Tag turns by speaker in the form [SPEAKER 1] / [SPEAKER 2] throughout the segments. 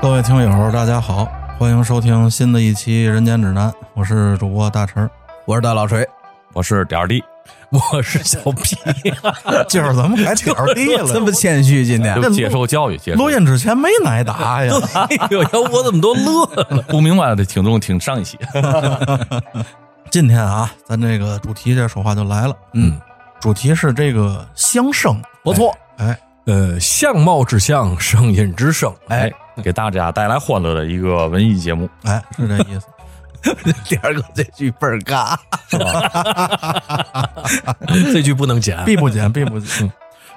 [SPEAKER 1] 各位听友，大家好，欢迎收听新的一期《人间指南》，我是主播大陈儿。
[SPEAKER 2] 我是大老 锤，
[SPEAKER 3] 我是点儿弟，
[SPEAKER 2] 我是小 P，
[SPEAKER 1] 今儿怎么改点儿地了？
[SPEAKER 2] 这么谦虚，今天
[SPEAKER 1] 这录
[SPEAKER 3] 接受教育，接受
[SPEAKER 1] 录音之前没挨打 呀？
[SPEAKER 2] 哎呦，要我怎么都乐了？
[SPEAKER 3] 不明白的听众听上一期，
[SPEAKER 1] 今天啊，咱这个主题这说话就来了，
[SPEAKER 2] 嗯，
[SPEAKER 1] 主题是这个相声，
[SPEAKER 2] 不错，
[SPEAKER 1] 哎，
[SPEAKER 2] 呃，相貌之相，声音之声，哎，
[SPEAKER 3] 哎，给大家带来欢乐的一个文艺节目。
[SPEAKER 1] 哎，是这意思。
[SPEAKER 2] 第二个这句倍儿尬，哎这句不能剪，啊
[SPEAKER 1] 必不 减，必不减。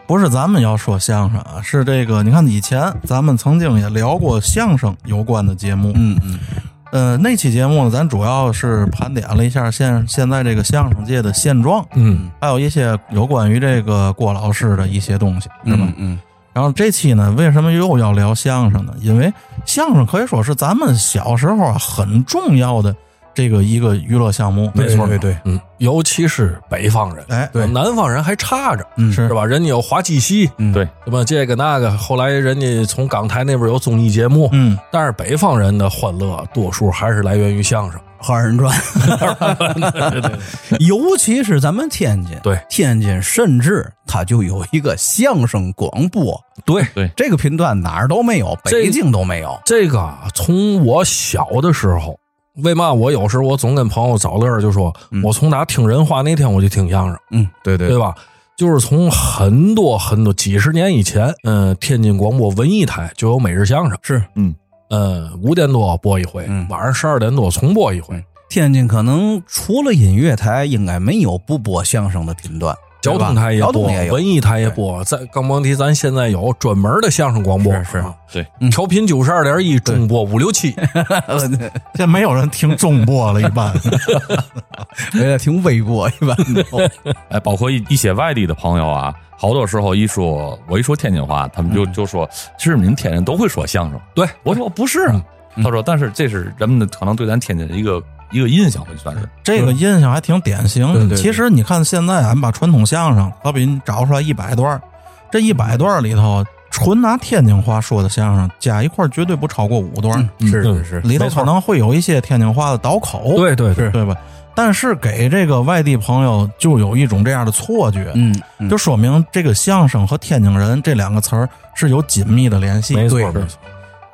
[SPEAKER 1] 不是咱们要说相声啊，是这个。你看以前咱们曾经也聊过相声有关的节目，嗯嗯。呃，那期节目呢，咱主要是盘点了一下现现在这个相声界的现状，
[SPEAKER 2] 嗯
[SPEAKER 1] 还有一些有关于这个郭老师的一些东西，是吧？
[SPEAKER 2] 嗯，
[SPEAKER 1] 然后这期呢，为什么又要聊相声呢？因为相声可以说是咱们小时候啊很重要的这个一个娱乐项目，哎
[SPEAKER 2] 没错，
[SPEAKER 1] 对
[SPEAKER 2] 对
[SPEAKER 1] 对，
[SPEAKER 2] 对，嗯，尤其是北方人，
[SPEAKER 1] 哎
[SPEAKER 2] 对，南方人还差着，
[SPEAKER 1] 嗯是
[SPEAKER 2] 是吧？人家有滑稽戏，
[SPEAKER 1] 嗯
[SPEAKER 3] 对，
[SPEAKER 2] 对吧？这个那个，后来人家从港台那边有综艺节目，
[SPEAKER 1] 嗯，
[SPEAKER 2] 但是北方人的欢乐多数还是来源于相声，
[SPEAKER 4] 二人转，尤其是咱们天津，
[SPEAKER 2] 对
[SPEAKER 4] 天津，甚至它就有一个相声广播，
[SPEAKER 2] 对，
[SPEAKER 4] 这个频段哪儿都没有，
[SPEAKER 2] 这
[SPEAKER 4] 北京都没有。
[SPEAKER 2] 这个啊从我小的时候，为嘛我有时候我总跟朋友找乐儿，就说、
[SPEAKER 1] 嗯
[SPEAKER 2] 我从哪听人话那天我就听相声，
[SPEAKER 4] 嗯，对
[SPEAKER 2] 对吧？就是从很多很多几十年以前，嗯、天津广播文艺台就有每日相声，
[SPEAKER 4] 是，
[SPEAKER 2] 嗯、五点多播一回，
[SPEAKER 4] 嗯
[SPEAKER 2] 晚上十二点多重播一回，
[SPEAKER 4] 天津可能除了音乐台，应该没有不播相声的频段，
[SPEAKER 2] 交通台也
[SPEAKER 4] 交
[SPEAKER 2] 播，
[SPEAKER 4] 通也有
[SPEAKER 2] 文艺台也播。在更甭提咱现在有专门的相声广播，
[SPEAKER 4] 是
[SPEAKER 2] 啊
[SPEAKER 3] 对，
[SPEAKER 4] 嗯
[SPEAKER 2] 调频九十二点一，中波五六七，
[SPEAKER 1] 现在没有人听中播了，一般。
[SPEAKER 4] 呃，挺微波一般都。
[SPEAKER 3] 哎，包括一一些外地的朋友啊，好多时候一说我一说天津话，他们就就说，是你们天津都会说相声。
[SPEAKER 2] 对
[SPEAKER 3] 我说不是啊，他说，但是这是人们的可能对咱天津的一个一个印象吧，就算是。
[SPEAKER 1] 这个印象还挺典型
[SPEAKER 2] 对
[SPEAKER 1] 的。
[SPEAKER 2] 对对
[SPEAKER 1] 其实你看现在俺把传统相声，好比你找出来一百段儿，这一百段儿里头，纯拿天津话说的相声加一块儿绝对不超过五段儿，
[SPEAKER 4] 是
[SPEAKER 2] 嗯
[SPEAKER 4] 是是，
[SPEAKER 1] 里头
[SPEAKER 2] 没错
[SPEAKER 1] 可能会有一些天津话的倒口，
[SPEAKER 4] 嗯
[SPEAKER 2] 对对对，
[SPEAKER 1] 对吧？但是给这个外地朋友就有一种这样的错觉，
[SPEAKER 4] 嗯，嗯
[SPEAKER 1] 就说明这个相声和天津人这两个词儿是有紧密的联系。
[SPEAKER 2] 没错
[SPEAKER 1] 对
[SPEAKER 2] 没错，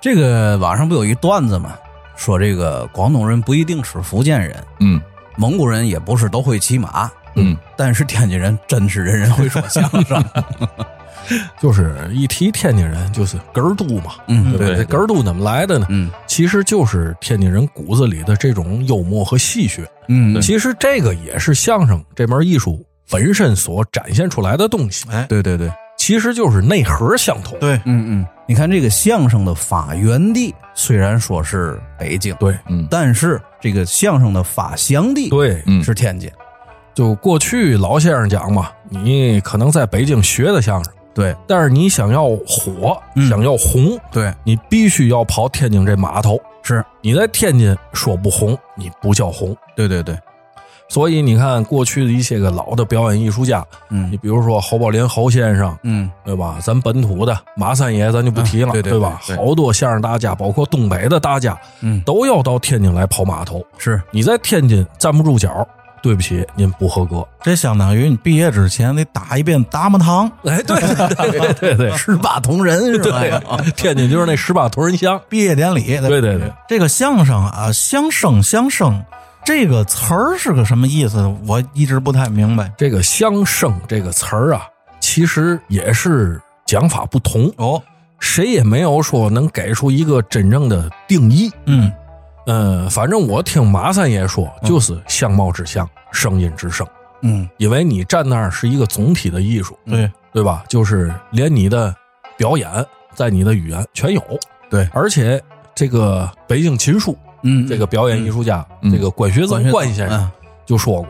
[SPEAKER 4] 这个网上不有一段子嘛，说这个广东人不一定是福建人，
[SPEAKER 3] 嗯
[SPEAKER 4] 蒙古人也不是都会骑马，
[SPEAKER 3] 嗯，
[SPEAKER 4] 但是天津人真是人人会说相声。
[SPEAKER 2] 就是一提天津人，就是哏儿肚嘛。
[SPEAKER 4] 嗯，
[SPEAKER 2] 对
[SPEAKER 3] 对
[SPEAKER 2] 这哏儿肚怎么来的呢？
[SPEAKER 4] 嗯
[SPEAKER 2] 其实就是天津人骨子里的这种幽默和戏谑。
[SPEAKER 4] 嗯，
[SPEAKER 2] 其实这个也是相声这门艺术本身所展现出来的东西，
[SPEAKER 1] 哎，
[SPEAKER 4] 对对对
[SPEAKER 2] 其实就是内核相同。
[SPEAKER 1] 对，
[SPEAKER 4] 嗯嗯，你看这个相声的发源地虽然说是北京，
[SPEAKER 2] 对
[SPEAKER 3] 嗯
[SPEAKER 4] 但是这个相声的发祥地
[SPEAKER 2] 对，
[SPEAKER 3] 嗯
[SPEAKER 4] 是天津。
[SPEAKER 2] 就过去老先生讲嘛，你可能在北京学的相声，
[SPEAKER 4] 对
[SPEAKER 2] 但是你想要火，
[SPEAKER 4] 嗯
[SPEAKER 2] 想要红，
[SPEAKER 4] 对，
[SPEAKER 2] 你必须要跑天津这码头。
[SPEAKER 4] 是
[SPEAKER 2] 你在天津说不红，你不叫红。
[SPEAKER 4] 对对对，
[SPEAKER 2] 所以你看，过去的一些个老的表演艺术家，你
[SPEAKER 4] 嗯
[SPEAKER 2] 比如说侯宝林侯先生，
[SPEAKER 4] 嗯
[SPEAKER 2] 对吧？咱本土的马三爷，咱就不提了，
[SPEAKER 4] 啊对对
[SPEAKER 2] 吧？
[SPEAKER 4] 对对
[SPEAKER 2] 好多相声大家，包括东北的大家，
[SPEAKER 4] 嗯，
[SPEAKER 2] 都要到天津来跑码头。
[SPEAKER 4] 是
[SPEAKER 2] 你在天津站不住脚，对不起，您不合格。
[SPEAKER 1] 这相当于你毕业之前得打一遍达摩 堂，
[SPEAKER 2] 哎，对对 对对 对
[SPEAKER 4] 十八铜人是吧？
[SPEAKER 2] 对，天津就是那十八铜人乡。
[SPEAKER 1] 毕业典礼。
[SPEAKER 2] 对对对，
[SPEAKER 1] 这个相声啊，相声相声这个词儿是个什么意思？我一直不太明白。
[SPEAKER 2] 这个“相声”这个词儿啊，其实也是讲法不同，
[SPEAKER 1] 哦，
[SPEAKER 2] 谁也没有说能给出一个真正的定义。
[SPEAKER 1] 嗯，
[SPEAKER 2] 嗯，反正我听马三爷说，就是相貌之相，声音之声。
[SPEAKER 4] 嗯
[SPEAKER 2] 因为你站那儿是一个总体的艺术，
[SPEAKER 1] 对，
[SPEAKER 2] 对吧？就是连你的表演，在你的语言全有。
[SPEAKER 4] 对
[SPEAKER 2] 而且这个北京琴书
[SPEAKER 4] 嗯，
[SPEAKER 2] 这个表演艺术家，
[SPEAKER 3] 嗯
[SPEAKER 2] 这个管学增管先生
[SPEAKER 4] 嗯
[SPEAKER 2] 就说过，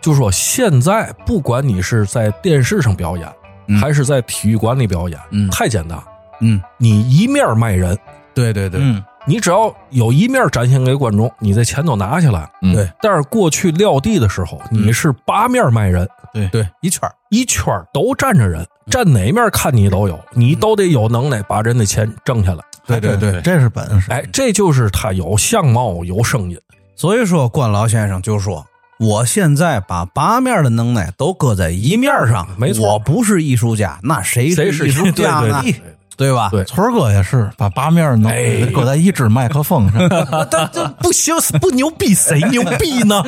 [SPEAKER 2] 就说现在不管你是在电视上表演，
[SPEAKER 4] 嗯
[SPEAKER 2] 还是在体育馆里表演，
[SPEAKER 4] 嗯
[SPEAKER 2] 太简单，
[SPEAKER 4] 嗯，
[SPEAKER 2] 你一面卖人，
[SPEAKER 4] 对对对，
[SPEAKER 1] 嗯，
[SPEAKER 2] 你只要有一面展现给观众，你这钱都拿下来了。
[SPEAKER 3] 嗯
[SPEAKER 4] 对
[SPEAKER 2] 但是过去撂地的时候，你是八面卖人，
[SPEAKER 4] 对一圈儿
[SPEAKER 2] 一圈儿都站着人，站哪面看你都有，你都得有能耐把人的钱挣下来。
[SPEAKER 1] 对对对，这是本事。
[SPEAKER 2] 哎，这就是他有相貌，有声音。
[SPEAKER 4] 所以说，关老先生就说：“我现在把八面的能耐都搁在一面上，
[SPEAKER 2] 没错
[SPEAKER 4] 我不是艺术家，那谁
[SPEAKER 2] 谁
[SPEAKER 4] 是
[SPEAKER 2] 是
[SPEAKER 4] 艺术家呢？
[SPEAKER 2] 对对对对
[SPEAKER 4] 吧？
[SPEAKER 2] 对
[SPEAKER 1] 村儿哥也是把八面能
[SPEAKER 2] 哎
[SPEAKER 1] 搁在一只麦克 风上，
[SPEAKER 2] 但这不行，不牛逼，谁牛逼呢？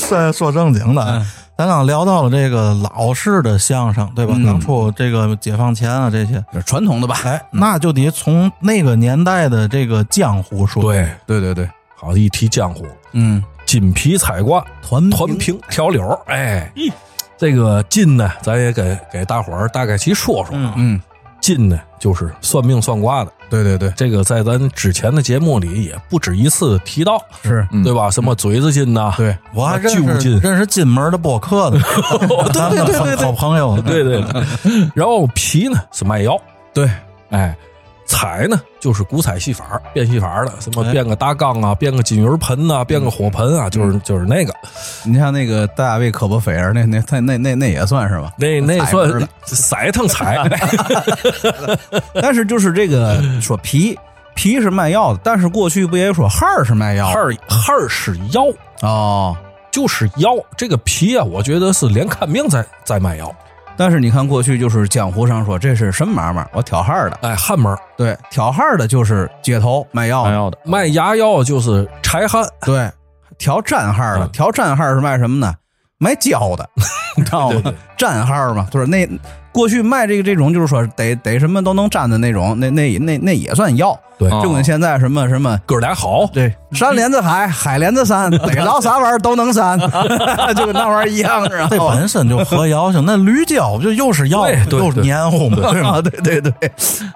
[SPEAKER 1] 说说正经的，啊
[SPEAKER 2] 嗯
[SPEAKER 1] 咱刚聊到了这个老式的相声，对吧？
[SPEAKER 2] 嗯
[SPEAKER 1] 当初这个解放前啊这些，
[SPEAKER 4] 就是传统的吧？
[SPEAKER 1] 哎，
[SPEAKER 2] 嗯
[SPEAKER 1] 那就得从那个年代的这个江湖说。，
[SPEAKER 2] 对，
[SPEAKER 4] 对对对，
[SPEAKER 2] 好一提江湖，
[SPEAKER 4] 嗯，
[SPEAKER 2] 金皮彩挂，
[SPEAKER 4] 团
[SPEAKER 2] 团平挑柳儿，哎，这个金呢，咱也给给大伙儿大概其说说啊。
[SPEAKER 4] 嗯，
[SPEAKER 2] 金呢，就是算命算卦的，
[SPEAKER 4] 对对对，
[SPEAKER 2] 这个在咱之前的节目里也不止一次提到，
[SPEAKER 4] 是嗯
[SPEAKER 2] 对吧？什么嘴子金呐，
[SPEAKER 4] 对，
[SPEAKER 1] 我还认
[SPEAKER 2] 巨
[SPEAKER 1] 识
[SPEAKER 2] 近哦
[SPEAKER 1] 认识金门的播 客呢，咱们好好朋友，
[SPEAKER 2] 对对 对。然后皮呢是卖药，
[SPEAKER 4] 对，
[SPEAKER 2] 哎，彩呢就是古彩戏法儿变戏法儿的，什么
[SPEAKER 1] 哎
[SPEAKER 2] 变个大缸啊，变个金鱼盆呐、变个火盆啊，
[SPEAKER 4] 嗯
[SPEAKER 2] 就是就是那个，
[SPEAKER 4] 你像那个大卫科波菲尔，那那那那那那也算 是吧？
[SPEAKER 2] 那那
[SPEAKER 4] 彩盆儿
[SPEAKER 2] 算
[SPEAKER 4] 的
[SPEAKER 2] 色腾彩，
[SPEAKER 4] 但是就是这个说皮皮是卖药的，但是过去不也说哈儿是卖药
[SPEAKER 2] 哈
[SPEAKER 4] 的
[SPEAKER 2] 儿哈儿是药，
[SPEAKER 4] 哦？
[SPEAKER 2] 就是药。这个皮啊，我觉得是连看病在在卖药。
[SPEAKER 4] 但是你看过去就是江湖上说这是什么买卖？我挑哈儿的，
[SPEAKER 2] 哎，汉门儿
[SPEAKER 4] 对，挑哈儿的就是街头卖药
[SPEAKER 3] 卖
[SPEAKER 2] 哎
[SPEAKER 4] 的，
[SPEAKER 3] 药的
[SPEAKER 2] 卖牙药就是柴汉，
[SPEAKER 4] 对，挑站哈儿的，
[SPEAKER 2] 嗯
[SPEAKER 4] 挑站哈儿是卖什么呢？卖胶的，你知道
[SPEAKER 2] 对
[SPEAKER 4] 吗
[SPEAKER 2] 对？
[SPEAKER 4] 站哈儿嘛，就是那过去卖这个这种，就是说得得什么都能站的那种，那那那那也算药，
[SPEAKER 2] 对
[SPEAKER 4] 就
[SPEAKER 3] 哦
[SPEAKER 4] 跟现在什么什么。
[SPEAKER 2] 哥俩好。
[SPEAKER 4] 对，山连着海，海连着山，逮着啥玩意儿都能删， 就跟那玩意儿一样，是吧？
[SPEAKER 1] 这本身就合妖性，那驴胶不就又是药
[SPEAKER 2] 对对
[SPEAKER 1] 又是
[SPEAKER 2] 对
[SPEAKER 1] 黏糊嘛，对吗？
[SPEAKER 4] 啊， 对对对，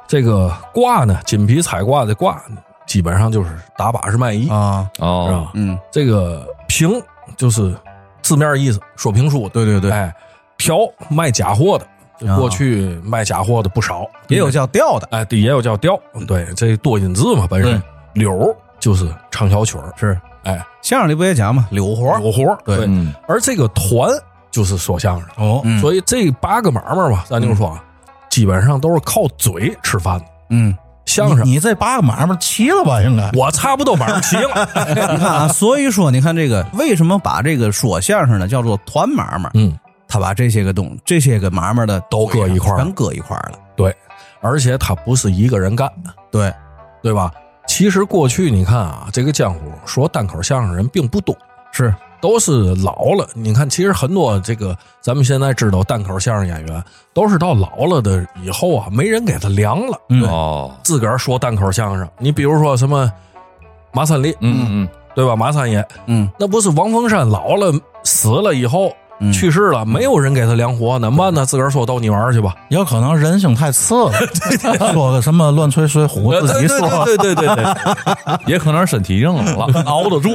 [SPEAKER 2] 这个卦呢，锦皮彩卦的卦，基本上就是打把式卖艺，
[SPEAKER 4] 啊，
[SPEAKER 2] 是
[SPEAKER 3] 哦
[SPEAKER 2] 吧？
[SPEAKER 4] 嗯，
[SPEAKER 2] 这个评就是字面意思，说评书的。
[SPEAKER 4] 对对对，
[SPEAKER 2] 哎，嫖卖假货的，就
[SPEAKER 4] 啊
[SPEAKER 2] 过去卖假货的不少，
[SPEAKER 4] 也有叫调的，
[SPEAKER 2] 哎，也有叫雕，对，这多音字嘛，本身
[SPEAKER 1] 嗯
[SPEAKER 2] 柳儿就是唱小曲儿，
[SPEAKER 4] 是
[SPEAKER 2] 哎，
[SPEAKER 4] 相声里不也讲嘛，柳活儿
[SPEAKER 2] 有活儿对，
[SPEAKER 3] 嗯
[SPEAKER 2] 而这个团就是说相声的，
[SPEAKER 1] 哦，
[SPEAKER 4] 嗯
[SPEAKER 2] 所以这八个买卖吧，咱就说啊，基本上都是靠嘴吃饭的，
[SPEAKER 4] 嗯，
[SPEAKER 2] 相声
[SPEAKER 1] 你你这八个买卖齐了吧？应该
[SPEAKER 2] 我差不多买上齐了，
[SPEAKER 4] 你看啊，所以说你看这个为什么把这个说相声的叫做团买卖？
[SPEAKER 2] 嗯，
[SPEAKER 4] 他把这些个东这些个买卖的
[SPEAKER 2] 都搁一块儿
[SPEAKER 4] 全搁一块儿了。
[SPEAKER 2] 对，而且他不是一个人干，
[SPEAKER 4] 对，
[SPEAKER 2] 对吧？其实过去你看啊，这个江湖说单口相声人并不多，
[SPEAKER 4] 是
[SPEAKER 2] 都是老了。你看，其实很多这个咱们现在知道单口相声演员，都是到老了的以后啊，没人给他量了，
[SPEAKER 1] 嗯
[SPEAKER 3] 哦，
[SPEAKER 2] 自个儿说单口相声。你比如说什么马三立，
[SPEAKER 3] 嗯嗯
[SPEAKER 2] 对吧？马三爷，
[SPEAKER 4] 嗯，
[SPEAKER 2] 那不是王凤山老了死了以后。
[SPEAKER 4] 嗯
[SPEAKER 2] 去世了，没有人给他量活，怎么办呢？自个儿说逗你玩儿去吧。
[SPEAKER 1] 有可能人性太次了，说个什么乱吹水浒
[SPEAKER 3] 呃
[SPEAKER 1] 自己说，啊
[SPEAKER 2] 对对对对对，
[SPEAKER 3] 嗯，也可能是身体硬了，
[SPEAKER 2] 熬得住，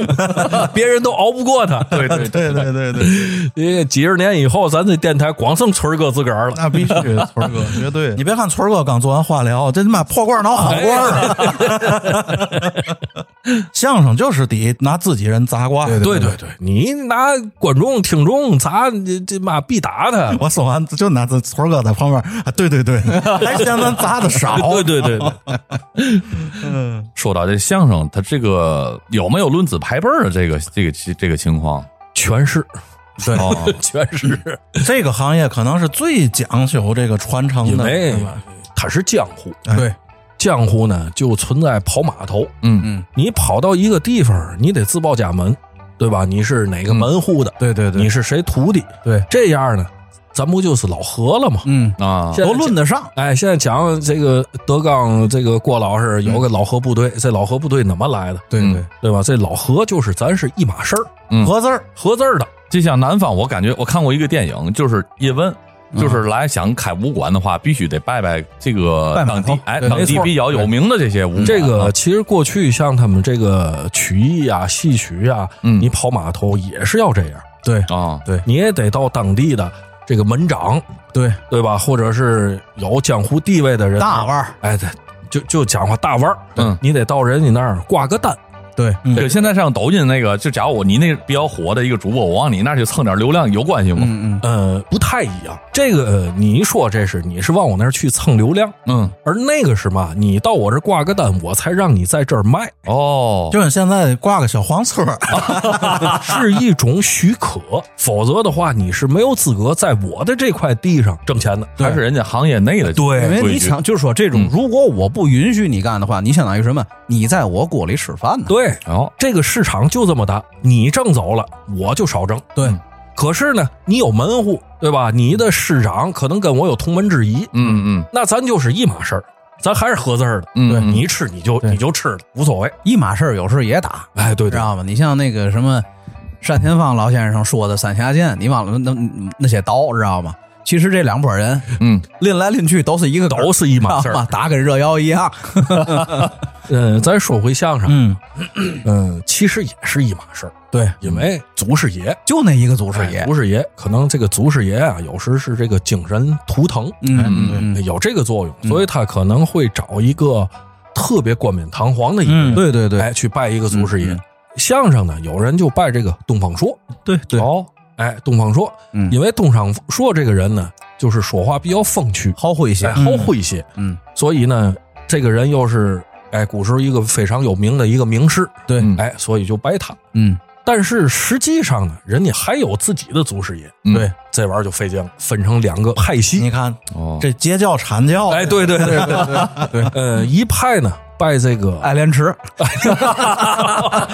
[SPEAKER 2] 别人都熬不过他。对对
[SPEAKER 1] 对对对对，
[SPEAKER 2] 因为几十年以后，咱这电台光剩锤儿哥自个儿了。
[SPEAKER 1] 那必须，村儿哥绝对。你别看村儿哥刚做完化疗，这他妈破罐儿挠好罐儿啊！ 相声就是得拿自己人砸瓜。对
[SPEAKER 2] 对对对，你拿观众、听众砸这这妈必打他。
[SPEAKER 1] 我说完就拿这村儿哥在旁边，啊，对对对，还嫌咱砸的 少。
[SPEAKER 2] 对对
[SPEAKER 3] 啊
[SPEAKER 2] 对对，
[SPEAKER 3] 说到这相声，它这个有没有论资排辈儿的这个这个这个情况？
[SPEAKER 2] 全是
[SPEAKER 4] 对，
[SPEAKER 3] 哦，
[SPEAKER 2] 全是，
[SPEAKER 1] 这个行业可能是最讲究这个传承
[SPEAKER 2] 因
[SPEAKER 1] 的，
[SPEAKER 2] 为
[SPEAKER 1] 对吧
[SPEAKER 2] 它是江湖，
[SPEAKER 1] 哎
[SPEAKER 4] 对，
[SPEAKER 2] 江湖呢就存在跑码头。
[SPEAKER 3] 嗯
[SPEAKER 2] 你跑到一个地方，你得自报家门，对吧？你是哪个门户
[SPEAKER 1] 嗯
[SPEAKER 2] 的？
[SPEAKER 4] 对对
[SPEAKER 2] 你
[SPEAKER 4] 对，
[SPEAKER 2] 是谁徒弟？
[SPEAKER 4] 对，
[SPEAKER 2] 这样呢，咱不就是老何了吗？
[SPEAKER 4] 嗯，
[SPEAKER 3] 啊，
[SPEAKER 2] 现在
[SPEAKER 4] 都论得上。
[SPEAKER 2] 哎，现在讲这个德纲，这个郭老师
[SPEAKER 4] 嗯
[SPEAKER 2] 有个老何部队，这老何部队怎么来的？
[SPEAKER 4] 对
[SPEAKER 3] 嗯
[SPEAKER 4] 对，
[SPEAKER 2] 对吧？这老何就是咱是一码事儿，
[SPEAKER 3] 嗯
[SPEAKER 1] 合字儿，
[SPEAKER 2] 合字儿的。
[SPEAKER 3] 就像南方，我感觉我看过一个电影，就是叶问，就是来想开武馆的话，必须得拜拜这个
[SPEAKER 4] 拜码
[SPEAKER 3] 当
[SPEAKER 4] 头
[SPEAKER 3] 地哎
[SPEAKER 2] 对
[SPEAKER 3] 当
[SPEAKER 2] 没
[SPEAKER 3] 地
[SPEAKER 2] 错
[SPEAKER 3] 比较有名的这些武
[SPEAKER 4] 嗯
[SPEAKER 3] 馆。
[SPEAKER 2] 这
[SPEAKER 4] 啊
[SPEAKER 2] 个其实过去像他们这个曲艺啊、戏曲啊，
[SPEAKER 3] 嗯
[SPEAKER 2] 你跑码头也是要这样，
[SPEAKER 4] 对
[SPEAKER 3] 啊，
[SPEAKER 2] 你也得到当地的这个门长，
[SPEAKER 4] 对，
[SPEAKER 2] 对吧？或者是有江湖地位的人，
[SPEAKER 4] 大腕儿，
[SPEAKER 2] 哎，对，就就讲话大腕儿，
[SPEAKER 3] 嗯
[SPEAKER 2] 你得到人家那儿挂个单，
[SPEAKER 4] 对，
[SPEAKER 1] 嗯
[SPEAKER 3] 对，现在上抖音那个，就假如我你那比较火的一个主播，我往你那儿去蹭点流量有关系吗？
[SPEAKER 4] 嗯嗯，
[SPEAKER 2] 呃，不太一样。这个呃你一说这是你是往我那儿去蹭流量，
[SPEAKER 3] 嗯，
[SPEAKER 2] 而那个是嘛，你到我这儿挂个单，我才让你在这儿 卖，
[SPEAKER 3] 哦，
[SPEAKER 1] 就像现在挂个小黄车，
[SPEAKER 2] 是一种许可。否则的话，你是没有资格在我的这块地上挣钱的。
[SPEAKER 3] 还是人家行业内的
[SPEAKER 4] 因为
[SPEAKER 3] 规
[SPEAKER 4] 你
[SPEAKER 3] 矩
[SPEAKER 4] 想，就是说这
[SPEAKER 2] 嗯
[SPEAKER 4] 种，如果我不允许你干的话，你相当于什么？你在我锅里吃饭呢？
[SPEAKER 2] 对，
[SPEAKER 3] 哦，
[SPEAKER 2] 这个市场就这么大，你挣走了，我就少挣。
[SPEAKER 4] 对，
[SPEAKER 2] 可是呢，你有门户，对吧？你的市长可能跟我有同门之谊，
[SPEAKER 3] 嗯嗯
[SPEAKER 2] 那咱就是一码事儿，咱还是合字儿的。
[SPEAKER 3] 嗯
[SPEAKER 2] 对
[SPEAKER 3] 嗯
[SPEAKER 2] 你吃你就你就吃了，无所谓。
[SPEAKER 4] 一码事儿，有时候也打，
[SPEAKER 2] 哎，对
[SPEAKER 4] 知
[SPEAKER 2] 对，
[SPEAKER 4] 道吧？你像那个什么单田芳老先生说的三峡剑，你忘了那那那些刀，知道吗？其实这两拨人
[SPEAKER 3] 嗯，
[SPEAKER 4] 拎来拎去都是一个
[SPEAKER 2] 都是一
[SPEAKER 4] 嘛
[SPEAKER 2] 码
[SPEAKER 4] 知
[SPEAKER 2] 事，
[SPEAKER 4] 道吗
[SPEAKER 2] 儿。
[SPEAKER 4] 打跟热窑一样。
[SPEAKER 2] 嗯，咱说回相声，
[SPEAKER 1] 嗯，
[SPEAKER 2] 嗯，其实也是一码事儿，
[SPEAKER 4] 对，
[SPEAKER 2] 因为祖师爷，
[SPEAKER 4] 就那一个祖师爷
[SPEAKER 2] 哎。祖师爷，可能这个祖师爷啊，有时是这个精神图腾，哎
[SPEAKER 4] 嗯
[SPEAKER 1] 嗯
[SPEAKER 4] 嗯嗯，
[SPEAKER 2] 有这个作用，所以他可能会找一个特别冠冕堂皇的一个人，
[SPEAKER 1] 嗯
[SPEAKER 4] 对对对
[SPEAKER 2] 哎，去拜一个祖师爷。
[SPEAKER 4] 嗯嗯
[SPEAKER 2] 相声呢，有人就拜这个东方朔，
[SPEAKER 4] 对对，
[SPEAKER 2] 哦，哎，东方朔，
[SPEAKER 4] 嗯
[SPEAKER 2] 因为东方朔这个人呢，就是说话比较风趣，
[SPEAKER 4] 好诙
[SPEAKER 2] 哎，
[SPEAKER 4] 谐。
[SPEAKER 2] 好诙谐，
[SPEAKER 4] 嗯，
[SPEAKER 2] 所以呢，这个人又是哎，古时候一个非常有名的一个名师，
[SPEAKER 4] 对
[SPEAKER 3] 嗯
[SPEAKER 2] 哎，所以就拜他。
[SPEAKER 4] 嗯，
[SPEAKER 2] 但是实际上呢，人家还有自己的祖师爷，
[SPEAKER 3] 嗯
[SPEAKER 2] 对，这玩意儿就费劲了，分成两个派
[SPEAKER 1] 你
[SPEAKER 2] 系。
[SPEAKER 1] 看
[SPEAKER 3] 哦，
[SPEAKER 1] 这截教阐教，
[SPEAKER 2] 哎，对对对对对，呃，一派呢拜这个，
[SPEAKER 4] 爱莲池，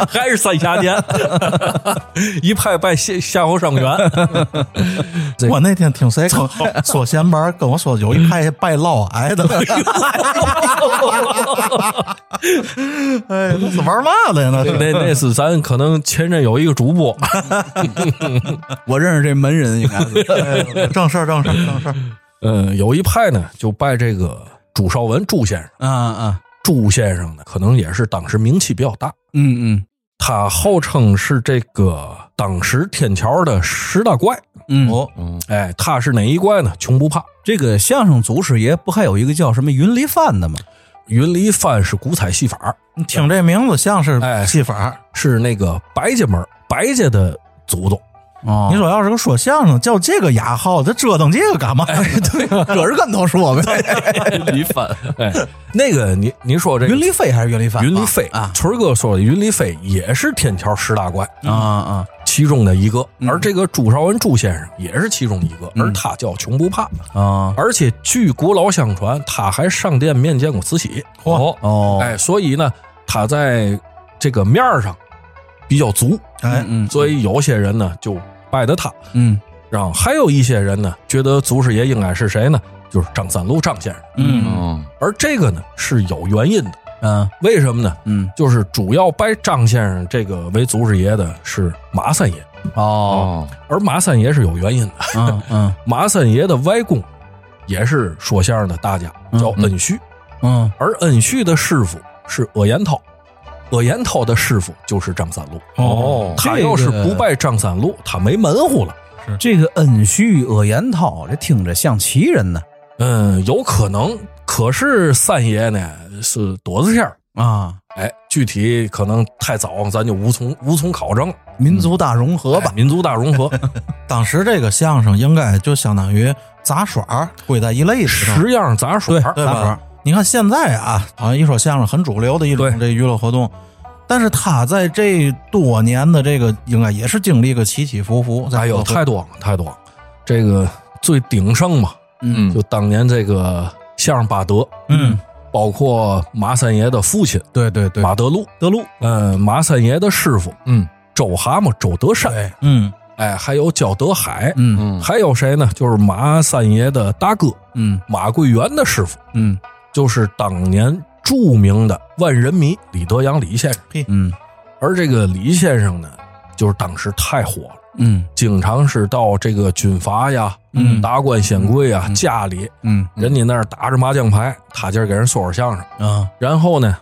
[SPEAKER 2] 还是三峡剑， 一派拜夏夏侯尚元，对
[SPEAKER 1] 我那天听谁跟我
[SPEAKER 4] 哦
[SPEAKER 1] 说闲白跟我说有一派拜嫪毐的， 哎，那是玩嘛的呀？那是
[SPEAKER 2] 那那是咱可能前阵有一个主播，
[SPEAKER 4] 我认识这门人应该是。
[SPEAKER 1] 哎正事儿，正事儿，正事儿。
[SPEAKER 4] 嗯
[SPEAKER 2] 呃，有一派呢就拜这个朱绍文朱先
[SPEAKER 4] 啊
[SPEAKER 2] 生，
[SPEAKER 4] 啊，
[SPEAKER 2] 朱先生呢可能也是当时名气比较大，
[SPEAKER 4] 嗯嗯
[SPEAKER 2] 他号称是这个当时天桥的十大怪，
[SPEAKER 4] 嗯，
[SPEAKER 1] 哦，
[SPEAKER 3] 嗯
[SPEAKER 2] 哎，他是哪一怪呢？穷不怕。
[SPEAKER 4] 这个相声祖师爷不还有一个叫什么云里帆的吗？
[SPEAKER 2] 云里翻是古彩戏法，
[SPEAKER 1] 你听这名字像是
[SPEAKER 2] 哎
[SPEAKER 1] 戏法儿。
[SPEAKER 2] 是那个白家门儿白家的祖宗。
[SPEAKER 4] 哦
[SPEAKER 1] 你说要是个说相声叫这个雅号，这折腾这个干嘛？
[SPEAKER 4] 哎
[SPEAKER 1] 对，
[SPEAKER 4] 这是跟头说呗？
[SPEAKER 3] 李帆，
[SPEAKER 2] 哎，那个您您说这个
[SPEAKER 4] 云里飞还是云里帆？
[SPEAKER 2] 云里飞
[SPEAKER 4] 啊
[SPEAKER 2] 春儿哥说的云里飞也是天桥十大怪
[SPEAKER 4] 啊啊！
[SPEAKER 2] 其中的一个，
[SPEAKER 4] 嗯
[SPEAKER 2] 而这个朱绍文朱先生也是其中一个，而他叫穷不怕，
[SPEAKER 4] 啊
[SPEAKER 2] 而且据古老相传，他还上殿面见过慈禧。
[SPEAKER 3] 哦，
[SPEAKER 4] 哦，
[SPEAKER 2] 哎，所以呢，他在这个面儿上比较足，
[SPEAKER 1] 哎，
[SPEAKER 4] 嗯
[SPEAKER 2] 所以有些人呢就拜的他，
[SPEAKER 4] 嗯
[SPEAKER 2] 然后还有一些人呢觉得祖师爷应该是谁呢？就是张三路张先生。
[SPEAKER 4] 嗯
[SPEAKER 3] 嗯
[SPEAKER 2] 而这个呢是有原因的，
[SPEAKER 4] 嗯
[SPEAKER 2] 为什么呢？
[SPEAKER 4] 嗯
[SPEAKER 2] 就是主要拜张先生这个为祖师爷的是马三爷，
[SPEAKER 4] 哦
[SPEAKER 3] 哦，
[SPEAKER 2] 而马三爷是有原因的。
[SPEAKER 4] 嗯嗯
[SPEAKER 2] 马三爷的外公也是说相声的大家，叫
[SPEAKER 1] 嗯
[SPEAKER 2] 恩旭，
[SPEAKER 4] 嗯
[SPEAKER 2] 而恩旭的师傅是鄂延涛，鄂延涛的师傅就是张三路。
[SPEAKER 3] 哦
[SPEAKER 2] 他要是不拜张三路，他没门户了。
[SPEAKER 4] 这个恩旭鄂延涛，这听着像奇人呢
[SPEAKER 2] 嗯，有可能。可是三爷呢是躲着线儿，
[SPEAKER 4] 啊！
[SPEAKER 2] 哎，具体可能太早，咱就无从无从考证了。
[SPEAKER 4] 民族大融合吧
[SPEAKER 2] 哎，民族大融 合，
[SPEAKER 4] 哎
[SPEAKER 1] 当时这个相声应该就相当于杂耍儿归在一类之上，
[SPEAKER 2] 十样杂耍，啊
[SPEAKER 1] 对
[SPEAKER 4] 杂耍
[SPEAKER 1] 吧
[SPEAKER 4] 儿？
[SPEAKER 1] 你看现在啊，好像一说相声很主流的一种
[SPEAKER 2] 对
[SPEAKER 1] 这娱乐活动，但是他在这多年的这个应该也是经历个起起伏伏。在
[SPEAKER 2] 哎呦，
[SPEAKER 1] 各个
[SPEAKER 2] 太多了，太多了。这个最鼎盛嘛，
[SPEAKER 3] 嗯
[SPEAKER 2] 就当年这个相声巴德，
[SPEAKER 1] 嗯，
[SPEAKER 2] 包括马三爷的父亲
[SPEAKER 4] 对对对，
[SPEAKER 2] 马德禄，
[SPEAKER 4] 德禄，
[SPEAKER 2] 嗯，马三爷的师傅
[SPEAKER 3] 嗯
[SPEAKER 2] 周蛤蟆周德山，
[SPEAKER 1] 嗯
[SPEAKER 2] 哎，还有焦德海，
[SPEAKER 4] 嗯
[SPEAKER 3] 嗯，
[SPEAKER 2] 还有谁呢？就是马三爷的大哥
[SPEAKER 4] 嗯
[SPEAKER 2] 马桂元的师傅，
[SPEAKER 4] 嗯
[SPEAKER 2] 就是当年著名的万人迷李德阳李先生。
[SPEAKER 4] 嗯
[SPEAKER 2] 而这个李先生呢，就是当时太火了。
[SPEAKER 4] 嗯
[SPEAKER 2] 经常是到这个军阀呀、
[SPEAKER 4] 嗯
[SPEAKER 2] 达官显贵啊、家里，
[SPEAKER 4] 嗯
[SPEAKER 2] 人家那儿打着麻将牌，他今儿给人说说相声，
[SPEAKER 4] 啊
[SPEAKER 2] 然后呢，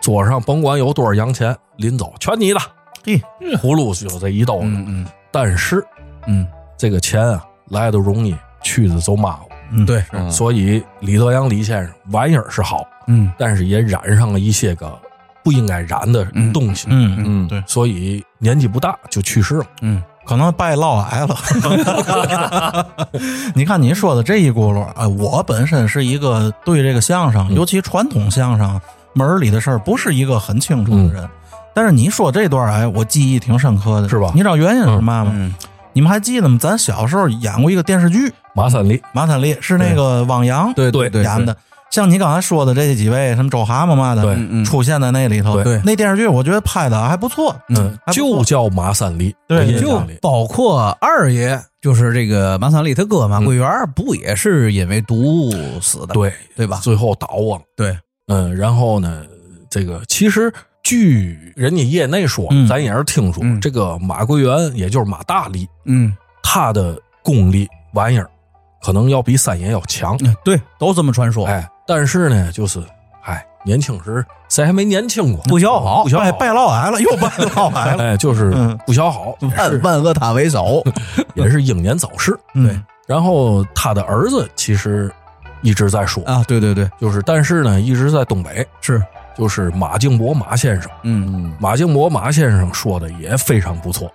[SPEAKER 2] 桌上甭管有多少洋钱，临走全你的，
[SPEAKER 1] 嘿，
[SPEAKER 2] 葫芦就这一兜子。
[SPEAKER 4] 嗯
[SPEAKER 2] 但是
[SPEAKER 4] 嗯
[SPEAKER 2] 这个钱啊，来的容易，去的走马虎。
[SPEAKER 1] 嗯，
[SPEAKER 4] 对
[SPEAKER 3] 嗯
[SPEAKER 2] 所以李德阳李先生玩意儿是好，
[SPEAKER 4] 嗯
[SPEAKER 2] 但是也染上了一些个不应该燃的东西，
[SPEAKER 1] 嗯
[SPEAKER 3] 嗯
[SPEAKER 1] 对，
[SPEAKER 2] 所以年纪不大就去世了。
[SPEAKER 4] 嗯，
[SPEAKER 1] 可能拜嫪癌了。 你看你说的这一轱辘啊，我本身是一个对这个相声，
[SPEAKER 2] 嗯
[SPEAKER 1] 尤其传统相声门儿里的事儿，不是一个很清楚的人。但是你说这段儿，哎，我记忆挺深刻的，
[SPEAKER 2] 嗯是吧
[SPEAKER 1] 你知道原因是嘛吗？
[SPEAKER 4] 嗯
[SPEAKER 1] 你们还记得吗？咱小时候演过一个电视剧《
[SPEAKER 2] 马三立，
[SPEAKER 1] 马三立》，是那个汪洋
[SPEAKER 2] 对对
[SPEAKER 4] 对
[SPEAKER 1] 演的。像你刚才说的这几位，什么周蛤蟆嘛的，
[SPEAKER 2] 对
[SPEAKER 4] 嗯嗯
[SPEAKER 1] 出现在那里头。
[SPEAKER 2] 对
[SPEAKER 1] 那电视剧我觉得拍的还不错。
[SPEAKER 2] 嗯，
[SPEAKER 1] 啊还不错
[SPEAKER 2] 就叫马三立，
[SPEAKER 1] 对
[SPEAKER 2] 我印
[SPEAKER 4] 就
[SPEAKER 2] 象里
[SPEAKER 4] 包括二爷，就是这个马三立他哥马桂元，不也是因为毒死的？
[SPEAKER 2] 对
[SPEAKER 4] 对吧？
[SPEAKER 2] 最后倒亡。
[SPEAKER 4] 对，
[SPEAKER 2] 嗯，然后呢，这个其实据人家业内说，
[SPEAKER 1] 嗯
[SPEAKER 2] 咱也是听说，
[SPEAKER 4] 嗯
[SPEAKER 2] 这个马桂元也就是马大力，
[SPEAKER 4] 嗯，
[SPEAKER 2] 他的功力玩意儿可能要比三爷要强。
[SPEAKER 4] 对，都这么传说。
[SPEAKER 2] 哎，但是呢，就是哎，年轻时谁还没年轻过？
[SPEAKER 4] 不消好
[SPEAKER 2] 不消
[SPEAKER 1] 拜
[SPEAKER 2] 好。
[SPEAKER 1] 哎拜嫪癌了，又拜 嫪癌了。
[SPEAKER 2] 哎，就是
[SPEAKER 1] 嗯
[SPEAKER 2] 不消好，也
[SPEAKER 4] 万
[SPEAKER 2] 是
[SPEAKER 4] 万恶他为 首。
[SPEAKER 2] 也是英年早逝。
[SPEAKER 1] 对，
[SPEAKER 2] 然后他的儿子其实一直在说，
[SPEAKER 4] 啊，对对对，
[SPEAKER 2] 就是但是呢，一直在东北，
[SPEAKER 4] 是，
[SPEAKER 2] 就是马敬伯马先生。
[SPEAKER 4] 嗯。
[SPEAKER 3] 嗯
[SPEAKER 2] 马敬伯马先生说的也非常不错，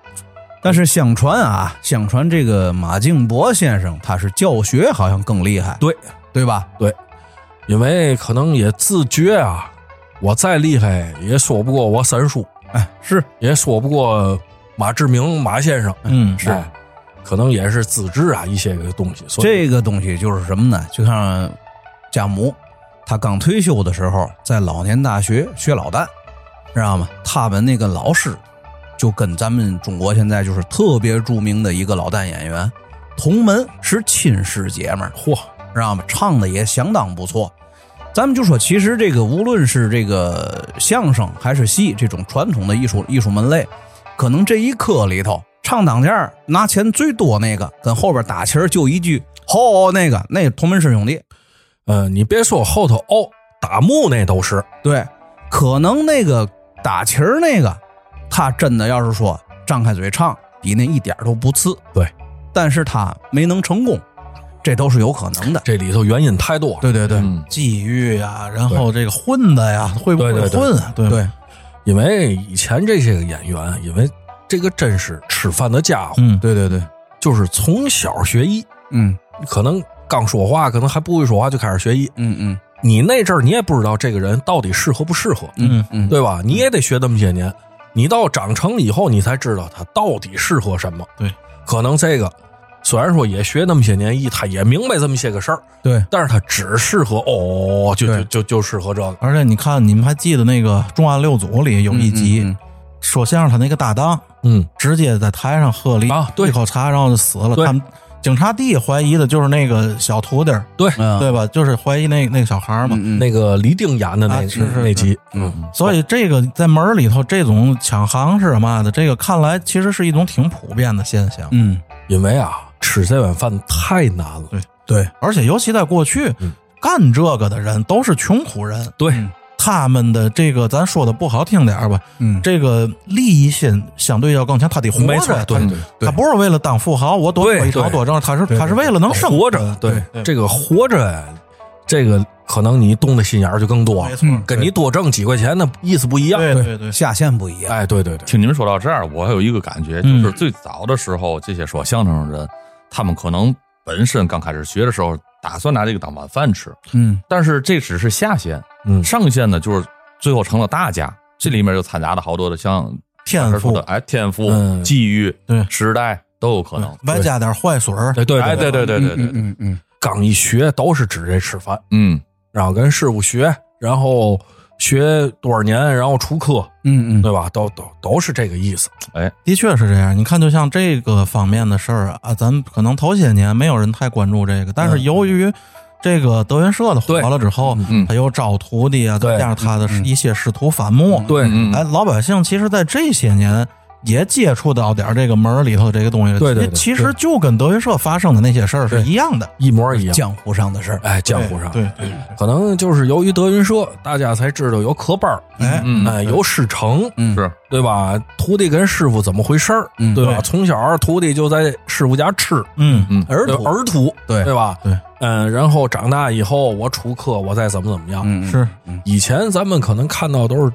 [SPEAKER 4] 但是相传啊，相传这个马敬伯先生他是教学好像更厉害，
[SPEAKER 2] 对
[SPEAKER 4] 对吧？
[SPEAKER 2] 因为可能也自觉啊，我再厉害也说不过我三叔，
[SPEAKER 4] 哎，是，
[SPEAKER 2] 也说不过马志明马先生，
[SPEAKER 1] 嗯，
[SPEAKER 2] 是、可能也是资质啊一些个东西，所以
[SPEAKER 4] 这个东西就是什么呢？就像贾母，她刚退休的时候，在老年大学学老旦，知道吗？他们那个老师就跟咱们中国现在就是特别著名的一个老旦演员同门是亲师姐们儿，
[SPEAKER 2] 嚯，
[SPEAKER 4] 知道吗？唱的也相当不错。咱们就说，其实这个无论是这个相声还是戏这种传统的艺术艺术门类，可能这一科里头唱当间儿拿钱最多那个，跟后边打旗儿就一句“吼”那个，那同门师兄弟，
[SPEAKER 2] 呃，你别说后头哦，打木那都是，
[SPEAKER 4] 对，可能那个打旗儿那个，他真的要是说张开嘴唱，比那一点儿都不次，
[SPEAKER 2] 对，
[SPEAKER 4] 但是他没能成功，这都是有可能的。
[SPEAKER 2] 这里头原因太多了。
[SPEAKER 4] 对对对，
[SPEAKER 3] 嗯
[SPEAKER 1] 际遇呀，
[SPEAKER 4] 啊
[SPEAKER 1] 然后这个混的呀，会不会
[SPEAKER 2] 对对对
[SPEAKER 1] 混啊？对
[SPEAKER 4] 对，
[SPEAKER 2] 因为以前这些个演员，因为这个真是吃饭的家伙，
[SPEAKER 1] 嗯，
[SPEAKER 4] 对对对，
[SPEAKER 2] 就是从小学艺，
[SPEAKER 4] 嗯
[SPEAKER 2] 可能刚说话，可能还不会说话就开始学艺。
[SPEAKER 4] 嗯嗯
[SPEAKER 2] 你那阵儿你也不知道这个人到底适合不适合，
[SPEAKER 1] 嗯
[SPEAKER 4] 嗯，
[SPEAKER 2] 对吧？你也得学那么些年，你到长成以后，你才知道他到底适合什么。
[SPEAKER 1] 对，
[SPEAKER 2] 可能这个虽然说也学那么些年艺，他也明白这么些个事儿，
[SPEAKER 4] 对，
[SPEAKER 2] 但是他只适合哦，就就就就适合这个。
[SPEAKER 1] 而且你看，你们还记得那个《重案六组》里有一集、
[SPEAKER 4] 嗯嗯
[SPEAKER 1] 说相声他那个搭档，
[SPEAKER 2] 嗯，
[SPEAKER 1] 直接在台上喝了一、
[SPEAKER 2] 啊对
[SPEAKER 1] 一口茶，然后就死了。
[SPEAKER 2] 对
[SPEAKER 1] 他们警察第一怀疑的就是那个小徒弟儿，
[SPEAKER 2] 对，
[SPEAKER 4] 嗯
[SPEAKER 1] 对吧？就是怀疑那那个小孩儿嘛。
[SPEAKER 4] 嗯
[SPEAKER 2] 那个李丁演的那、
[SPEAKER 1] 啊是是
[SPEAKER 2] 那集，
[SPEAKER 4] 嗯
[SPEAKER 1] 所以这个在门儿里头，这种抢行是嘛的，这个看来其实是一种挺普遍的现象。
[SPEAKER 4] 嗯，
[SPEAKER 2] 因为啊，吃这碗饭太难了。
[SPEAKER 1] 对
[SPEAKER 4] 对，
[SPEAKER 1] 而且尤其在过去，
[SPEAKER 4] 嗯
[SPEAKER 1] 干这个的人都是穷苦人，
[SPEAKER 2] 对，
[SPEAKER 1] 他们的这个咱说的不好听点儿吧，
[SPEAKER 4] 嗯
[SPEAKER 1] 这个利益心相对要更强，他得活着，
[SPEAKER 2] 没错
[SPEAKER 1] 他
[SPEAKER 2] 对
[SPEAKER 3] 嗯
[SPEAKER 2] 对
[SPEAKER 4] 对
[SPEAKER 1] 他不是为了当富豪，我多
[SPEAKER 2] 对
[SPEAKER 1] 我一朝
[SPEAKER 2] 对
[SPEAKER 1] 多挣，他是他是为了能啊生
[SPEAKER 2] 哎活着。对，
[SPEAKER 1] 这
[SPEAKER 2] 这个活着呀，这个可能你动的心眼儿就更多
[SPEAKER 1] 没
[SPEAKER 2] 了，
[SPEAKER 1] 错，
[SPEAKER 2] 跟你多挣几块钱那意思不一样。
[SPEAKER 1] 对对对，
[SPEAKER 4] 下限不一样。
[SPEAKER 2] 哎，对对对，
[SPEAKER 3] 听你们说到这儿，我有一个感觉，就
[SPEAKER 1] 嗯
[SPEAKER 3] 是最早的时候，这些说相声的人，他们可能本身刚开始学的时候，打算拿这个当晚饭吃，
[SPEAKER 4] 嗯
[SPEAKER 3] 但是这只是下限，
[SPEAKER 2] 嗯
[SPEAKER 3] 上限呢就是最后成了大家，这里面就掺杂了好多的像
[SPEAKER 1] 天
[SPEAKER 3] 说的
[SPEAKER 1] 赋，
[SPEAKER 3] 哎天赋、
[SPEAKER 2] 嗯
[SPEAKER 3] 际遇、
[SPEAKER 1] 对嗯
[SPEAKER 3] 时代都有可能。
[SPEAKER 1] 外加点坏水儿，
[SPEAKER 2] 对对
[SPEAKER 3] 哎，对对对对对，
[SPEAKER 4] 嗯嗯
[SPEAKER 2] 刚一学都是指这吃饭，
[SPEAKER 3] 嗯，
[SPEAKER 2] 然后跟师傅学，然后学多少年，然后出科，
[SPEAKER 4] 嗯嗯，
[SPEAKER 2] 对吧？都都都是这个意思。
[SPEAKER 1] 的确是这样。你看，就像这个方面的事儿啊，咱们可能头些年没有人太关注这个，但是由于这个德云社的火
[SPEAKER 2] 嗯对
[SPEAKER 1] 了之后
[SPEAKER 3] 嗯，
[SPEAKER 1] 他又招徒弟啊，
[SPEAKER 2] 对嗯
[SPEAKER 1] 再加上他的一些仕途反目，
[SPEAKER 2] 对
[SPEAKER 3] 嗯
[SPEAKER 1] 哎，老百姓其实在这些年也接触到点儿这个门儿里头这个东西，
[SPEAKER 2] 对对对
[SPEAKER 1] 其实就跟德云社发生的那些事儿是一样的。
[SPEAKER 2] 一模一样，
[SPEAKER 4] 江湖上的事儿，
[SPEAKER 2] 哎，江湖上
[SPEAKER 1] 对，对
[SPEAKER 2] 可能就是由于德云社，大家才知道有科班儿，
[SPEAKER 1] 哎，
[SPEAKER 3] 嗯
[SPEAKER 2] 哎，有师承，
[SPEAKER 4] 嗯
[SPEAKER 3] 是
[SPEAKER 2] 对吧？徒弟跟师傅怎么回事儿，
[SPEAKER 4] 嗯
[SPEAKER 2] 对吧？
[SPEAKER 1] 对
[SPEAKER 2] 从小徒弟就在师傅家吃，
[SPEAKER 1] 嗯
[SPEAKER 3] 嗯
[SPEAKER 4] 儿
[SPEAKER 2] 对
[SPEAKER 4] 童
[SPEAKER 2] 儿徒，
[SPEAKER 4] 对
[SPEAKER 2] 对吧？
[SPEAKER 1] 对，
[SPEAKER 2] 嗯，然后长大以后我出课，我再怎么怎么样。
[SPEAKER 4] 嗯
[SPEAKER 1] 是
[SPEAKER 2] 以前咱们可能看到都是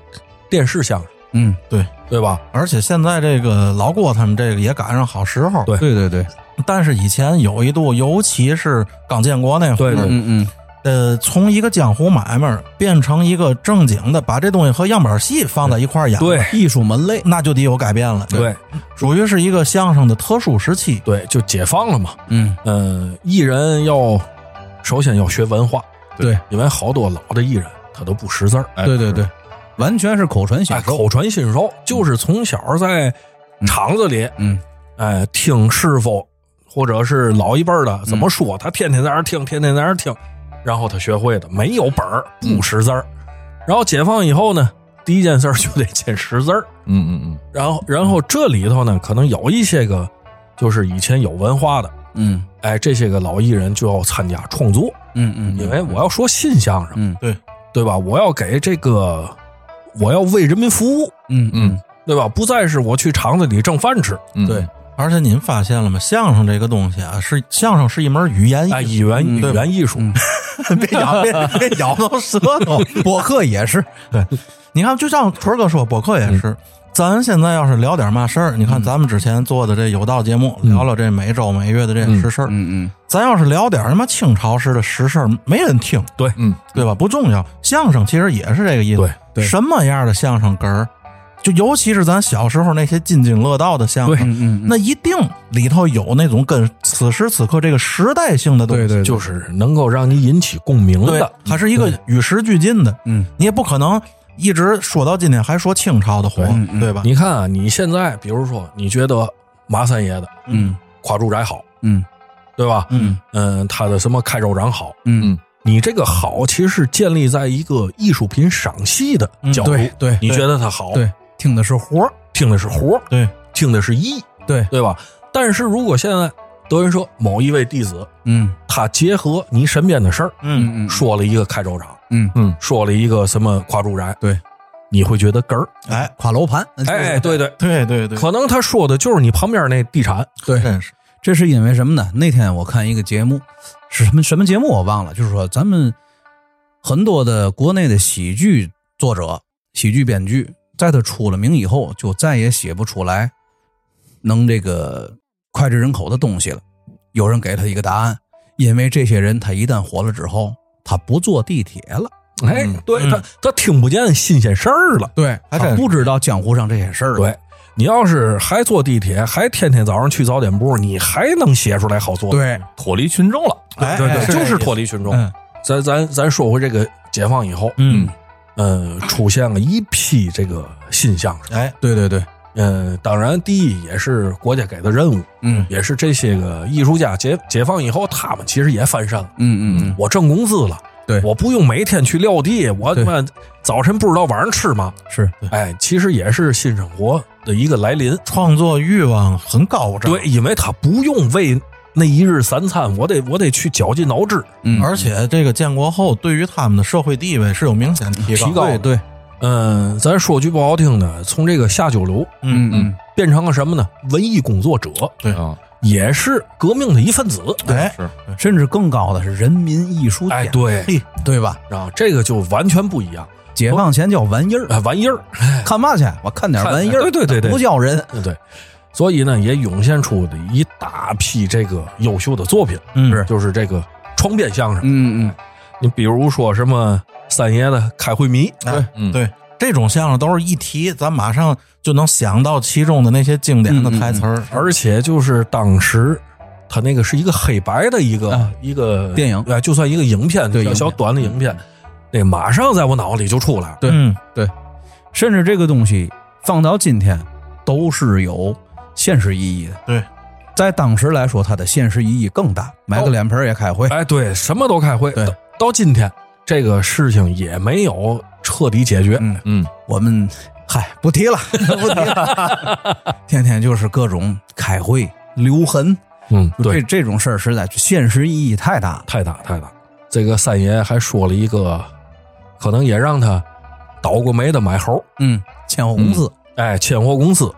[SPEAKER 2] 电视相声，
[SPEAKER 4] 嗯，
[SPEAKER 2] 对吧？
[SPEAKER 1] 而且现在这个老郭他们这个也赶上好时候，
[SPEAKER 2] 对
[SPEAKER 4] 对对对，
[SPEAKER 1] 但是以前有一度，尤其是刚建国那会
[SPEAKER 2] 对
[SPEAKER 1] 儿，
[SPEAKER 2] 对
[SPEAKER 4] 嗯嗯，
[SPEAKER 1] 呃，从一个江湖买卖变成一个正经的，把这东西和样板戏放在一块儿演，，
[SPEAKER 2] 对
[SPEAKER 4] 艺术门类，
[SPEAKER 1] 那就得有改变了。，
[SPEAKER 2] 对
[SPEAKER 1] 属于是一个相声的特殊时期。
[SPEAKER 2] 对，就解放了嘛。
[SPEAKER 4] 嗯，
[SPEAKER 2] 嗯，艺人要首先要学文化，
[SPEAKER 4] 对
[SPEAKER 2] 因为好多老的艺人他都不识字儿，
[SPEAKER 3] 哎
[SPEAKER 4] 对对对，完全是口传心
[SPEAKER 2] 哎，
[SPEAKER 4] 授，
[SPEAKER 2] 口传心授，就是从小在厂子里，
[SPEAKER 4] 嗯，
[SPEAKER 2] 哎，听师傅或者是老一辈儿的怎
[SPEAKER 4] 嗯
[SPEAKER 2] 么说，他天天在那儿听，天天在那儿听，然后他学会的，没有本儿，
[SPEAKER 4] 嗯
[SPEAKER 2] 不识字儿。然后解放以后呢，第一件事儿就得见识字儿，
[SPEAKER 3] 嗯嗯嗯，
[SPEAKER 2] 然后然后这里头呢，可能有一些个就是以前有文化的，
[SPEAKER 4] 嗯
[SPEAKER 2] 哎，这些个老艺人就要参加创作，
[SPEAKER 4] 嗯嗯，
[SPEAKER 2] 因为我要说新相声，
[SPEAKER 4] 嗯
[SPEAKER 2] 对吧？我要给这个，我要为人民服务，
[SPEAKER 4] 嗯嗯
[SPEAKER 2] 对吧？不再是我去厂子里挣饭吃，
[SPEAKER 3] 嗯
[SPEAKER 4] 对，
[SPEAKER 1] 而且您发现了吗？相声这个东西啊，是相声是一门语言艺术，
[SPEAKER 2] 哎，语言
[SPEAKER 4] 嗯
[SPEAKER 2] 语
[SPEAKER 1] 对吧
[SPEAKER 2] 言艺术，
[SPEAKER 1] 别咬 别别咬到舌 头。
[SPEAKER 4] 博客也是，
[SPEAKER 1] 你看，就像春儿哥说，博客也
[SPEAKER 4] 嗯
[SPEAKER 1] 是。咱现在要是聊点嘛事儿，你看咱们之前做的这有道节目，聊聊这每周每月的这实事儿。
[SPEAKER 4] 嗯嗯嗯，
[SPEAKER 1] 咱要是聊点他妈清朝时的实事儿，没人听，
[SPEAKER 2] 对
[SPEAKER 3] 嗯，
[SPEAKER 1] 对吧？不重要。相声其实也是这个意思。
[SPEAKER 2] 对
[SPEAKER 4] 对
[SPEAKER 1] 什么样的相声哏儿，就尤其是咱小时候那些津津乐道的相声，
[SPEAKER 4] 嗯嗯，
[SPEAKER 1] 那一定里头有那种跟此时此刻这个时代性的东西。
[SPEAKER 4] 对对，
[SPEAKER 2] 就是能够让你引起共鸣
[SPEAKER 1] 对
[SPEAKER 2] 的。
[SPEAKER 1] 它是一个与时俱进的。
[SPEAKER 4] 嗯，
[SPEAKER 1] 你也不可能一直说到今天还说清朝的火，
[SPEAKER 4] 嗯嗯
[SPEAKER 1] 对吧？
[SPEAKER 2] 你看啊，你现在比如说，你觉得马三爷的
[SPEAKER 4] 嗯
[SPEAKER 2] 夸住宅好，
[SPEAKER 4] 嗯
[SPEAKER 2] 对吧？
[SPEAKER 1] 嗯，
[SPEAKER 2] 嗯，他的什么开肉掌好，
[SPEAKER 4] 嗯，
[SPEAKER 2] 你这个好其实是建立在一个艺术品赏析的角度，
[SPEAKER 4] 嗯对对，
[SPEAKER 2] 你觉得它好，
[SPEAKER 4] 对，听的是活儿，
[SPEAKER 2] 听的是活儿，
[SPEAKER 1] 对，
[SPEAKER 2] 听的是意，
[SPEAKER 4] 对，
[SPEAKER 2] 对吧？但是如果现在德云社某一位弟子，
[SPEAKER 4] 嗯
[SPEAKER 2] 他结合你身边的事儿，
[SPEAKER 1] 嗯，
[SPEAKER 4] 嗯
[SPEAKER 2] 说了一个开州场，
[SPEAKER 4] 嗯
[SPEAKER 2] 说了一个什么夸住宅，
[SPEAKER 4] 对，
[SPEAKER 2] 你会觉得哏儿。
[SPEAKER 1] 哎，
[SPEAKER 4] 垮楼盘，
[SPEAKER 2] 哎，对对，
[SPEAKER 1] 对对对，
[SPEAKER 2] 可能他说的就是你旁边那地产，
[SPEAKER 4] 对，
[SPEAKER 1] 真是
[SPEAKER 4] 这是因为什么呢？那天我看一个节目，是什么什么节目我忘了，就是说咱们很多的国内的喜剧作者、喜剧编剧，在他出了名以后，就再也写不出来能这个脍炙人口的东西了。有人给他一个答案，因为这些人他一旦火了之后，他不坐地铁了，
[SPEAKER 2] 哎，
[SPEAKER 4] 嗯
[SPEAKER 2] 对他他听不见新鲜事儿了。
[SPEAKER 4] 对，
[SPEAKER 1] 还真
[SPEAKER 4] 他
[SPEAKER 1] 是
[SPEAKER 4] 不知道江湖上这些事儿了。
[SPEAKER 2] 对你要是还坐地铁，还天天早上去早点部，你还能写出来好作品？
[SPEAKER 4] 对，
[SPEAKER 3] 脱离群众了，
[SPEAKER 1] 哎
[SPEAKER 2] 对
[SPEAKER 1] 哎
[SPEAKER 2] 对，
[SPEAKER 1] 是
[SPEAKER 2] 就是
[SPEAKER 1] 这意思
[SPEAKER 2] 脱离群众。
[SPEAKER 4] 嗯
[SPEAKER 2] 咱咱咱说回这个解放以后，
[SPEAKER 1] 嗯，
[SPEAKER 2] 嗯，出现了一批这个新相声。
[SPEAKER 1] 哎，
[SPEAKER 4] 对对对，
[SPEAKER 2] 嗯，当然，第一也是国家给的任务，
[SPEAKER 4] 嗯
[SPEAKER 2] 也是这些个艺术家解解放以后，他们其实也翻身了。
[SPEAKER 4] 嗯嗯嗯，
[SPEAKER 2] 我挣工资了，
[SPEAKER 4] 对
[SPEAKER 2] 我不用每天去撂地，我他
[SPEAKER 4] 对
[SPEAKER 2] 妈早晨不知道晚上吃嘛。
[SPEAKER 4] 是
[SPEAKER 2] 哎，其实也是新生活的一个来临。
[SPEAKER 1] 创作欲望很高涨，
[SPEAKER 2] 对，，因为他不用为那一日三餐，我得我得去绞尽脑汁。
[SPEAKER 4] 嗯，
[SPEAKER 1] 而且这个建国后对于他们的社会地位是有明显提高，
[SPEAKER 2] 提高
[SPEAKER 4] 对对，
[SPEAKER 2] 嗯，咱说句不好听的，从这个下九流
[SPEAKER 1] 嗯嗯，
[SPEAKER 4] 嗯
[SPEAKER 2] 变成了什么呢？文艺工作者，
[SPEAKER 1] 对
[SPEAKER 3] 啊，
[SPEAKER 2] 也是革命的一份子。
[SPEAKER 1] 哎，
[SPEAKER 3] 是，
[SPEAKER 4] 甚至更高的是人民艺术
[SPEAKER 2] 哎，
[SPEAKER 4] 奖，
[SPEAKER 2] 对，
[SPEAKER 1] 嘿，
[SPEAKER 4] 嗯对吧？
[SPEAKER 2] 然后这个就完全不一样。
[SPEAKER 4] 解放前叫玩意儿，
[SPEAKER 2] 啊，玩意儿，
[SPEAKER 4] 看嘛去？我看点玩意儿，
[SPEAKER 2] 看哎对对对对
[SPEAKER 4] 不叫人。
[SPEAKER 2] 对对，所以呢，也涌现出的一大批这个优秀的作品，
[SPEAKER 1] 嗯
[SPEAKER 4] 是
[SPEAKER 2] 就是这个窗边相声。
[SPEAKER 4] 嗯嗯
[SPEAKER 2] 你比如说什么三爷的开会迷，
[SPEAKER 1] 哎
[SPEAKER 3] 嗯
[SPEAKER 1] 对。这种相声都是一提，咱马上就能想到其中的那些经典的台词儿。
[SPEAKER 2] 而且就是当时他那个是一个黑白的一个、
[SPEAKER 4] 啊
[SPEAKER 2] 一个
[SPEAKER 4] 电影
[SPEAKER 2] 哎，就算一个影片，
[SPEAKER 4] 对
[SPEAKER 2] 小
[SPEAKER 4] 影片嗯
[SPEAKER 2] 小短的影片，那个马上在我脑子里就出来了。
[SPEAKER 4] 对
[SPEAKER 1] 嗯，
[SPEAKER 4] 甚至这个东西放到今天都是有现实意义的。
[SPEAKER 1] 对，
[SPEAKER 4] 在当时来说，它的现实意义更大。买个脸盆儿也开会，
[SPEAKER 2] 哎，对，什么都开会，
[SPEAKER 4] 对
[SPEAKER 2] 到到今天这个事情也没有彻底解决。
[SPEAKER 4] 嗯，
[SPEAKER 3] 嗯，
[SPEAKER 4] 我们嗨不提 了，不提了，天天就是各种开会留痕，
[SPEAKER 2] 嗯，
[SPEAKER 4] 就
[SPEAKER 2] 对
[SPEAKER 4] 这，这种事儿实在现实意义太大了。
[SPEAKER 2] 太大太大。这个三爷还说了一个，可能也让他倒过霉的买猴，
[SPEAKER 4] 嗯，欠我工资，
[SPEAKER 2] 哎，欠货公司。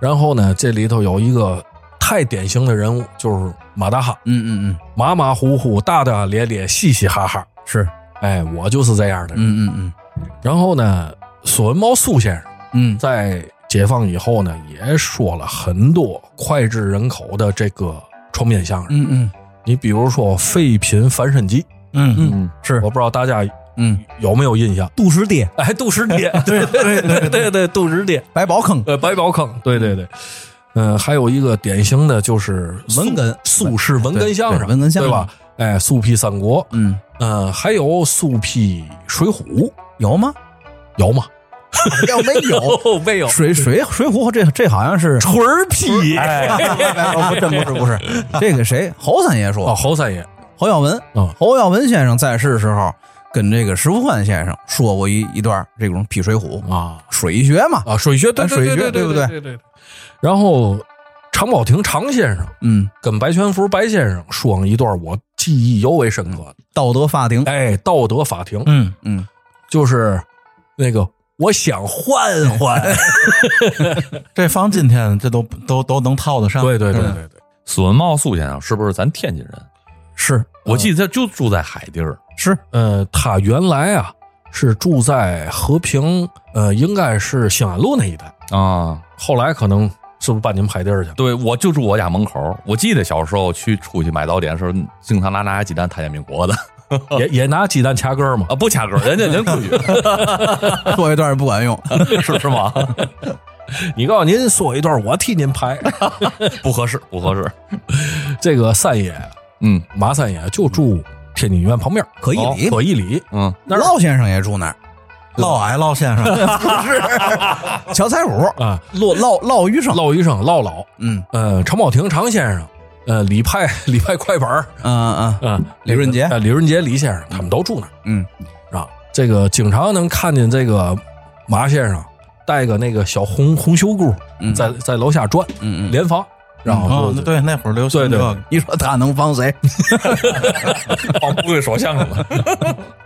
[SPEAKER 2] 然后呢，这里头有一个太典型的人物，就是马大哈，
[SPEAKER 4] 嗯嗯嗯，
[SPEAKER 2] 马马虎虎、大大咧咧、嘻嘻哈哈。
[SPEAKER 4] 是，
[SPEAKER 2] 哎，我就是这样的人。
[SPEAKER 4] 嗯嗯
[SPEAKER 2] 然后呢，索文猫苏先生
[SPEAKER 4] 嗯
[SPEAKER 2] 在解放以后呢，也说了很多脍炙人口的这个创面相声。
[SPEAKER 4] 嗯嗯
[SPEAKER 2] 你比如说《废品翻身记
[SPEAKER 4] 嗯嗯
[SPEAKER 3] 嗯，
[SPEAKER 4] 是
[SPEAKER 2] 我不知道大家
[SPEAKER 4] 嗯，
[SPEAKER 2] 有没有印象？
[SPEAKER 4] 杜十爹
[SPEAKER 2] 哎，杜十 爹，对对对对对，杜十爹，
[SPEAKER 4] 百宝坑
[SPEAKER 2] 呃，百宝坑，对对对，嗯、还有一个典型的就是苏
[SPEAKER 4] 文哏
[SPEAKER 2] 苏式文
[SPEAKER 4] 对
[SPEAKER 2] 哏相
[SPEAKER 4] 对
[SPEAKER 2] 声，
[SPEAKER 4] 文哏相声
[SPEAKER 2] 对吧？哎，苏批三国，
[SPEAKER 4] 嗯
[SPEAKER 2] 嗯、还有苏批水浒，
[SPEAKER 4] 有吗？
[SPEAKER 2] 有吗？
[SPEAKER 4] 要没有
[SPEAKER 2] 没有，
[SPEAKER 4] 水水水浒这这好像是。
[SPEAKER 2] 纯批。
[SPEAKER 4] 哎，不真不是不是， 这个谁侯三爷
[SPEAKER 2] 哦，
[SPEAKER 4] 说，
[SPEAKER 2] 侯三爷，
[SPEAKER 4] 侯耀文
[SPEAKER 2] 哦，
[SPEAKER 4] 侯耀文先生在世时候跟这个石富宽先生说过一一段这种批水浒
[SPEAKER 2] 啊
[SPEAKER 4] 水学嘛，
[SPEAKER 2] 啊，水学，对
[SPEAKER 4] 哎
[SPEAKER 2] 对
[SPEAKER 4] 水
[SPEAKER 2] 对
[SPEAKER 4] 学
[SPEAKER 2] 对
[SPEAKER 4] 对不
[SPEAKER 2] 对
[SPEAKER 4] 对
[SPEAKER 2] 对对。然后常宝霆常先生
[SPEAKER 4] 嗯，
[SPEAKER 2] 跟白全福白先生说了一段我记忆尤为深刻的，
[SPEAKER 4] 道德法庭，
[SPEAKER 2] 哎，道德法庭，
[SPEAKER 1] 嗯，
[SPEAKER 4] 嗯，
[SPEAKER 2] 就是那个我想换换，
[SPEAKER 1] 这放今天这都都都能套得 上。
[SPEAKER 2] 对对对
[SPEAKER 1] 嗯
[SPEAKER 2] 对对，
[SPEAKER 3] 索文茂苏先生是不是咱天津人？
[SPEAKER 4] 是
[SPEAKER 3] 我记得他就住在海地儿，
[SPEAKER 4] 是，
[SPEAKER 2] 呃，他原来啊是住在和平，呃，应该是兴安路那一带，
[SPEAKER 4] 嗯
[SPEAKER 3] 啊，
[SPEAKER 2] 后来可能是不是搬你们海地儿去了？
[SPEAKER 3] 对，我就住我家门口。我记得小时候去出去买早点的时候，经常拿拿鸡蛋太监民国的
[SPEAKER 2] 也也拿鸡蛋掐根儿嘛
[SPEAKER 3] 啊，，不掐歌，人家人规 矩
[SPEAKER 4] 说一段不管 用，
[SPEAKER 3] 是是吗？
[SPEAKER 2] 你告诉您说一段，我替您 拍。
[SPEAKER 3] 不合适，不合适。
[SPEAKER 2] 这个三爷
[SPEAKER 3] 嗯
[SPEAKER 2] 马三爷就住天津医院旁边，哦
[SPEAKER 4] 可以理
[SPEAKER 2] 可一里。
[SPEAKER 3] 嗯，
[SPEAKER 2] 那儿
[SPEAKER 4] 老先生也啊住那儿，
[SPEAKER 1] 嫪毐嫪 先生，
[SPEAKER 4] 乔财虎
[SPEAKER 2] 啊，
[SPEAKER 4] 落落落余生，
[SPEAKER 2] 唠医生唠老，
[SPEAKER 4] 嗯
[SPEAKER 2] 呃，常宝霆常先生，呃，李派 李派快板儿，
[SPEAKER 4] 嗯嗯，
[SPEAKER 2] 啊，
[SPEAKER 4] 李润杰
[SPEAKER 2] 呃，李润杰李先生，他们都住那儿。
[SPEAKER 4] 嗯，
[SPEAKER 2] 啊，这个经常能看见这个马先生带个那个小红红袖箍，
[SPEAKER 4] 嗯
[SPEAKER 2] 在在楼下转，
[SPEAKER 4] 嗯嗯
[SPEAKER 2] 联防，然后就，
[SPEAKER 1] 哦那对，那会儿流行这
[SPEAKER 2] 对
[SPEAKER 1] 个，
[SPEAKER 4] 你说他能防谁？嗯
[SPEAKER 3] 哦，不会说相声 了。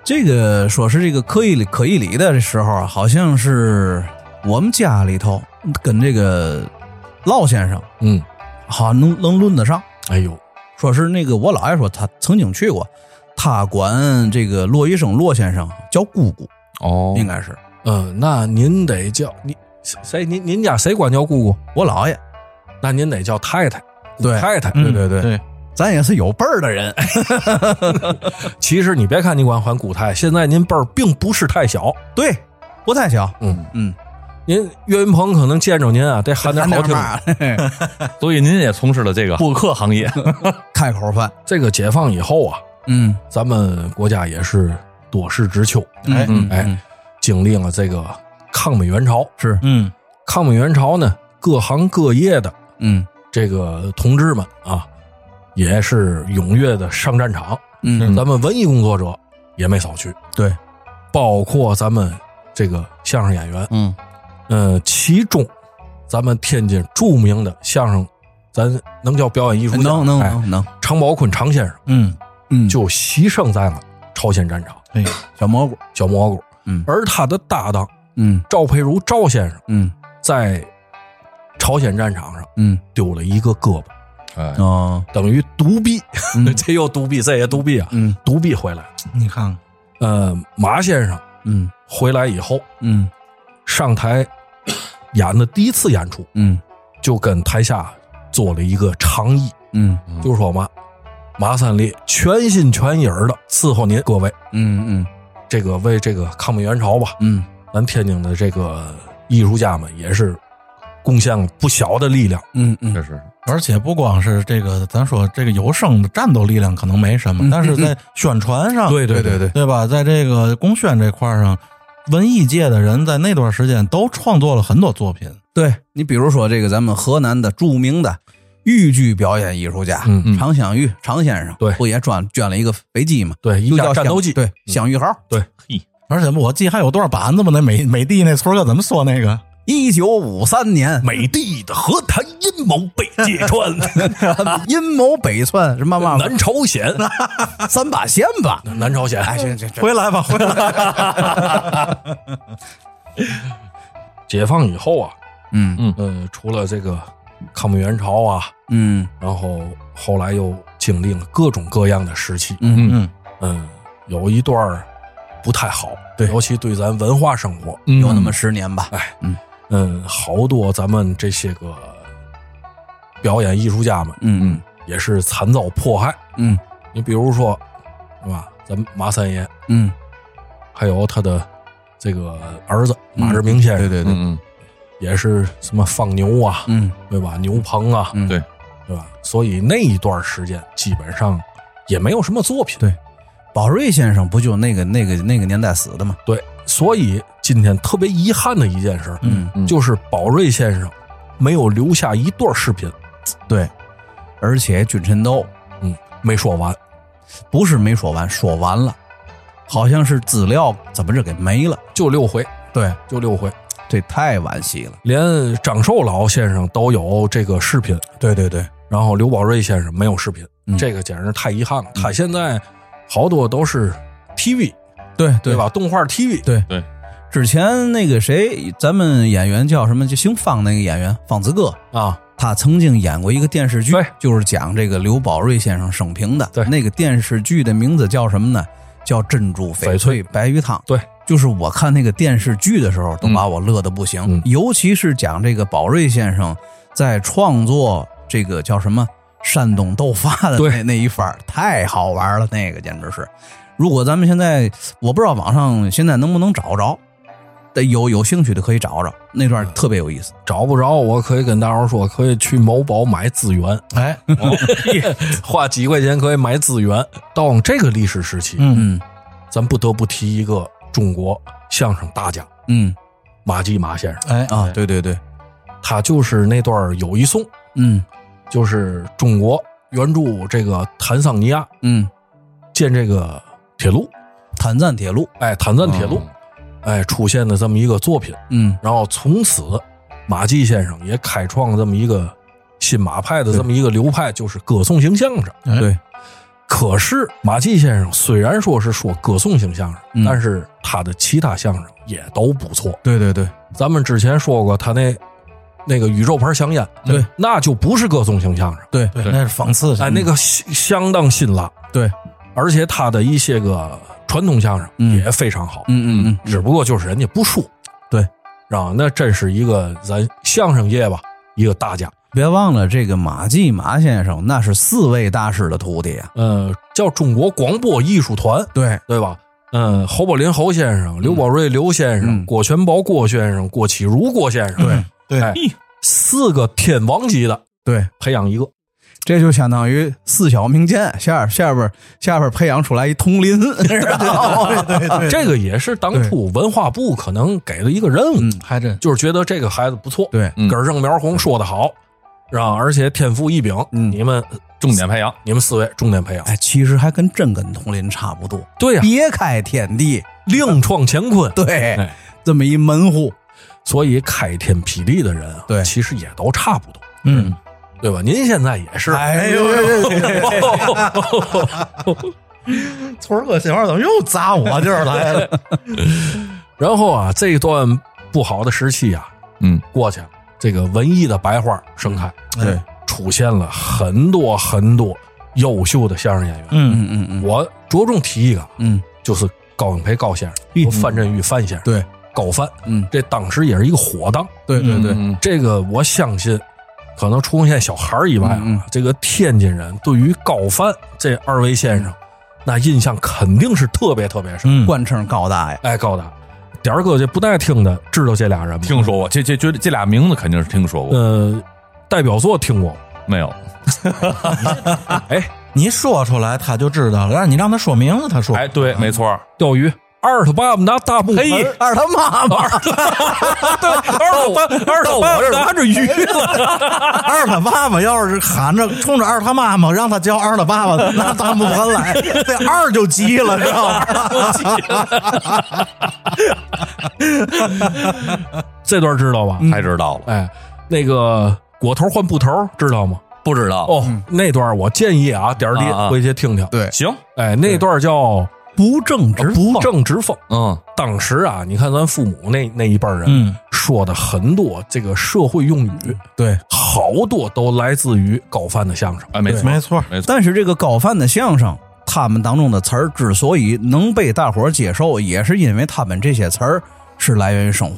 [SPEAKER 4] 这个说是这个可以理可以理的时候啊，好像是我们家里头跟这个老先生
[SPEAKER 2] 嗯，
[SPEAKER 4] 好像能能论得上，
[SPEAKER 2] 哎呦，
[SPEAKER 4] 说是那个我姥爷说他曾经去过，他管这个骆医生骆先生叫姑姑，
[SPEAKER 3] 哦
[SPEAKER 4] 应该是
[SPEAKER 2] 呃，那您得叫你谁？您您家谁管叫姑姑？
[SPEAKER 4] 我姥爷，
[SPEAKER 2] 那您得叫太太，姑
[SPEAKER 4] 对
[SPEAKER 2] 太太。
[SPEAKER 1] 嗯
[SPEAKER 4] 对对
[SPEAKER 1] 对，
[SPEAKER 4] 咱也是有辈儿的人，哎
[SPEAKER 2] 其实你别看你管喊姑太，现在您辈儿并不是太小，
[SPEAKER 4] 对，不太小，
[SPEAKER 2] 嗯
[SPEAKER 4] 嗯，
[SPEAKER 2] 您岳云鹏可能见着您啊，得喊点好听的。
[SPEAKER 4] 嘛，
[SPEAKER 3] 所以您也从事了这个播客行业。
[SPEAKER 4] 开口饭，
[SPEAKER 2] 这个解放以后啊，
[SPEAKER 4] 嗯，
[SPEAKER 2] 咱们国家也是多事之秋，
[SPEAKER 1] 哎
[SPEAKER 4] 嗯
[SPEAKER 2] 哎，
[SPEAKER 4] 嗯
[SPEAKER 2] 经历了这个抗美援朝，
[SPEAKER 4] 是，
[SPEAKER 1] 嗯，
[SPEAKER 2] 抗美援朝呢，各行各业的
[SPEAKER 4] 嗯
[SPEAKER 2] 这个同志们啊，也是踊跃的上战场。
[SPEAKER 4] 嗯，
[SPEAKER 2] 咱们文艺工作者也没少去，
[SPEAKER 4] 对，
[SPEAKER 2] 包括咱们这个相声演员，
[SPEAKER 4] 嗯
[SPEAKER 2] 呃，其中咱们天津著名的相声，咱能叫表演艺术家
[SPEAKER 4] 能能
[SPEAKER 2] 哎
[SPEAKER 4] 能能，
[SPEAKER 2] 常宝坤常先生
[SPEAKER 1] 嗯，
[SPEAKER 4] 嗯，
[SPEAKER 2] 就牺牲在了朝鲜战场，
[SPEAKER 1] 哎，
[SPEAKER 4] 小蘑菇，
[SPEAKER 2] 小蘑菇，
[SPEAKER 4] 嗯
[SPEAKER 2] 而他的搭档
[SPEAKER 4] 嗯
[SPEAKER 2] 赵佩茹赵先生
[SPEAKER 4] 嗯
[SPEAKER 2] 在朝鲜战场上
[SPEAKER 4] 嗯，
[SPEAKER 2] 丢了一个胳膊。
[SPEAKER 3] 哎
[SPEAKER 4] 哦，
[SPEAKER 2] 等于独臂，
[SPEAKER 4] 嗯
[SPEAKER 2] 这又独臂，这也独臂啊，
[SPEAKER 4] 嗯
[SPEAKER 2] 独臂回来。
[SPEAKER 1] 你看看，
[SPEAKER 2] 呃，马先生
[SPEAKER 4] 嗯
[SPEAKER 2] 回来以后
[SPEAKER 4] 嗯
[SPEAKER 2] 上台演的第一次演出，
[SPEAKER 4] 嗯
[SPEAKER 2] 就跟台下做了一个长揖，
[SPEAKER 4] 嗯
[SPEAKER 3] 嗯
[SPEAKER 2] 就说嘛，马三立全心全意儿的伺候您各位，
[SPEAKER 4] 嗯嗯
[SPEAKER 2] 这个为这个抗美援朝吧，
[SPEAKER 4] 嗯，
[SPEAKER 2] 咱天津的这个艺术家们也是贡献了不小的力量。
[SPEAKER 4] 嗯嗯
[SPEAKER 3] 这是
[SPEAKER 1] 而且不光是这个，咱说这个有声的战斗力量可能没什么，但是在宣传上，
[SPEAKER 2] 对对
[SPEAKER 4] 嗯对
[SPEAKER 2] 对，
[SPEAKER 1] 对吧？在这个公宣这块儿上，文艺界的人在那段时间都创作了很多作品。
[SPEAKER 4] 对你比如说这个咱们河南的著名的豫剧表演艺术家
[SPEAKER 2] 嗯嗯
[SPEAKER 4] 常想玉常先生，
[SPEAKER 2] 对
[SPEAKER 4] 不也捐捐了一个飞机吗？
[SPEAKER 2] 对，一
[SPEAKER 4] 就
[SPEAKER 2] 架
[SPEAKER 4] 叫
[SPEAKER 2] 战斗嗯机，
[SPEAKER 4] 响对，响玉号。
[SPEAKER 3] 嘿，
[SPEAKER 1] 而且我记还有多少板子嘛？那美美帝那村儿哥怎么说那个？
[SPEAKER 4] 一九五三年，
[SPEAKER 2] 美帝的和谈阴谋被揭 穿。
[SPEAKER 4] 阴谋北窜什么嘛
[SPEAKER 2] 南朝鲜，
[SPEAKER 4] 三八线吧？
[SPEAKER 2] 南朝鲜，
[SPEAKER 4] 哎，这这这，
[SPEAKER 1] 回来吧，回来！
[SPEAKER 2] 解放以后啊，
[SPEAKER 4] 嗯
[SPEAKER 2] 呃，除了这个抗美援朝啊，
[SPEAKER 4] 嗯
[SPEAKER 2] 然后后来又经历了各种各样的时期，呃
[SPEAKER 4] 嗯
[SPEAKER 1] 嗯，
[SPEAKER 2] 嗯，有一段儿不太好，
[SPEAKER 4] 对
[SPEAKER 2] 尤其对咱文化生活，
[SPEAKER 4] 有那么十年吧。
[SPEAKER 2] 嗯，好多咱们这些个表演艺术家们
[SPEAKER 4] 嗯
[SPEAKER 2] 也是惨遭迫害。
[SPEAKER 4] 嗯
[SPEAKER 2] 你比如说，是吧？咱们马三爷，
[SPEAKER 4] 嗯
[SPEAKER 2] 还有他的这个儿子马志明先生，
[SPEAKER 4] 对对对
[SPEAKER 3] 嗯
[SPEAKER 2] 也是什么放牛啊，
[SPEAKER 4] 嗯
[SPEAKER 2] 对吧？牛棚啊，
[SPEAKER 4] 嗯，
[SPEAKER 3] 对
[SPEAKER 2] 对吧？所以那一段时间基本上也没有什么作品。
[SPEAKER 4] 对宝瑞先生不就那个那个那个年代死的吗？
[SPEAKER 2] 对，所以今天特别遗憾的一件事儿，
[SPEAKER 4] 嗯，
[SPEAKER 3] 嗯
[SPEAKER 2] 就是宝瑞先生没有留下一段视频，
[SPEAKER 4] 对，而且君臣斗
[SPEAKER 2] 嗯，没说完。
[SPEAKER 4] 不是没说完，说完了，好像是资料怎么着给没了。
[SPEAKER 2] 就六回，
[SPEAKER 4] 对，
[SPEAKER 2] 就六回，
[SPEAKER 4] 这太惋惜了。
[SPEAKER 2] 连张寿老先生都有这个视频，
[SPEAKER 4] 对对对，
[SPEAKER 2] 然后刘宝瑞先生没有视频，
[SPEAKER 4] 嗯
[SPEAKER 2] 这个简直太遗憾了。他现在好多都是 TV
[SPEAKER 4] 对
[SPEAKER 2] 对？吧？动画 TV
[SPEAKER 4] 对
[SPEAKER 3] 对。
[SPEAKER 4] 之前那个谁，咱们演员叫什么？就姓方那个演员，方子哥，
[SPEAKER 2] 啊，
[SPEAKER 4] 他曾经演过一个电视剧
[SPEAKER 2] 对，
[SPEAKER 4] 就是讲这个刘宝瑞先生生平的。
[SPEAKER 2] 对
[SPEAKER 4] 那个电视剧的名字叫什么呢？叫《珍珠翡
[SPEAKER 2] 翡
[SPEAKER 4] 翠
[SPEAKER 2] 翠
[SPEAKER 4] 白鱼汤》。
[SPEAKER 2] 对，
[SPEAKER 4] 就是我看那个电视剧的时候，都把我乐得不行。
[SPEAKER 2] 嗯
[SPEAKER 4] 尤其是讲这个宝瑞先生在创作这个叫什么山东豆发的
[SPEAKER 2] 对
[SPEAKER 4] 那那一番儿，太好玩了，那个简直是。如果咱们现在，我不知道网上现在能不能找着，得有有兴趣的可以找找，那
[SPEAKER 2] 嗯
[SPEAKER 4] 段特别有意思。
[SPEAKER 2] 找不着我可以跟大伙儿说，可以去某宝买资源，
[SPEAKER 4] 哎，
[SPEAKER 2] 花几块钱可以买资源。到这个历史时期，
[SPEAKER 1] 嗯，
[SPEAKER 4] 嗯
[SPEAKER 2] 咱不得不提一个中国相声大家
[SPEAKER 4] 嗯
[SPEAKER 2] 马季马先生，
[SPEAKER 1] 哎
[SPEAKER 4] 啊，，对对对，
[SPEAKER 2] 他就是那段儿有一颂，
[SPEAKER 4] 嗯
[SPEAKER 2] 就是中国援助这个坦桑尼亚
[SPEAKER 4] 嗯，
[SPEAKER 2] 建这个铁路，
[SPEAKER 4] 坦赞铁路，
[SPEAKER 2] 哎，坦赞铁路，哎，出现的这么一个作品。
[SPEAKER 4] 哦嗯
[SPEAKER 2] 然后从此，马季先生也开创了这么一个新马派的这么一个流派，就是歌颂型相声。
[SPEAKER 1] 哎
[SPEAKER 4] 对，
[SPEAKER 2] 可是马季先生虽然说是说歌颂型相声，
[SPEAKER 4] 嗯
[SPEAKER 2] 但是他的其他相声也都不错。
[SPEAKER 4] 对对对，
[SPEAKER 2] 咱们之前说过他那那个宇宙牌香烟，
[SPEAKER 4] 对，
[SPEAKER 2] 那就不是歌颂型相声，
[SPEAKER 4] 对嗯
[SPEAKER 1] 对，那是讽刺性
[SPEAKER 2] 哎，那个相相当辛辣，
[SPEAKER 4] 对，
[SPEAKER 2] 而且他的一些个传统相声
[SPEAKER 4] 嗯
[SPEAKER 2] 也非常好，
[SPEAKER 4] 嗯嗯嗯，
[SPEAKER 2] 只不过就是人家不说，
[SPEAKER 4] 对，
[SPEAKER 2] 啊，那真是一个咱相声界吧一个大家，
[SPEAKER 4] 别忘了这个马季马先生，那是四位大师的徒弟啊。
[SPEAKER 2] 呃，叫中国广播艺术团，
[SPEAKER 4] 对，
[SPEAKER 2] 对吧？嗯，侯宝林侯先生、刘宝瑞刘先生、
[SPEAKER 4] 嗯
[SPEAKER 2] 郭全宝郭先生、郭启儒郭先生，
[SPEAKER 4] 对
[SPEAKER 1] 对
[SPEAKER 2] 哎四个天王级的
[SPEAKER 4] 对，
[SPEAKER 2] 培养一个，
[SPEAKER 4] 这就相当于四小名剑下下边下边培养出来一铜 林，是吧？ 对对
[SPEAKER 2] 这个也是当初文化部可能给了一个任务，
[SPEAKER 4] 嗯
[SPEAKER 1] 还真
[SPEAKER 2] 就是觉得这个孩子不错，
[SPEAKER 4] 对，
[SPEAKER 3] 嗯
[SPEAKER 2] 根正苗红，说的好，啊，而且天赋异禀，
[SPEAKER 4] 嗯
[SPEAKER 2] 你们
[SPEAKER 3] 重点培养，
[SPEAKER 2] 你们四位重点培养，
[SPEAKER 4] 哎，其实还跟真跟铜林差不多，
[SPEAKER 2] 对呀、
[SPEAKER 4] 别开天地，
[SPEAKER 2] 另创乾坤，
[SPEAKER 4] 对
[SPEAKER 2] 哎，
[SPEAKER 4] 这么一门户，
[SPEAKER 2] 所以开天辟地的人啊，
[SPEAKER 4] 对
[SPEAKER 2] 其实也都差不多，
[SPEAKER 1] 嗯，
[SPEAKER 2] 对吧？您现在也是，
[SPEAKER 4] 哎呦呦呦，
[SPEAKER 1] 村儿哥媳妇儿怎么又砸我地儿来了？
[SPEAKER 2] 然后啊，这一段不好的时期啊，
[SPEAKER 3] 嗯，
[SPEAKER 2] 过去了，这个文艺的白花盛开，哎
[SPEAKER 4] 对，
[SPEAKER 2] 出现了很多很多优秀的相声演员。
[SPEAKER 4] 嗯
[SPEAKER 1] 嗯，
[SPEAKER 4] 嗯嗯
[SPEAKER 2] 我着重提一个啊，
[SPEAKER 4] 嗯，
[SPEAKER 2] 就是高英培高先生
[SPEAKER 4] 嗯
[SPEAKER 2] 和范振钰范先生，
[SPEAKER 4] 对，
[SPEAKER 2] 高范，
[SPEAKER 4] 嗯，
[SPEAKER 2] 这当时也是一个火当。
[SPEAKER 4] 对对对，
[SPEAKER 3] 嗯
[SPEAKER 2] 这个我相信，可能除了现在小孩儿以外啊，
[SPEAKER 4] 嗯嗯
[SPEAKER 2] 这个天津人对于高范这二位先
[SPEAKER 4] 嗯
[SPEAKER 2] 生，那印象肯定是特别特别深。
[SPEAKER 1] 嗯，
[SPEAKER 4] 冠称高大呀，
[SPEAKER 2] 哎，高大，点儿哥这不带听的，知道这俩人吗？
[SPEAKER 3] 听说过，这这这这俩名字肯定是听说过，
[SPEAKER 2] 呃，代表作听过吗，
[SPEAKER 3] 没有？
[SPEAKER 1] 你说出来他就知道了，让你让他说名字，他说
[SPEAKER 3] 哎，对，没错，
[SPEAKER 2] 钓鱼。二他爸爸拿大木盆，
[SPEAKER 4] 嘿，二他妈妈，
[SPEAKER 2] 二他爸二他爸拿着鱼 了，
[SPEAKER 1] 二他爸爸要是喊着冲着二他妈妈，让他叫二他爸爸，那他不敢来， 这二就急了，知 道吗？
[SPEAKER 2] 这段知道吧？
[SPEAKER 4] 嗯
[SPEAKER 3] 才知道了，
[SPEAKER 2] 哎，那个裹头换布头，知道吗？
[SPEAKER 3] 不知道
[SPEAKER 2] 哦，那段我建议啊，点儿
[SPEAKER 3] 啊
[SPEAKER 2] 弟
[SPEAKER 3] 啊
[SPEAKER 2] 回去听听。
[SPEAKER 4] 嗯对
[SPEAKER 3] 行，
[SPEAKER 2] 哎，那段叫
[SPEAKER 4] 哦不正直，
[SPEAKER 2] 啊不正直风。
[SPEAKER 3] 嗯
[SPEAKER 2] 当时啊，你看咱父母那那一辈儿人、
[SPEAKER 1] 嗯
[SPEAKER 2] 说的很多这个社会用语，
[SPEAKER 4] 嗯对。
[SPEAKER 2] 好多都来自于高范的相声。
[SPEAKER 3] 哎，没错，
[SPEAKER 1] 没错，
[SPEAKER 3] 没错，
[SPEAKER 4] 但是这个高范的相声，他们当中的词儿之所以能被大伙儿接受，也是因为他们这些词儿是来源于生活。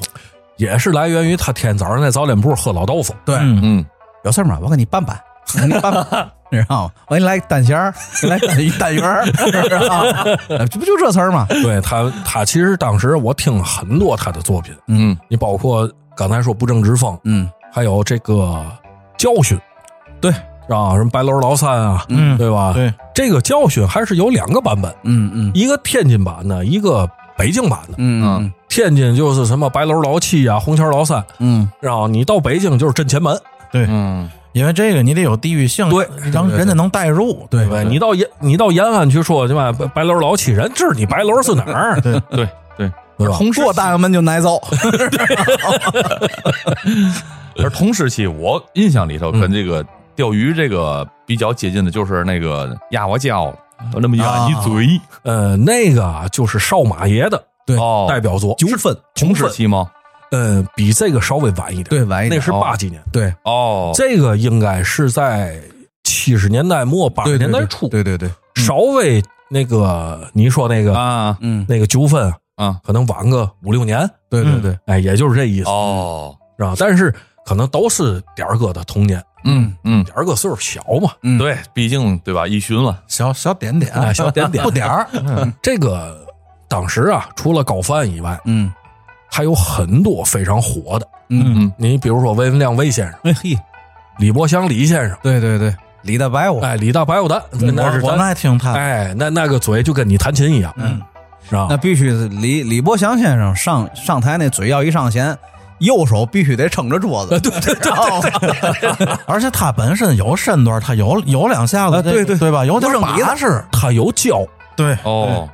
[SPEAKER 2] 也是来源于他天天早上在早点铺喝老豆腐。
[SPEAKER 4] 对，
[SPEAKER 1] 嗯
[SPEAKER 3] 嗯，
[SPEAKER 4] 有事儿吗？我给你办 办，我给你办办，你知道吗？我给你来单弦儿，给你来单单元儿， 知道吗？这不就这词儿吗？
[SPEAKER 2] 对他，他其实当时我听了很多他的作品，
[SPEAKER 3] 嗯，
[SPEAKER 2] 你包括刚才说不正之风，
[SPEAKER 4] 嗯，
[SPEAKER 2] 还有这个教训，
[SPEAKER 4] 对
[SPEAKER 2] 啊，什么白楼老三啊，
[SPEAKER 1] 嗯
[SPEAKER 2] 对吧？
[SPEAKER 1] 对，
[SPEAKER 2] 这个教训还是有两个版本，
[SPEAKER 4] 嗯嗯
[SPEAKER 2] 一个天津版的，一个北京版的。
[SPEAKER 1] 啊
[SPEAKER 4] 嗯
[SPEAKER 2] 天津就是什么白楼老七啊，红桥老三，
[SPEAKER 4] 嗯
[SPEAKER 2] 然后你到北京就是镇前门，
[SPEAKER 3] 嗯
[SPEAKER 1] 因为这个你得有地域性，
[SPEAKER 2] 对
[SPEAKER 1] 让人家能代入，
[SPEAKER 2] 对
[SPEAKER 1] 对
[SPEAKER 2] 吧？你到延你到延安去说，对吧？白白楼老七，人知你白楼是哪儿，
[SPEAKER 1] 对
[SPEAKER 3] 对对，
[SPEAKER 2] 对吧？
[SPEAKER 4] 嗯，过大个门就挨揍。
[SPEAKER 3] 而同时期我印象里头跟这个钓鱼这个比较接近的，就是那个压我叫有那么
[SPEAKER 1] 啊
[SPEAKER 3] 远一嘴
[SPEAKER 2] 呃，那个啊就是少马爷的
[SPEAKER 4] 对
[SPEAKER 3] 哦，
[SPEAKER 2] 代表作，
[SPEAKER 4] 九分，
[SPEAKER 3] 同时期吗？
[SPEAKER 2] 呃，比这个稍微晚一点，
[SPEAKER 4] 对，晚一点
[SPEAKER 2] 那是八几年，
[SPEAKER 4] 对
[SPEAKER 3] 哦，
[SPEAKER 2] 这个应该是在七十年代末八十
[SPEAKER 4] 对
[SPEAKER 2] 年代
[SPEAKER 4] 对
[SPEAKER 2] 初，
[SPEAKER 4] 对对嗯对，
[SPEAKER 2] 稍微那个你说那个
[SPEAKER 3] 啊
[SPEAKER 4] 嗯，
[SPEAKER 2] 那个纠纷啊，
[SPEAKER 3] 啊
[SPEAKER 2] 可能晚个五六年，
[SPEAKER 4] 对对对，
[SPEAKER 2] 哎，也就是这意思，
[SPEAKER 3] 哦，
[SPEAKER 2] 是吧？但是可能都是点儿哥的童年，
[SPEAKER 3] 嗯嗯，
[SPEAKER 2] 点儿哥岁数小嘛，
[SPEAKER 4] 嗯
[SPEAKER 3] 对，毕竟对吧，一巡了，
[SPEAKER 1] 小小点点
[SPEAKER 2] 哎，小点点
[SPEAKER 1] 不点 儿，
[SPEAKER 2] 这个当时啊，除了高帆以外，
[SPEAKER 4] 嗯
[SPEAKER 2] 还有很多非常火的。
[SPEAKER 4] 嗯，
[SPEAKER 3] 嗯
[SPEAKER 2] 你比如说魏文亮魏先生、
[SPEAKER 4] 哎嘿，
[SPEAKER 2] 李伯祥李先生，
[SPEAKER 4] 对对对，李大白我
[SPEAKER 1] 啊
[SPEAKER 2] 哎，李大白虎蛋，那是
[SPEAKER 1] 我我
[SPEAKER 2] 咱
[SPEAKER 1] 爱听他，
[SPEAKER 2] 哎，那那个嘴就跟你弹琴一样，
[SPEAKER 1] 嗯，
[SPEAKER 2] 是吧
[SPEAKER 4] 那？ 必须是李李伯祥先生上上台那嘴要一上弦，右手必须得撑着桌子，对对对，
[SPEAKER 1] 而且他本身有身段，他有有两下子
[SPEAKER 4] 啊，
[SPEAKER 1] 这
[SPEAKER 4] 对对
[SPEAKER 1] 对吧？有点
[SPEAKER 4] 不是
[SPEAKER 1] 把
[SPEAKER 4] 鼻
[SPEAKER 1] 式，
[SPEAKER 2] 他有教，
[SPEAKER 1] 对，
[SPEAKER 3] 哦，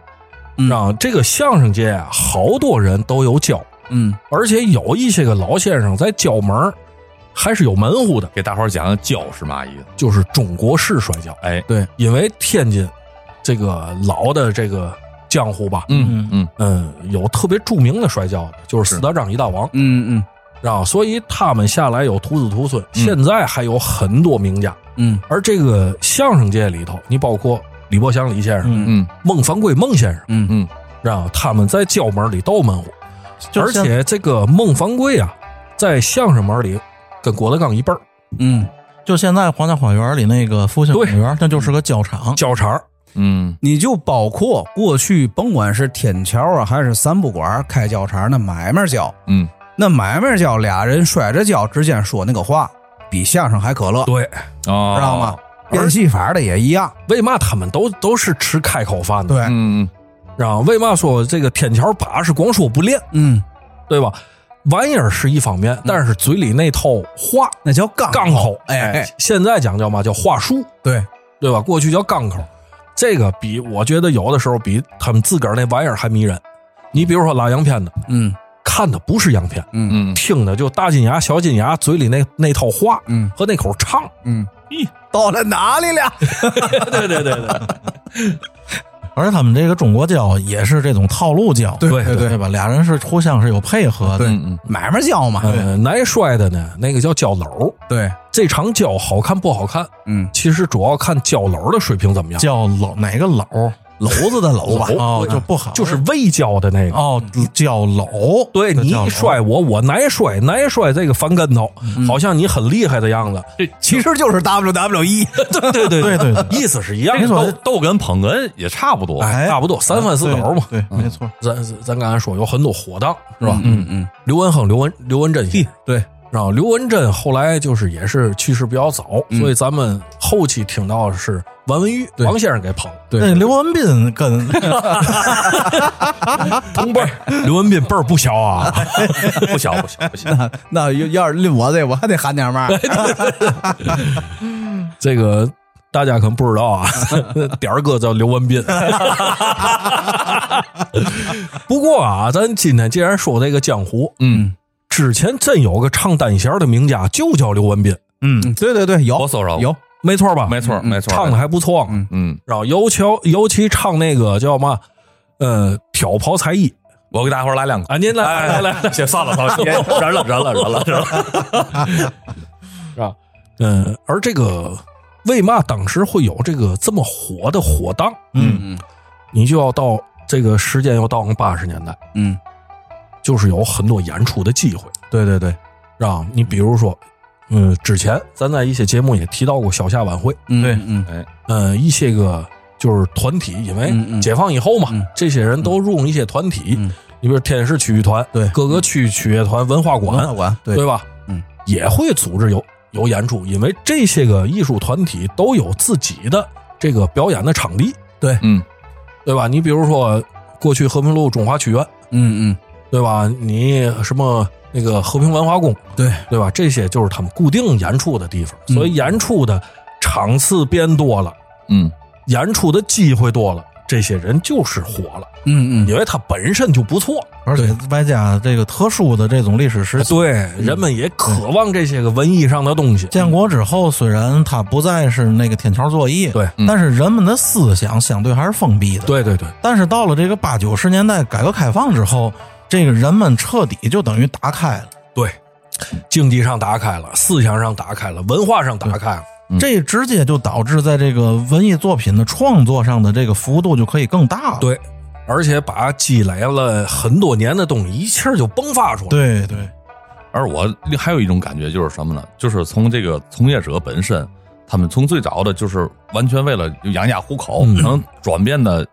[SPEAKER 2] 知道吗这个相声界啊，好多人都有教，
[SPEAKER 4] 嗯
[SPEAKER 2] 而且有一些个老先生在教门儿还是有门户的，
[SPEAKER 3] 给大伙儿讲讲教是嘛意思？
[SPEAKER 2] 就是中国式摔跤。
[SPEAKER 3] 哎，
[SPEAKER 4] 对，
[SPEAKER 2] 因为天津这个老的这个江湖吧，
[SPEAKER 3] 嗯嗯
[SPEAKER 2] 嗯，有特别著名的摔跤的，就是四大张一大王，
[SPEAKER 4] 嗯嗯
[SPEAKER 2] 啊，所以他们下来有徒子徒孙，现在还有很多名家。
[SPEAKER 4] 嗯
[SPEAKER 2] 而这个相声界里头，你包括李伯祥李先生、
[SPEAKER 1] 嗯，
[SPEAKER 3] 嗯
[SPEAKER 2] 孟凡贵孟先生，
[SPEAKER 4] 嗯
[SPEAKER 3] 嗯
[SPEAKER 2] 让他们在教门里都有门户，
[SPEAKER 1] 就
[SPEAKER 2] 而
[SPEAKER 1] 像
[SPEAKER 2] 且这个孟凡贵啊，在相声门里跟郭德纲一辈儿
[SPEAKER 4] 嗯，
[SPEAKER 1] 就现在皇家花园里那个复兴
[SPEAKER 2] 对
[SPEAKER 1] 公园，那就是个教场，
[SPEAKER 2] 交场儿。
[SPEAKER 3] 嗯
[SPEAKER 4] 你就包括过去甭管是天桥啊还是三不管开教场那买卖教，
[SPEAKER 3] 嗯，
[SPEAKER 4] 那买卖教俩人摔着跤之间说那个话，比相声还可乐，
[SPEAKER 2] 对，
[SPEAKER 3] 哦，
[SPEAKER 4] 知道吗？？变戏法的也一样，
[SPEAKER 2] 为嘛他们都都是吃开口饭的？
[SPEAKER 4] 对，
[SPEAKER 3] 嗯
[SPEAKER 2] 啊，为嘛说这个天桥把式光说不练，
[SPEAKER 4] 嗯，
[SPEAKER 2] 对吧？玩意儿是一方面，但是嘴里那套话
[SPEAKER 4] 那叫杠
[SPEAKER 2] 杠口，
[SPEAKER 4] 哎哎，
[SPEAKER 2] 现在讲叫嘛叫话术，
[SPEAKER 4] 对，
[SPEAKER 2] 对吧？过去叫杠口，这个比我觉得有的时候比他们自个儿那玩意儿还迷人。你比如说拉洋片的，
[SPEAKER 4] 嗯
[SPEAKER 2] 看的不是洋片，
[SPEAKER 4] 嗯
[SPEAKER 3] 嗯
[SPEAKER 2] 听的就大金牙、小金牙嘴里那那套话，
[SPEAKER 4] 嗯
[SPEAKER 2] 和那口唱，
[SPEAKER 4] 嗯
[SPEAKER 3] 咦，
[SPEAKER 4] 到了哪里了？
[SPEAKER 2] 对对对对，
[SPEAKER 1] 而且他们这个中国教也是这种套路教，
[SPEAKER 4] 对对对
[SPEAKER 1] 对吧？俩人是互相是有配合的，
[SPEAKER 3] 嗯嗯
[SPEAKER 4] 买卖教嘛，
[SPEAKER 2] 呃，挨摔的呢，那个叫交篓。
[SPEAKER 4] 对，
[SPEAKER 2] 这场交好看不好看，
[SPEAKER 4] 嗯，
[SPEAKER 2] 其实主要看交篓的水平怎么样，
[SPEAKER 1] 叫篓哪个篓？
[SPEAKER 4] 篓子的篓吧，
[SPEAKER 1] 哦，就不好，
[SPEAKER 2] 就是未交的那个。
[SPEAKER 1] 哦，叫篓，
[SPEAKER 2] 对
[SPEAKER 1] 这
[SPEAKER 2] 你
[SPEAKER 1] 叫
[SPEAKER 2] 一
[SPEAKER 1] 篓
[SPEAKER 2] 摔我，我挨摔，挨摔这个翻跟头，好像你很厉害的样子。
[SPEAKER 4] 其实就是 E WWE，
[SPEAKER 2] 对对对
[SPEAKER 1] 对对对
[SPEAKER 2] 意思是一样
[SPEAKER 1] 这个
[SPEAKER 2] 的，
[SPEAKER 1] 说
[SPEAKER 3] 豆豆跟捧哏也差不多，
[SPEAKER 2] 哎，差不多三番四斗嘛。
[SPEAKER 1] 对，对没错，
[SPEAKER 2] 咱咱刚才说有很多火当是吧？
[SPEAKER 4] 嗯嗯，
[SPEAKER 2] 刘文亨、刘文刘文珍先生，
[SPEAKER 4] 对，
[SPEAKER 2] 然后刘文珍后来就是也是去世比较早，所以咱们后期听到的是王文玉王先生给捧，哎
[SPEAKER 4] 对
[SPEAKER 1] 那刘文斌跟
[SPEAKER 2] 同辈儿刘文斌辈儿不小啊，
[SPEAKER 3] 不小不小不小，
[SPEAKER 4] 那那要要是拎我这，我还得喊点 嘛，
[SPEAKER 2] 这个大家可能不知道啊， 点儿哥叫刘文斌。 不过啊，咱今天既然说这个江湖，
[SPEAKER 3] 嗯，
[SPEAKER 2] 之前真有个唱单弦儿的名家，就叫刘文斌，
[SPEAKER 1] 嗯，
[SPEAKER 4] 对对对，有
[SPEAKER 3] 我搜着过
[SPEAKER 4] 有，
[SPEAKER 2] 没错吧？
[SPEAKER 3] 没错没错，
[SPEAKER 2] 嗯唱的还不错。
[SPEAKER 4] 嗯
[SPEAKER 3] 嗯，
[SPEAKER 2] 然后尤其尤其唱那个叫嘛，呃，挑袍才艺
[SPEAKER 3] 我给大伙儿来两个，
[SPEAKER 2] 啊，您来来来来，
[SPEAKER 3] 先哎算了算 了，忍了忍了忍了忍了，
[SPEAKER 2] 是吧？嗯，而这个为嘛当时会有这个这么火的火当？
[SPEAKER 1] 嗯
[SPEAKER 4] 嗯
[SPEAKER 2] 你就要到这个时间要到八十年代，
[SPEAKER 4] 嗯，
[SPEAKER 2] 就是有很多演出的机会，
[SPEAKER 4] 对对对，
[SPEAKER 2] 让你比如说，嗯，之前咱在一些节目也提到过小夏晚会，
[SPEAKER 4] 嗯
[SPEAKER 1] 对
[SPEAKER 4] 嗯
[SPEAKER 2] 呃，一些个就是团体，因为
[SPEAKER 4] 嗯嗯
[SPEAKER 2] 解放以后嘛，
[SPEAKER 4] 嗯
[SPEAKER 2] 这些人都入了一些团体，
[SPEAKER 4] 嗯
[SPEAKER 2] 你比如天使曲艺团，
[SPEAKER 4] 对
[SPEAKER 2] 各个区曲艺团、文化馆，
[SPEAKER 4] 文化馆对
[SPEAKER 2] 吧？
[SPEAKER 4] 嗯，
[SPEAKER 2] 也会组织有有演出，因为这些个艺术团体都有自己的这个表演的场地，
[SPEAKER 3] 嗯，
[SPEAKER 2] 对吧？你比如说过去和平路中华曲苑，
[SPEAKER 4] 嗯嗯
[SPEAKER 2] 对吧？你什么那个和平文化宫，
[SPEAKER 4] 对
[SPEAKER 2] 对吧？这些就是他们固定演出的地方，
[SPEAKER 4] 嗯
[SPEAKER 2] 所以演出的场次变多了，
[SPEAKER 3] 嗯，
[SPEAKER 2] 演出的机会多了，这些人就是火了，
[SPEAKER 4] 嗯嗯
[SPEAKER 2] 因为他本身就不错。
[SPEAKER 1] 而且外加这个特殊的这种历史时期，
[SPEAKER 2] 对，人们也渴望这些个文艺上的东西。
[SPEAKER 1] 建国之后，虽然它不再是那个天桥作业，
[SPEAKER 2] 对
[SPEAKER 3] 嗯
[SPEAKER 1] 但是人们的思想相对还是封闭的。，
[SPEAKER 2] 对对对，
[SPEAKER 1] 但是到了这个八九十年代改革开放之后，这个人们彻底就等于打开了。
[SPEAKER 2] 对，经济上打开了，思想上打开了，文化上打开了。
[SPEAKER 3] 嗯
[SPEAKER 1] 这直接就导致在这个文艺作品的创作上的这个幅度就可以更大了。
[SPEAKER 2] 对，而且把积累了很多年的东西一气儿就迸发出来。
[SPEAKER 1] 对对，
[SPEAKER 3] 而我另还有一种感觉就是什么呢？就是从这个从业者本身，他们从最早的就是完全为了养家糊口，
[SPEAKER 2] 嗯
[SPEAKER 3] 可能转变的，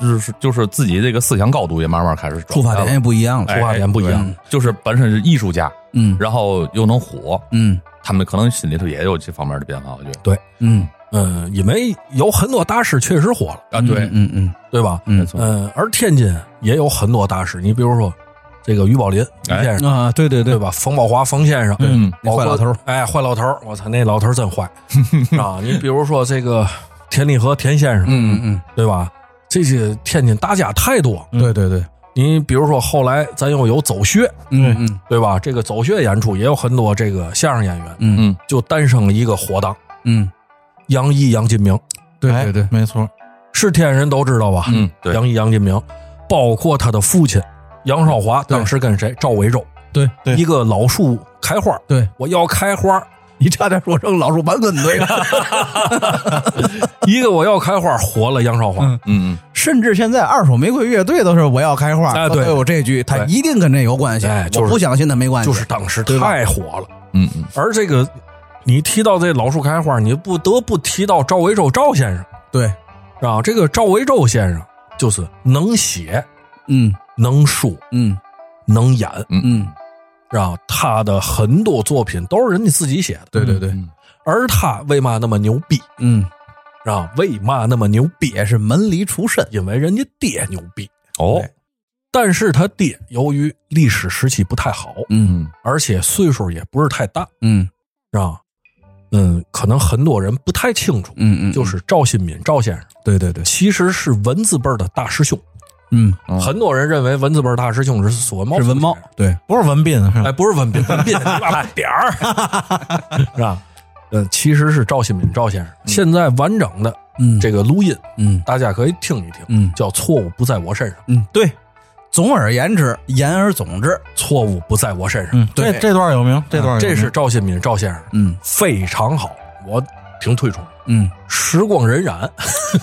[SPEAKER 3] 就是就是自己这个思想高度也慢慢开始转
[SPEAKER 4] 出发
[SPEAKER 3] 变
[SPEAKER 4] 点也
[SPEAKER 3] 了
[SPEAKER 4] 不一样了，
[SPEAKER 3] 哎
[SPEAKER 2] 出发点不一样
[SPEAKER 3] 对就是本身是艺术家，
[SPEAKER 4] 嗯
[SPEAKER 3] 然后又能火，
[SPEAKER 4] 嗯
[SPEAKER 3] 他们可能心里头也有这方面的变化，我觉得
[SPEAKER 4] 嗯
[SPEAKER 2] 嗯，因为有很多大师确实火了，
[SPEAKER 3] 啊，对，
[SPEAKER 4] 嗯嗯
[SPEAKER 2] 对吧？
[SPEAKER 4] 嗯
[SPEAKER 3] 没错，
[SPEAKER 2] 嗯，而天津也有很多大师，你比如说这个于宝林于
[SPEAKER 3] 哎
[SPEAKER 2] 先生，
[SPEAKER 4] 啊对对
[SPEAKER 2] 对吧？冯宝华冯先生，
[SPEAKER 3] 嗯
[SPEAKER 2] 包
[SPEAKER 4] 那坏
[SPEAKER 2] 括
[SPEAKER 4] 老头儿
[SPEAKER 2] 哎，坏老头儿，我操，那老头儿真坏啊！你比如说这个田立和田先生，
[SPEAKER 4] 嗯嗯
[SPEAKER 2] 对吧？这些天津大家太多，
[SPEAKER 4] 嗯对对对
[SPEAKER 2] 你比如说后来咱又有走穴，
[SPEAKER 4] 嗯嗯
[SPEAKER 2] 对吧？这个走穴演出也有很多这个相声演员，
[SPEAKER 4] 嗯
[SPEAKER 3] 嗯
[SPEAKER 2] 就诞生了一个活档
[SPEAKER 4] 嗯
[SPEAKER 2] 杨一、杨金明，
[SPEAKER 4] 对
[SPEAKER 1] 哎
[SPEAKER 4] 对对
[SPEAKER 1] 没错。
[SPEAKER 2] 是天津人都知道吧？
[SPEAKER 3] 嗯，对，
[SPEAKER 2] 杨一、杨金明，包括他的父亲杨少华，
[SPEAKER 4] 对
[SPEAKER 2] 当时跟谁？赵维洲，
[SPEAKER 4] 对
[SPEAKER 1] 对
[SPEAKER 2] 一个老树开花，
[SPEAKER 4] 对，
[SPEAKER 2] 我要开花，
[SPEAKER 4] 你差点说成老鼠盘根对了，
[SPEAKER 2] 一个我要开花，活了杨少华。
[SPEAKER 4] 嗯
[SPEAKER 3] 嗯
[SPEAKER 4] 甚至现在二手玫瑰乐队都是我要开花，
[SPEAKER 2] 哎
[SPEAKER 4] 都
[SPEAKER 2] 对
[SPEAKER 4] 有这句，它
[SPEAKER 2] 对
[SPEAKER 4] 一定跟这有关系，
[SPEAKER 2] 哎就
[SPEAKER 4] 我
[SPEAKER 2] 是
[SPEAKER 4] 不相信它没关系，
[SPEAKER 2] 就是当时太火了。
[SPEAKER 3] 嗯嗯
[SPEAKER 2] 而这个，你提到这老树开花，你不得不提到赵维洲赵先生
[SPEAKER 4] 对，
[SPEAKER 2] 啊。这个赵维洲先生就是能写、
[SPEAKER 4] 嗯
[SPEAKER 2] 能说、
[SPEAKER 4] 嗯
[SPEAKER 2] 能演，
[SPEAKER 4] 嗯，
[SPEAKER 2] 啊，他的很多作品都是人家自己写的。
[SPEAKER 4] 对对对，
[SPEAKER 3] 嗯，
[SPEAKER 2] 而他为嘛那么牛逼
[SPEAKER 4] 嗯，
[SPEAKER 2] 啊？为嘛那么牛逼？
[SPEAKER 4] 也是门里出身，
[SPEAKER 2] 因为人家爹牛逼，
[SPEAKER 3] 哦，
[SPEAKER 2] 但是他爹由于历史时期不太好，
[SPEAKER 4] 嗯
[SPEAKER 3] 嗯
[SPEAKER 2] 而且岁数也不是太大，
[SPEAKER 4] 嗯
[SPEAKER 2] 啊，嗯，可能很多人不太清楚，
[SPEAKER 4] 嗯嗯，
[SPEAKER 2] 就是赵新民赵先生
[SPEAKER 4] 对对对，
[SPEAKER 2] 其实是文字辈儿的大师兄。
[SPEAKER 4] 嗯，
[SPEAKER 3] 哦
[SPEAKER 2] 很多人认为文字辈儿大师兄是索文茂，
[SPEAKER 4] 是文茂，对，
[SPEAKER 1] 不是文斌是吧？
[SPEAKER 2] 哎，不是 文斌，文斌拉点 儿，是吧？呃，其实是赵新民赵先生。现在完整的
[SPEAKER 4] 嗯
[SPEAKER 2] 这个录音，
[SPEAKER 4] 嗯
[SPEAKER 2] 大家可以听一听，
[SPEAKER 4] 嗯
[SPEAKER 2] 叫“错误不在我身上
[SPEAKER 4] 嗯对。总而言之，言而总之，”，
[SPEAKER 2] 错误不在我身上。
[SPEAKER 1] 嗯，
[SPEAKER 4] 对
[SPEAKER 1] 这这段有名，这段有名
[SPEAKER 2] 这是赵新民赵先生，
[SPEAKER 4] 嗯
[SPEAKER 2] 非常好，我挺推崇。
[SPEAKER 4] 嗯
[SPEAKER 2] 时光荏苒，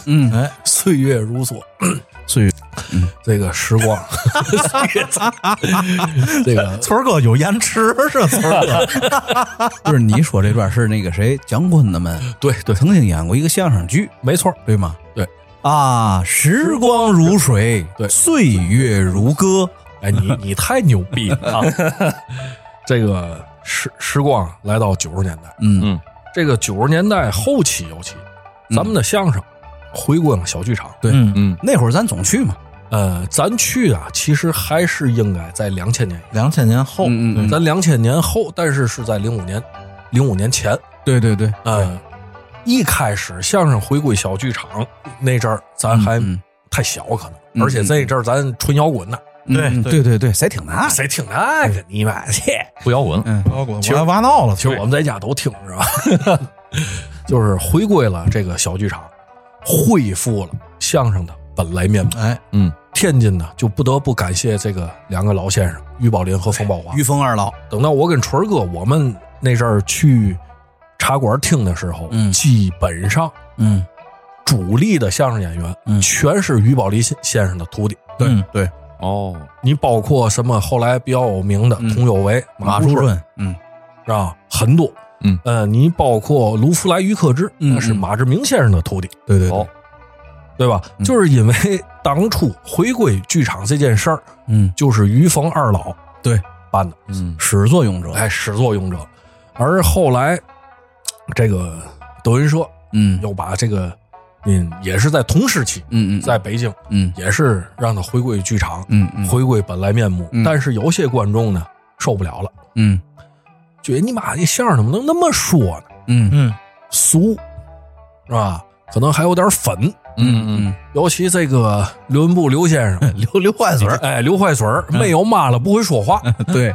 [SPEAKER 4] 嗯，
[SPEAKER 1] 哎，
[SPEAKER 2] 岁月如梭，
[SPEAKER 4] 岁月
[SPEAKER 2] 这个时光，岁月在这个
[SPEAKER 1] 村儿哥有延迟是村儿哥，
[SPEAKER 4] 就是你说这段是那个谁姜昆他们
[SPEAKER 2] 对对，
[SPEAKER 4] 曾经演过一个相声剧，
[SPEAKER 2] 没错，
[SPEAKER 4] 对吗？
[SPEAKER 2] 对
[SPEAKER 4] 啊，时光如水，
[SPEAKER 2] 对
[SPEAKER 4] 岁月如歌，
[SPEAKER 2] 哎，你你太牛逼了啊！ 这个时时光来到九十年代，
[SPEAKER 4] 嗯
[SPEAKER 3] 嗯
[SPEAKER 2] 这个九十年代后期尤其，咱们的相声回归了小剧场。
[SPEAKER 4] 对
[SPEAKER 1] 嗯，
[SPEAKER 3] 嗯
[SPEAKER 4] 那会儿咱总去嘛，
[SPEAKER 2] 呃，咱去啊，其实还是应该在两千年以
[SPEAKER 1] 两千年后，
[SPEAKER 4] 嗯嗯
[SPEAKER 2] 后，
[SPEAKER 1] 对
[SPEAKER 2] 咱两千年后，但是是在零五年，零五年前。
[SPEAKER 4] 对对对，
[SPEAKER 2] 呃，一开始相声回归小剧场那阵儿，咱还
[SPEAKER 4] 嗯嗯
[SPEAKER 2] 太小，可能，
[SPEAKER 4] 嗯
[SPEAKER 2] 而且那阵儿咱纯摇滚呢，
[SPEAKER 1] 对
[SPEAKER 4] 嗯对
[SPEAKER 1] 对
[SPEAKER 4] 对对，谁挺那
[SPEAKER 2] 谁听那个你妈去？
[SPEAKER 3] 不摇滚，
[SPEAKER 4] 嗯
[SPEAKER 1] 我我我来挖闹了，
[SPEAKER 2] 其实我们在家都听是吧？ 就是回归了这个小剧场，恢复了相声的本来面目。
[SPEAKER 1] 哎，
[SPEAKER 3] 嗯
[SPEAKER 2] 天津呢，就不得不感谢这个两个老先生
[SPEAKER 4] 哎
[SPEAKER 2] 于宝林和冯宝华
[SPEAKER 4] 于。峰二老，
[SPEAKER 2] 等到我跟纯儿哥，我们那阵儿去茶馆听的时候，
[SPEAKER 4] 嗯
[SPEAKER 2] 基本上
[SPEAKER 4] 嗯
[SPEAKER 2] 主力的相声演员、
[SPEAKER 4] 嗯
[SPEAKER 2] 全是于宝林先先生的徒弟。
[SPEAKER 4] 对
[SPEAKER 1] 嗯
[SPEAKER 4] 对，
[SPEAKER 3] 哦，
[SPEAKER 2] 你包括什么后来比较有名的
[SPEAKER 4] 嗯
[SPEAKER 2] 佟有为、
[SPEAKER 4] 马
[SPEAKER 2] 树
[SPEAKER 4] 树
[SPEAKER 2] 顺
[SPEAKER 4] 顺，嗯
[SPEAKER 2] 啊，很多。
[SPEAKER 3] 嗯
[SPEAKER 2] 呃，你包括卢福来、于克之，
[SPEAKER 4] 嗯
[SPEAKER 2] 那是马志明先生的徒弟，哦
[SPEAKER 4] 对对
[SPEAKER 3] 好
[SPEAKER 4] 对，，
[SPEAKER 2] 对吧？
[SPEAKER 4] 嗯
[SPEAKER 2] 就是因为当初回归剧场这件事儿，
[SPEAKER 4] 嗯
[SPEAKER 2] 就是于冯二老
[SPEAKER 4] 对
[SPEAKER 2] 办的，
[SPEAKER 3] 嗯，
[SPEAKER 4] 始作俑者，
[SPEAKER 2] 哎，始作俑者。而后来，这个德云社
[SPEAKER 4] 嗯
[SPEAKER 2] 又把这个，嗯，也是在同时期，
[SPEAKER 4] 嗯嗯
[SPEAKER 2] 在北京
[SPEAKER 4] 嗯
[SPEAKER 2] 也是让他回归剧场，
[SPEAKER 4] 嗯嗯
[SPEAKER 2] 回归本来面目。
[SPEAKER 4] 嗯
[SPEAKER 2] 但是有些观众呢受不了了，
[SPEAKER 4] 嗯
[SPEAKER 2] 觉得你妈这相声怎么能那么说呢？
[SPEAKER 4] 嗯
[SPEAKER 1] 嗯
[SPEAKER 2] 俗是吧？可能还有点粉，
[SPEAKER 3] 嗯嗯
[SPEAKER 2] 尤其这个刘文步刘先生，
[SPEAKER 4] 流流坏水儿，
[SPEAKER 2] 哎，刘坏水儿没有妈了，不会说话，
[SPEAKER 1] 嗯
[SPEAKER 4] 对，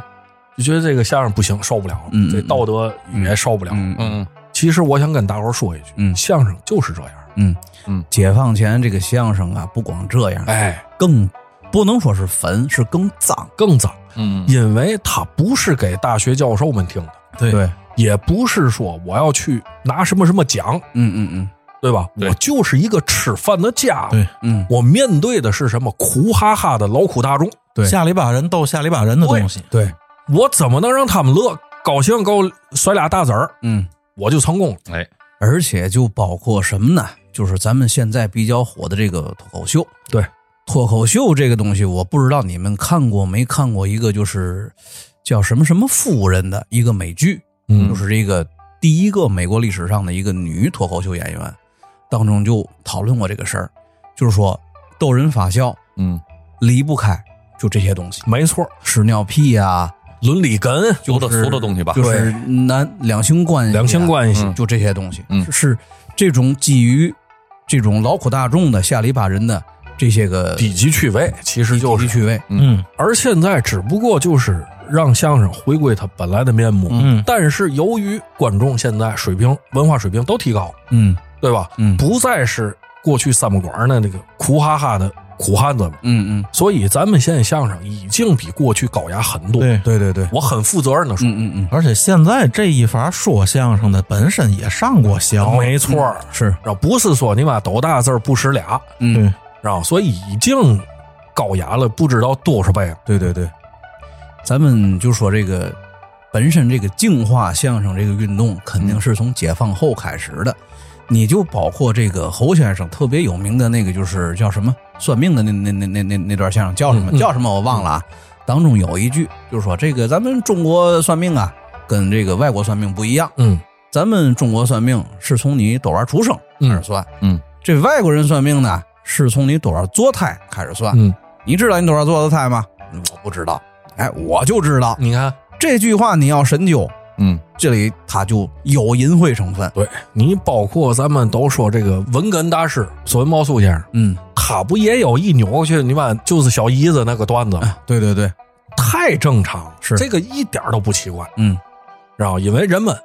[SPEAKER 2] 就觉得这个相声不行，受不了了，
[SPEAKER 4] 嗯
[SPEAKER 2] 这道德也受不了。
[SPEAKER 4] 嗯嗯
[SPEAKER 3] 嗯
[SPEAKER 2] 其实我想跟大伙儿说一句，
[SPEAKER 4] 嗯
[SPEAKER 2] 相声就是这样，
[SPEAKER 4] 嗯
[SPEAKER 3] 嗯，
[SPEAKER 4] 解放前这个相声啊，不光这样，
[SPEAKER 2] 哎，
[SPEAKER 4] 更不能说是坟，是更脏，
[SPEAKER 2] 更脏，
[SPEAKER 3] 嗯嗯，
[SPEAKER 2] 因为它不是给大学教授们听的，
[SPEAKER 1] 对
[SPEAKER 4] 对，
[SPEAKER 2] 也不是说我要去拿什么什么奖，
[SPEAKER 4] 嗯嗯嗯
[SPEAKER 2] 对吧？
[SPEAKER 3] 对
[SPEAKER 2] 我就是一个吃饭的家伙，
[SPEAKER 1] 对
[SPEAKER 4] 嗯
[SPEAKER 2] 我面对的是什么苦哈哈的劳苦大众，
[SPEAKER 4] 对
[SPEAKER 1] 下里巴人斗下里巴人的东西，
[SPEAKER 4] 对，
[SPEAKER 2] 我怎么能让他们乐？高兴给我甩俩大子儿，
[SPEAKER 4] 嗯，
[SPEAKER 2] 我就成功了。
[SPEAKER 3] 哎，
[SPEAKER 4] 而且就包括什么呢？就是咱们现在比较火的这个脱口秀。
[SPEAKER 2] 对，
[SPEAKER 4] 脱口秀这个东西，我不知道你们看过没看过一个就是叫什么什么夫人的一个美剧，
[SPEAKER 2] 嗯
[SPEAKER 4] 就是这个第一个美国历史上的一个女脱口秀演员，当中就讨论过这个事儿，就是说逗人发笑
[SPEAKER 3] 嗯，
[SPEAKER 4] 离不开就这些东西，
[SPEAKER 2] 没错，
[SPEAKER 4] 屎尿屁呀、
[SPEAKER 2] 伦理根，
[SPEAKER 3] 俗的俗的东西吧，
[SPEAKER 4] 就是男两性关系、
[SPEAKER 2] 两性
[SPEAKER 4] 系。
[SPEAKER 2] 关系，
[SPEAKER 3] 嗯
[SPEAKER 4] 就这些东西，
[SPEAKER 3] 嗯
[SPEAKER 4] 是是这种基于这种劳苦大众的下里巴人的这些个
[SPEAKER 2] 低级趣味，其实就
[SPEAKER 4] 低
[SPEAKER 2] 是。
[SPEAKER 4] 趣味，
[SPEAKER 1] 嗯
[SPEAKER 2] 而现在只不过就是让相声回归它本来的面目。
[SPEAKER 1] 嗯
[SPEAKER 2] 但是由于观众现在水平、文化水平都提高，
[SPEAKER 4] 嗯
[SPEAKER 2] 对吧？
[SPEAKER 4] 嗯
[SPEAKER 2] 不再是过去三不管的那个苦哈哈的苦汉子们，
[SPEAKER 4] 嗯嗯，
[SPEAKER 2] 所以咱们现在相声已经比过去高雅很多。
[SPEAKER 1] 对。
[SPEAKER 4] 对对对，
[SPEAKER 2] 我很负责任的说，
[SPEAKER 4] 嗯嗯
[SPEAKER 1] 而且现在这一法说相声的本身也上过相，
[SPEAKER 2] 没错儿，
[SPEAKER 4] 嗯，是，
[SPEAKER 2] 然后不是说你妈斗大字儿不识俩，
[SPEAKER 1] 对
[SPEAKER 4] 嗯，
[SPEAKER 2] 然后所以已经高雅了不知道多少倍了。
[SPEAKER 4] 对对对，咱们就说这个本身这个净化相声这个运动，肯定是从解放后开始的。你就包括这个侯先生特别有名的那个，就是叫什么算命的那那那那那那段相声叫什么、
[SPEAKER 2] 嗯
[SPEAKER 4] 叫什么我忘了啊。当中有一句就是说这个咱们中国算命啊，跟这个外国算命不一样。
[SPEAKER 2] 嗯
[SPEAKER 4] 咱们中国算命是从你多少出生开始算，
[SPEAKER 3] 嗯，
[SPEAKER 4] 这外国人算命呢是从你多少坐胎开始算。
[SPEAKER 2] 嗯，
[SPEAKER 4] 你知道你多少坐的胎吗？嗯我不知道。哎，我就知道
[SPEAKER 2] 你看，
[SPEAKER 4] 这句话你要深究，
[SPEAKER 3] 嗯
[SPEAKER 4] 这里它就有淫秽成分。
[SPEAKER 2] 对你包括咱们都说这个文哏大师索文茂苏先生，
[SPEAKER 4] 嗯，
[SPEAKER 2] 他不也有一扭过去，你妈就是小姨子那个段子吗，
[SPEAKER 4] 对对对，
[SPEAKER 2] 太正常了，
[SPEAKER 4] 嗯是
[SPEAKER 2] 这个一点儿都不奇怪。
[SPEAKER 4] 嗯
[SPEAKER 2] 然后因为人们，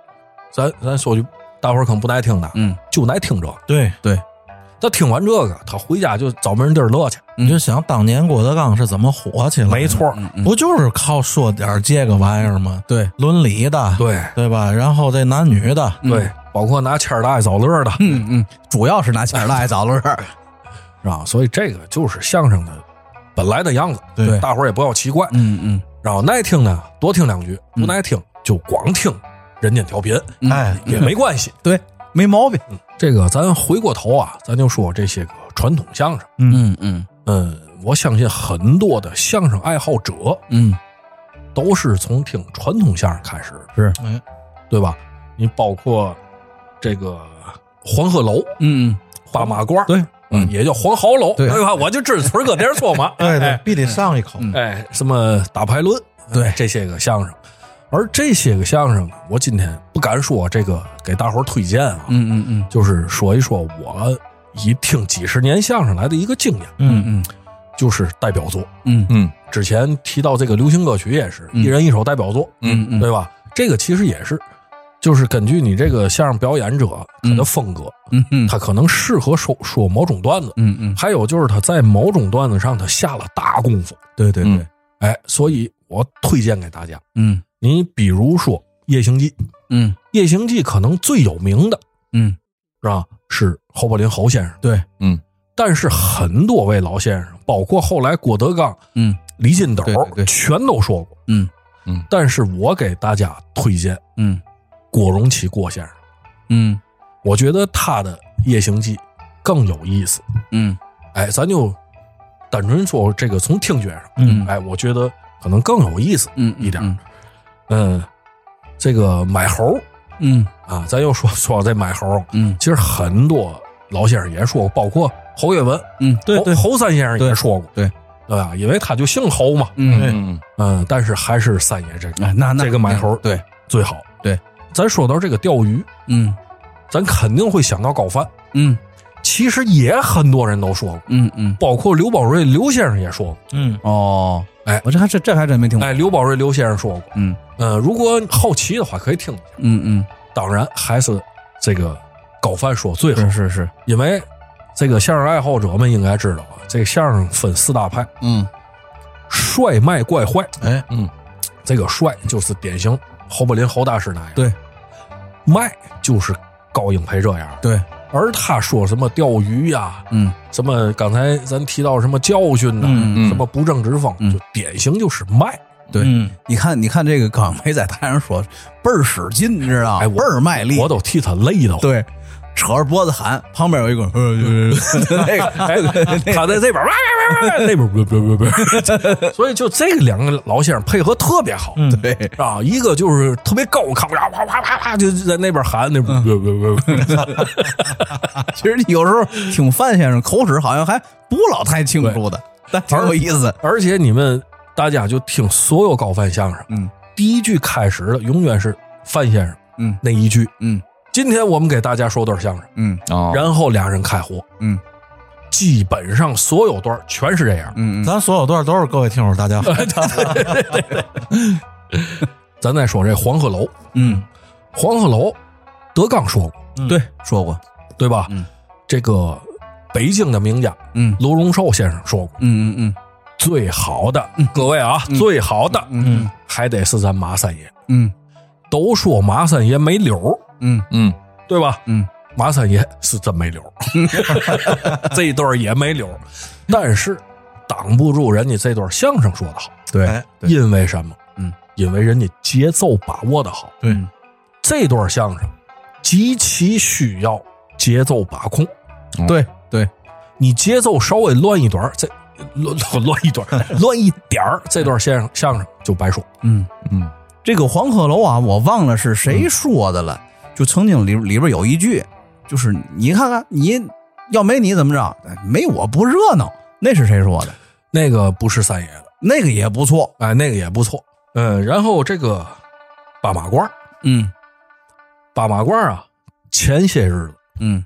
[SPEAKER 2] 咱咱说句大伙儿可能不爱听的，
[SPEAKER 4] 嗯
[SPEAKER 2] 就爱听这个。
[SPEAKER 1] 对，
[SPEAKER 4] 对，
[SPEAKER 2] 他听完这个，他回家就找没人地儿乐去。
[SPEAKER 1] 你就想当年郭德纲是怎么火起来的？
[SPEAKER 2] 没错儿，
[SPEAKER 4] 嗯嗯，
[SPEAKER 1] 不就是靠说点儿这个玩意儿吗？
[SPEAKER 4] 对，
[SPEAKER 1] 伦理的，
[SPEAKER 2] 对
[SPEAKER 1] 对吧？然后这男女的，
[SPEAKER 2] 对，包括拿谦儿大爷找乐儿的，
[SPEAKER 4] 嗯嗯，主要是拿钱来找乐儿。
[SPEAKER 2] 是吧？所以这个就是相声的本来的样子，
[SPEAKER 1] 对
[SPEAKER 2] 大伙儿也不要奇怪。
[SPEAKER 4] 嗯嗯，
[SPEAKER 2] 然后爱听呢，多听两句；不爱听就光听人间调频，
[SPEAKER 4] 嗯
[SPEAKER 1] 哎，
[SPEAKER 2] 也没关系。
[SPEAKER 4] 对，没毛病。
[SPEAKER 2] 这个咱回过头啊，咱就说这些个传统相声。
[SPEAKER 4] 嗯嗯
[SPEAKER 2] 嗯，我相信很多的相声爱好者
[SPEAKER 4] 嗯，
[SPEAKER 2] 都是从听传统相声开始的，
[SPEAKER 4] 是，
[SPEAKER 1] 哎
[SPEAKER 2] 对吧？你包括这个黄鹤楼、
[SPEAKER 4] 嗯嗯，
[SPEAKER 2] 八马褂，
[SPEAKER 4] 对，
[SPEAKER 2] 嗯，也叫黄豪楼，
[SPEAKER 4] 对
[SPEAKER 2] 吧？我就知道村搁那儿 说嘛，
[SPEAKER 1] 对对
[SPEAKER 2] 哎，
[SPEAKER 1] 必得上一口，
[SPEAKER 4] 嗯
[SPEAKER 2] 哎，什么打牌轮，
[SPEAKER 4] 对
[SPEAKER 2] 哎这些个相声，而这些个相声呢，我今天不敢说这个给大伙儿推荐啊，
[SPEAKER 4] 嗯嗯嗯
[SPEAKER 2] 就是说一说我以听几十年相声来的一个经验，
[SPEAKER 1] 嗯，
[SPEAKER 4] 嗯
[SPEAKER 2] 就是代表作。
[SPEAKER 4] 嗯
[SPEAKER 3] 嗯
[SPEAKER 2] 之前提到这个流行歌曲也是、
[SPEAKER 4] 嗯
[SPEAKER 2] 一人一首代表作，
[SPEAKER 4] 嗯嗯，
[SPEAKER 2] 对吧？这个其实也是，就是根据你这个相声表演者他的风格，
[SPEAKER 4] 嗯嗯
[SPEAKER 2] 他可能适合说说某种段子，
[SPEAKER 4] 嗯嗯，
[SPEAKER 2] 还有就是他在某种段子上他下了大功夫，
[SPEAKER 4] 对对对，
[SPEAKER 2] 哎，所以我推荐给大家，
[SPEAKER 4] 嗯
[SPEAKER 2] 你比如说夜行记》。《
[SPEAKER 4] 嗯
[SPEAKER 2] 夜行记》可能最有名的
[SPEAKER 4] 嗯，
[SPEAKER 2] 是吧？是侯宝林侯先生。
[SPEAKER 4] 对，
[SPEAKER 3] 嗯，
[SPEAKER 2] 但是很多位老先生，包括后来郭德纲、
[SPEAKER 4] 嗯
[SPEAKER 2] 李金斗，
[SPEAKER 4] 对对对
[SPEAKER 2] 全都说过。
[SPEAKER 4] 嗯
[SPEAKER 3] 嗯
[SPEAKER 2] 但是我给大家推荐
[SPEAKER 4] 嗯
[SPEAKER 2] 郭荣奇郭先生，
[SPEAKER 4] 嗯
[SPEAKER 2] 我觉得他的《夜行记》更有意思。
[SPEAKER 4] 嗯
[SPEAKER 2] 哎，咱就单纯说这个从听觉上，
[SPEAKER 4] 嗯
[SPEAKER 2] 哎，我觉得可能更有意思。
[SPEAKER 4] 嗯
[SPEAKER 2] 一点儿嗯，这个买猴
[SPEAKER 4] 嗯
[SPEAKER 2] 啊，咱又说说这买猴，
[SPEAKER 4] 嗯
[SPEAKER 2] 其实很多老先生也说过，包括侯月文，
[SPEAKER 4] 嗯，
[SPEAKER 1] 对
[SPEAKER 2] 侯侯三先生也说过，
[SPEAKER 4] 对对
[SPEAKER 2] 对吧？因为他就姓侯嘛，
[SPEAKER 4] 嗯，
[SPEAKER 3] 嗯
[SPEAKER 2] 嗯，但是还是三爷这个
[SPEAKER 4] 哎那那
[SPEAKER 2] 这个买猴
[SPEAKER 4] 对，
[SPEAKER 2] 最好。
[SPEAKER 4] 对，
[SPEAKER 2] 咱说到这个钓鱼，
[SPEAKER 4] 嗯
[SPEAKER 2] 咱肯定会想到高帆，
[SPEAKER 4] 嗯
[SPEAKER 2] 其实也很多人都说过，
[SPEAKER 4] 嗯嗯，
[SPEAKER 2] 包括刘宝瑞刘先生也说过，
[SPEAKER 1] 嗯，
[SPEAKER 4] 哦，
[SPEAKER 2] 哎
[SPEAKER 4] 我这还这这还真没听过，
[SPEAKER 2] 哎，刘宝瑞刘先生说过，
[SPEAKER 4] 嗯
[SPEAKER 2] 呃，如果好奇的话可以听一下，
[SPEAKER 4] 嗯嗯，
[SPEAKER 2] 当然还是这个高帆说最好。
[SPEAKER 4] 是是是，
[SPEAKER 2] 因为这个相声爱好者们应该知道啊，这个相声分四大派：
[SPEAKER 4] 嗯
[SPEAKER 2] 帅、卖、怪、坏。
[SPEAKER 1] 哎，
[SPEAKER 2] 这个帅就是典型侯宝林侯大师那样，
[SPEAKER 4] 对；
[SPEAKER 2] 卖就是高英培这样。
[SPEAKER 4] 对，
[SPEAKER 2] 而他说什么钓鱼呀、
[SPEAKER 4] 嗯
[SPEAKER 2] 什么刚才咱提到什么教训呐、
[SPEAKER 1] 嗯
[SPEAKER 3] 嗯
[SPEAKER 2] 什么不正之风，
[SPEAKER 4] 嗯
[SPEAKER 2] 就典型就是卖。
[SPEAKER 4] 对
[SPEAKER 1] 嗯
[SPEAKER 4] 你看，你看这个港媒在台上说倍儿使劲，你知道
[SPEAKER 2] 哎
[SPEAKER 4] 吗？
[SPEAKER 2] 我
[SPEAKER 4] 倍儿卖力
[SPEAKER 2] 我，都替他累得慌。
[SPEAKER 4] 对，扯着脖子喊，旁边有一个人， 呃对对对
[SPEAKER 2] 哎他在这边，哇哇哇哇那边不不不 不，所以就这两个老先生配合特别好。
[SPEAKER 1] 嗯，
[SPEAKER 4] 那个对，
[SPEAKER 2] 啊，一个就是特别高亢，然后啪啪啪啪就在那边喊，那
[SPEAKER 4] 嗯
[SPEAKER 2] 不不不不，
[SPEAKER 4] 其实你有时候听范先生口齿好像还不老太清楚的，但挺有意思。
[SPEAKER 2] 而且你们大家就听所有高范相声，
[SPEAKER 4] 嗯，
[SPEAKER 2] 第一句开始的永远是范先生，
[SPEAKER 4] 嗯
[SPEAKER 2] 那一句，
[SPEAKER 4] 嗯
[SPEAKER 2] 今天我们给大家说段相声，
[SPEAKER 4] 嗯
[SPEAKER 3] 哦，
[SPEAKER 2] 然后俩人开火，
[SPEAKER 4] 嗯
[SPEAKER 2] 基本上所有段全是这样。
[SPEAKER 4] 嗯嗯
[SPEAKER 1] 咱所有段都是各位听友 大家好，
[SPEAKER 2] 咱再说这黄鹤楼，
[SPEAKER 4] 嗯，
[SPEAKER 2] 黄鹤楼，德纲说过
[SPEAKER 4] 对，说过，
[SPEAKER 2] 对吧？
[SPEAKER 4] 嗯
[SPEAKER 2] 这个北京的名家
[SPEAKER 4] 嗯
[SPEAKER 2] 卢荣寿先生说过，
[SPEAKER 4] 嗯嗯
[SPEAKER 2] 最好的，各位啊，最好的，
[SPEAKER 4] 嗯
[SPEAKER 2] 还得是咱马三爷。
[SPEAKER 4] 嗯
[SPEAKER 2] 都说马三爷没溜儿，
[SPEAKER 4] 嗯
[SPEAKER 3] 嗯
[SPEAKER 2] 对吧？
[SPEAKER 4] 嗯
[SPEAKER 2] 马三爷是真没溜儿， 这一段儿也没溜儿，但是挡不住人家这段相声说的好，
[SPEAKER 4] 对
[SPEAKER 1] 哎，
[SPEAKER 4] 对
[SPEAKER 2] 因为什么？
[SPEAKER 4] 嗯，
[SPEAKER 2] 因为人家节奏把握的好。
[SPEAKER 1] 对，
[SPEAKER 2] 这段相声极其需要节奏把控，
[SPEAKER 4] 对哦对，
[SPEAKER 2] 你节奏稍微乱一段儿，这 乱乱一 段儿，乱一点儿，这段相声相声就白说。
[SPEAKER 4] 嗯。
[SPEAKER 3] 嗯
[SPEAKER 4] 这个黄鹤楼啊，我忘了是谁说的了，就曾经里里边有一句，就是你看看你要没你怎么着，没我不热闹，那是谁说的？
[SPEAKER 2] 那个不是三爷的，
[SPEAKER 4] 那个也不错，
[SPEAKER 2] 哎，那个也不错。嗯，然后这个八马褂儿，
[SPEAKER 4] 嗯
[SPEAKER 2] 八马褂儿啊，前些日子
[SPEAKER 4] 嗯